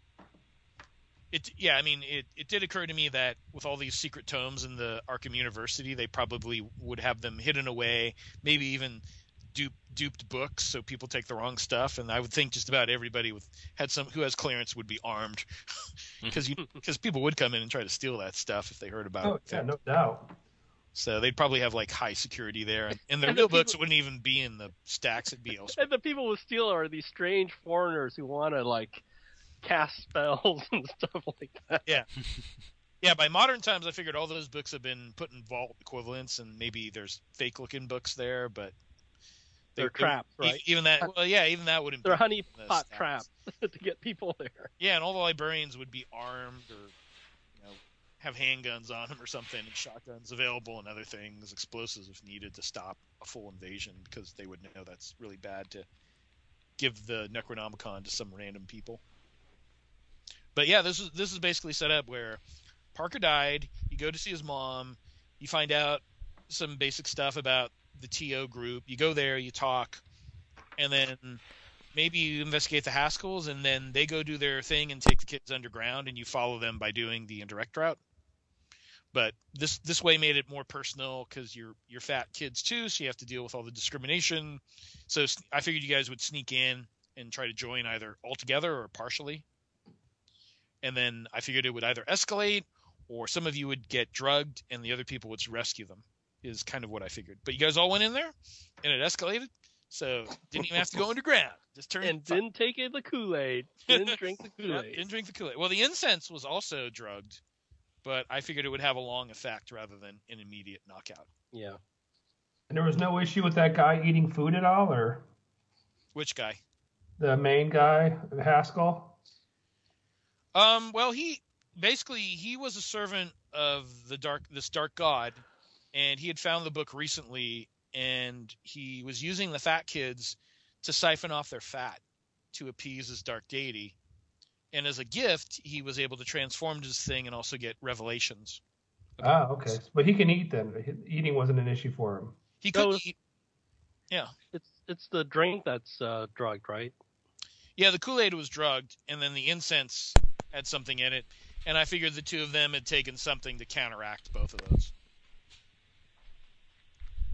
[SPEAKER 1] it, yeah, I mean, it it did occur to me that with all these secret tomes in the Arkham University, they probably would have them hidden away, maybe even dupe, duped books, so people take the wrong stuff. And I would think just about everybody with had some who has clearance would be armed, because you because people would come in and try to steal that stuff if they heard about
[SPEAKER 3] Oh,
[SPEAKER 1] it.
[SPEAKER 3] yeah, no doubt.
[SPEAKER 1] So they'd probably have like high security there, and, and the
[SPEAKER 2] And the
[SPEAKER 1] real books
[SPEAKER 2] people-
[SPEAKER 1] wouldn't even be in the stacks; it'd be elsewhere.
[SPEAKER 2] and the people who steal are these strange foreigners who want to like cast spells and stuff like that.
[SPEAKER 1] Yeah, by modern times, I figured all those books have been put in vault equivalents, and maybe there's fake-looking books there, but
[SPEAKER 2] They're traps,
[SPEAKER 1] e-
[SPEAKER 2] right?
[SPEAKER 1] Even that, well, yeah, even that wouldn't.
[SPEAKER 2] They're
[SPEAKER 1] be
[SPEAKER 2] honey
[SPEAKER 1] in the
[SPEAKER 2] pot
[SPEAKER 1] stacks.
[SPEAKER 2] traps to get people there.
[SPEAKER 1] Yeah, and all the librarians would be armed or you know, have handguns on them or something, and shotguns available and other things, explosives if needed to stop a full invasion because they would know that's really bad to give the Necronomicon to some random people. But yeah, this is this is basically set up where Parker died. You go to see his mom. You find out some basic stuff about the TO group. You go there, you talk, and then maybe you investigate the Haskells, and then they go do their thing and take the kids underground, and you follow them by doing the indirect route. But this this way made it more personal because you're you're fat kids too, so you have to deal with all the discrimination. So s- I figured you guys would sneak in and try to join either altogether or partially. And then I figured it would either escalate or some of you would get drugged and the other people would rescue them. Is kind of what I figured. But you guys all went in there, and it escalated. So didn't even have to go underground. Just turned
[SPEAKER 2] And didn't take in the Kool Aid. Didn't drink the Kool
[SPEAKER 1] Yep,
[SPEAKER 2] Aid.
[SPEAKER 1] didn't drink the Kool Aid. Well, the incense was also drugged, but I figured it would have a long effect rather than an immediate knockout.
[SPEAKER 2] Yeah.
[SPEAKER 3] And there was no issue with that guy eating food at all, or
[SPEAKER 1] Which guy?
[SPEAKER 3] the main guy, Haskell.
[SPEAKER 1] Um, well, he basically he was a servant of the dark this dark god, and he had found the book recently, and he was using the fat kids to siphon off their fat to appease his dark deity. And as a gift, he was able to transform this thing and also get revelations.
[SPEAKER 3] Ah, okay. But he can eat then. He- Eating wasn't an issue for him.
[SPEAKER 1] He could
[SPEAKER 2] No,
[SPEAKER 1] eat
[SPEAKER 2] It's it's the drink that's uh, drugged, right?
[SPEAKER 1] Yeah, the Kool Aid was drugged, and then the incense had something in it, and I figured the two of them had taken something to counteract both of those.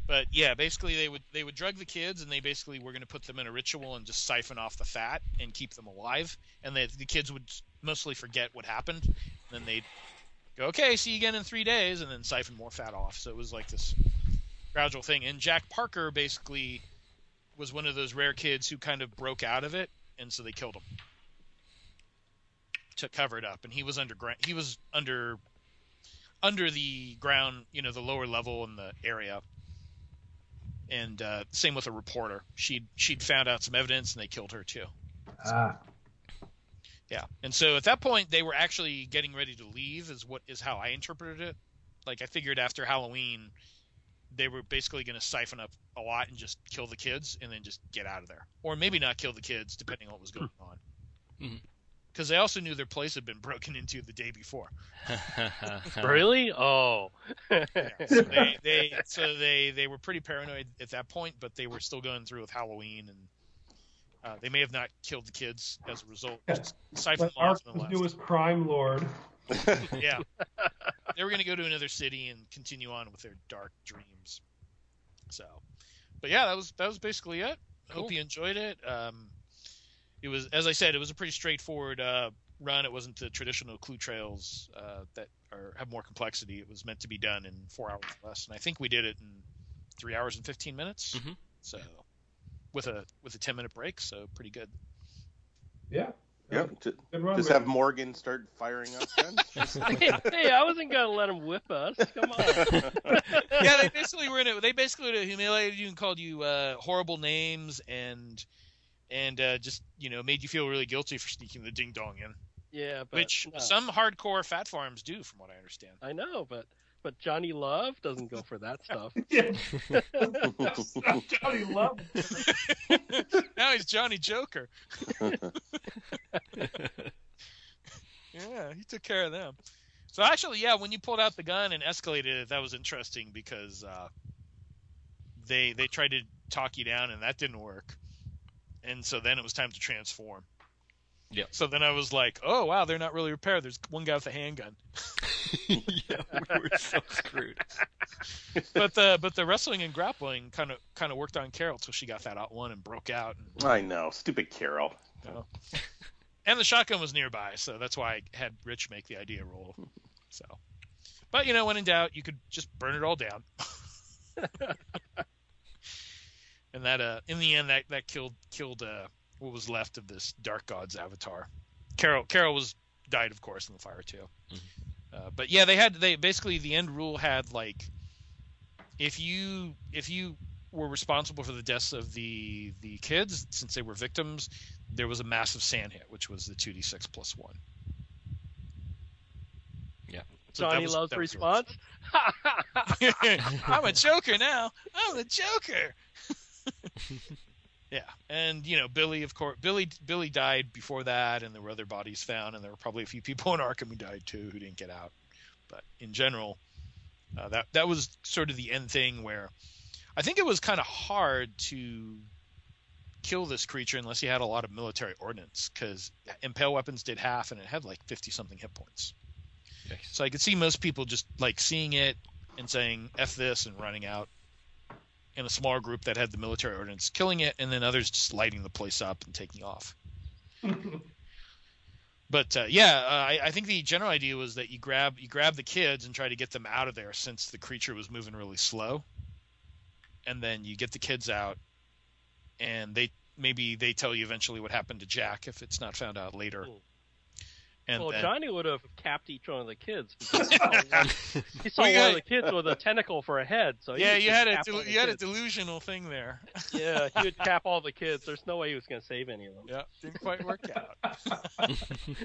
[SPEAKER 1] But yeah, basically they would they would drug the kids, and they basically were going to put them in a ritual and just siphon off the fat and keep them alive, and they, the kids would mostly forget what happened. Then they'd go, okay, see you again in three days, and then siphon more fat off. So it was like this gradual thing. And Jack Parker basically was one of those rare kids who kind of broke out of it, and so they killed him to cover it up. And he was underground. He was under under the ground, you know, the lower level in the area. And uh, same with a reporter. She would she'd found out some evidence, and they killed her too.
[SPEAKER 3] Ah.
[SPEAKER 1] Yeah. And so at that point, they were actually getting ready to leave, is what is how I interpreted it. Like I figured after Halloween, they were basically going to siphon up a lot and just kill the kids and then just get out of there, or maybe not kill the kids, depending on what was going on.
[SPEAKER 5] Mhm.
[SPEAKER 1] Because they also knew their place had been broken into the day before. Uh-huh.
[SPEAKER 2] Really? Oh.
[SPEAKER 1] So they, they so they they were pretty paranoid at that point, but they were still going through with Halloween and. Uh, they may have not killed the kids as a result. Just siphon
[SPEAKER 3] Like
[SPEAKER 1] them off and
[SPEAKER 3] Arkham's
[SPEAKER 1] left.
[SPEAKER 3] newest crime lord.
[SPEAKER 1] yeah. they were going to go to another city and continue on with their dark dreams. So, but yeah, that was that was basically it. I Hope
[SPEAKER 5] Cool.
[SPEAKER 1] you enjoyed it. Um, it was, as I said, it was a pretty straightforward uh, run. It wasn't the traditional clue trails uh, that are have more complexity. It was meant to be done in four hours or less, and I think we did it in three hours and fifteen minutes.
[SPEAKER 5] Mhm.
[SPEAKER 1] So, with a with a ten minute break, so pretty good.
[SPEAKER 3] Yeah.
[SPEAKER 4] Yep. ju-
[SPEAKER 3] Good run.
[SPEAKER 4] Just
[SPEAKER 3] man.
[SPEAKER 4] have Morgan start firing up guns.
[SPEAKER 2] hey, hey, I wasn't gonna let him whip us. Come on.
[SPEAKER 1] yeah, they basically were in it. They basically would've humiliated you and called you uh, horrible names and and uh, just you know made you feel really guilty for sneaking the ding dong in,
[SPEAKER 2] Yeah, but
[SPEAKER 1] which
[SPEAKER 2] no.
[SPEAKER 1] some hardcore fat farms do, from what I understand.
[SPEAKER 2] I know, but but Johnny Love doesn't go for that stuff.
[SPEAKER 3] Yeah. That's- that's Johnny Love.
[SPEAKER 1] now he's Johnny Joker. yeah, he took care of them. So actually, yeah, when you pulled out the gun and escalated it, that was interesting because uh, they they tried to talk you down and that didn't work, and so then it was time to transform.
[SPEAKER 5] Yep.
[SPEAKER 1] So then I was like, oh wow, they're not really repaired. There's one guy with a handgun,
[SPEAKER 5] yeah, we were so screwed.
[SPEAKER 1] but the but the wrestling and grappling kind of kind of worked on Carol till she got that out one and broke out. And
[SPEAKER 4] I know, stupid Carol.
[SPEAKER 1] and the shotgun was nearby, so that's why I had Rich make the idea roll. So, but you know, when in doubt, you could just burn it all down. and that, uh, in the end, that that killed killed uh, what was left of this Dark God's avatar. Carol Carol was died, of course, in the fire too.
[SPEAKER 5] Mhm.
[SPEAKER 1] Uh, but yeah, they had they basically the end rule had like, if you if you were responsible for the deaths of the the kids since they were victims there was a massive sand hit, which was the 2d6 plus 1.
[SPEAKER 5] Yeah.
[SPEAKER 1] So that
[SPEAKER 2] Johnny
[SPEAKER 1] was-
[SPEAKER 2] Love's
[SPEAKER 1] that was-
[SPEAKER 2] response.
[SPEAKER 1] I'm a Joker now. I'm a Joker. yeah. And, you know, Billy, of course, Billy Billy died before that, and there were other bodies found, and there were probably a few people in Arkham who died too who didn't get out. But in general, uh, that, that was sort of the end thing where I think it was kind of hard to kill this creature unless he had a lot of military ordnance because impale weapons did half and it had like 50 something hit points so i could see most people just like seeing it and saying f this and running out in a smaller group that had the military ordnance killing it and then others just lighting the place up and taking off but uh, yeah, uh, I, I think the general idea was that you grab you grab the kids and try to get them out of there since the creature was moving really slow, and then you get the kids out, and they maybe they tell you eventually what happened to Jack if it's not found out later.
[SPEAKER 2] Cool.
[SPEAKER 1] And
[SPEAKER 2] well,
[SPEAKER 1] then-
[SPEAKER 2] Johnny would have capped each one of the kids. Because he saw, one, he saw
[SPEAKER 1] We
[SPEAKER 2] one
[SPEAKER 1] got-
[SPEAKER 2] of the kids with a tentacle for a head. So he
[SPEAKER 1] yeah,
[SPEAKER 2] would
[SPEAKER 1] you
[SPEAKER 2] just
[SPEAKER 1] had a
[SPEAKER 2] cap all
[SPEAKER 1] del-
[SPEAKER 2] the
[SPEAKER 1] you had a
[SPEAKER 2] kids.
[SPEAKER 1] delusional thing there.
[SPEAKER 2] yeah, he would cap all the kids. There's no way he was going to save any of them.
[SPEAKER 1] yeah, didn't quite work out.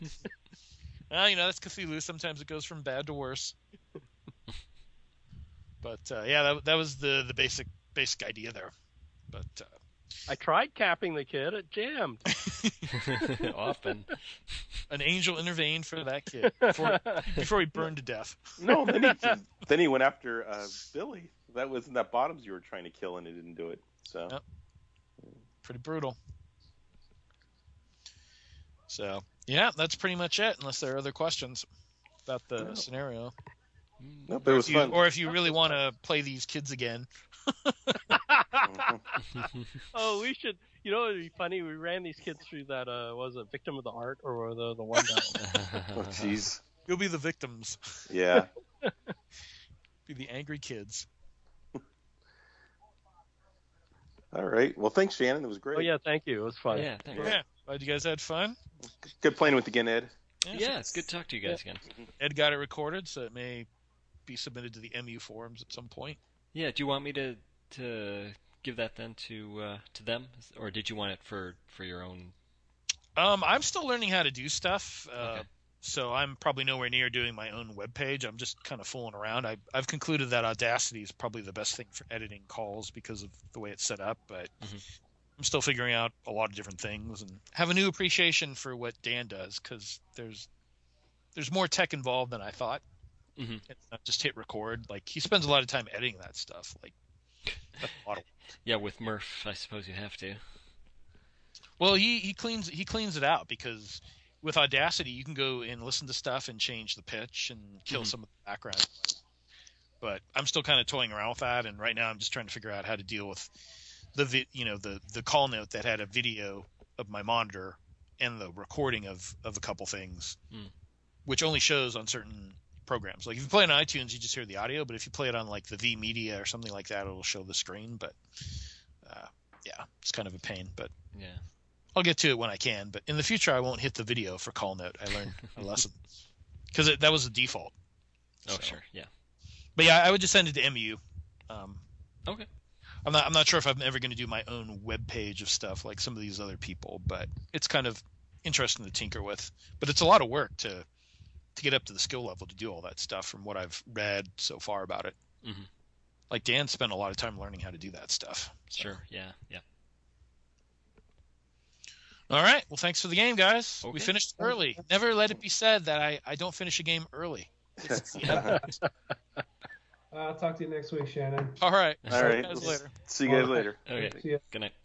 [SPEAKER 1] Well, you know, that's Cthulhu. Sometimes it goes from bad to worse. but uh, yeah, that, that was the, the basic basic idea there. But uh,
[SPEAKER 2] I tried capping the kid. It jammed.
[SPEAKER 5] Often.
[SPEAKER 1] an angel intervened for that kid before, before he burned to death.
[SPEAKER 4] No, then he, then he went after uh, Billy. That was in that bottoms you were trying to kill, and he didn't do it. So
[SPEAKER 1] Yep. Pretty brutal. So yeah, that's pretty much it. Unless there are other questions about the
[SPEAKER 4] Yeah.
[SPEAKER 1] scenario,
[SPEAKER 4] nope, it was
[SPEAKER 1] You-
[SPEAKER 4] fun.
[SPEAKER 1] or if you really want to play these kids again,
[SPEAKER 4] Mhm.
[SPEAKER 2] oh, we should. You know, it'd be funny. We ran these kids through that. Uh, what was it Victim of the Art or were the the one that?
[SPEAKER 4] Oh, jeez.
[SPEAKER 1] You'll be the victims.
[SPEAKER 4] Yeah.
[SPEAKER 1] Be the angry kids.
[SPEAKER 4] All right. Well, thanks, Shannon. It was great.
[SPEAKER 2] oh yeah, thank you. It was fun.
[SPEAKER 5] yeah, thanks.
[SPEAKER 1] Yeah. Glad you guys had fun.
[SPEAKER 4] Good playing with you again, Ed.
[SPEAKER 5] Yeah, it's good to talk to you guys again.
[SPEAKER 1] Ed got it recorded, so it may be submitted to the MU forums at some point.
[SPEAKER 5] Yeah, do you want me to to give that then to uh, to them, or did you want it for for your own?
[SPEAKER 1] Um, I'm still learning how to do stuff, uh,
[SPEAKER 5] Okay.
[SPEAKER 1] so I'm probably nowhere near doing my own webpage. I'm just kind of fooling around. I, I've concluded that Audacity is probably the best thing for editing calls because of the way it's set up, but
[SPEAKER 5] Mhm.
[SPEAKER 1] I'm still figuring out a lot of different things and have a new appreciation for what Dan does because there's there's more tech involved than I thought.
[SPEAKER 5] Mhm.
[SPEAKER 1] It's not just hit record. Like he spends a lot of time editing that stuff. Like that's a lot of
[SPEAKER 5] Yeah, with Murph, I suppose you have to.
[SPEAKER 1] Well, he, he cleans he cleans it out because with Audacity you can go and listen to stuff and change the pitch and kill
[SPEAKER 5] Mhm.
[SPEAKER 1] some of the background. But I'm still kind of toying around with that, and right now I'm just trying to figure out how to deal with the vi- you know the the call note that had a video of my monitor and the recording of of a couple things,
[SPEAKER 5] Mm.
[SPEAKER 1] which only shows on certain programs. Like if you play it on iTunes, you just hear the audio, but if you play it on like the V Media or something like that, it'll show the screen. But uh, yeah, it's kind of a pain, but.
[SPEAKER 5] Yeah.
[SPEAKER 1] I'll get to it when I can, but in the future I won't hit the video for call note. I learned a lesson because that was the default.
[SPEAKER 5] Oh,
[SPEAKER 1] So-
[SPEAKER 5] sure. Yeah.
[SPEAKER 1] But yeah, I would just send it to MU. Um,
[SPEAKER 5] Okay.
[SPEAKER 1] I'm not. I'm not sure if I'm ever going to do my own web page of stuff like some of these other people, but it's kind of interesting to tinker with. But it's a lot of work to to get up to the skill level to do all that stuff from what I've read so far about it.
[SPEAKER 5] Mhm.
[SPEAKER 1] Like Dan spent a lot of time learning how to do that stuff. So-
[SPEAKER 5] Sure. Yeah. Yeah.
[SPEAKER 1] All right. Well, thanks for the game, guys. We
[SPEAKER 5] Okay.
[SPEAKER 1] finished early. Never let it be said that I, I don't finish a game early.
[SPEAKER 3] I'll talk to you next week, Shannon.
[SPEAKER 1] All right.
[SPEAKER 4] All right.
[SPEAKER 1] Guys later.
[SPEAKER 4] See you guys later.
[SPEAKER 5] Okay.
[SPEAKER 3] See ya.
[SPEAKER 5] Good night.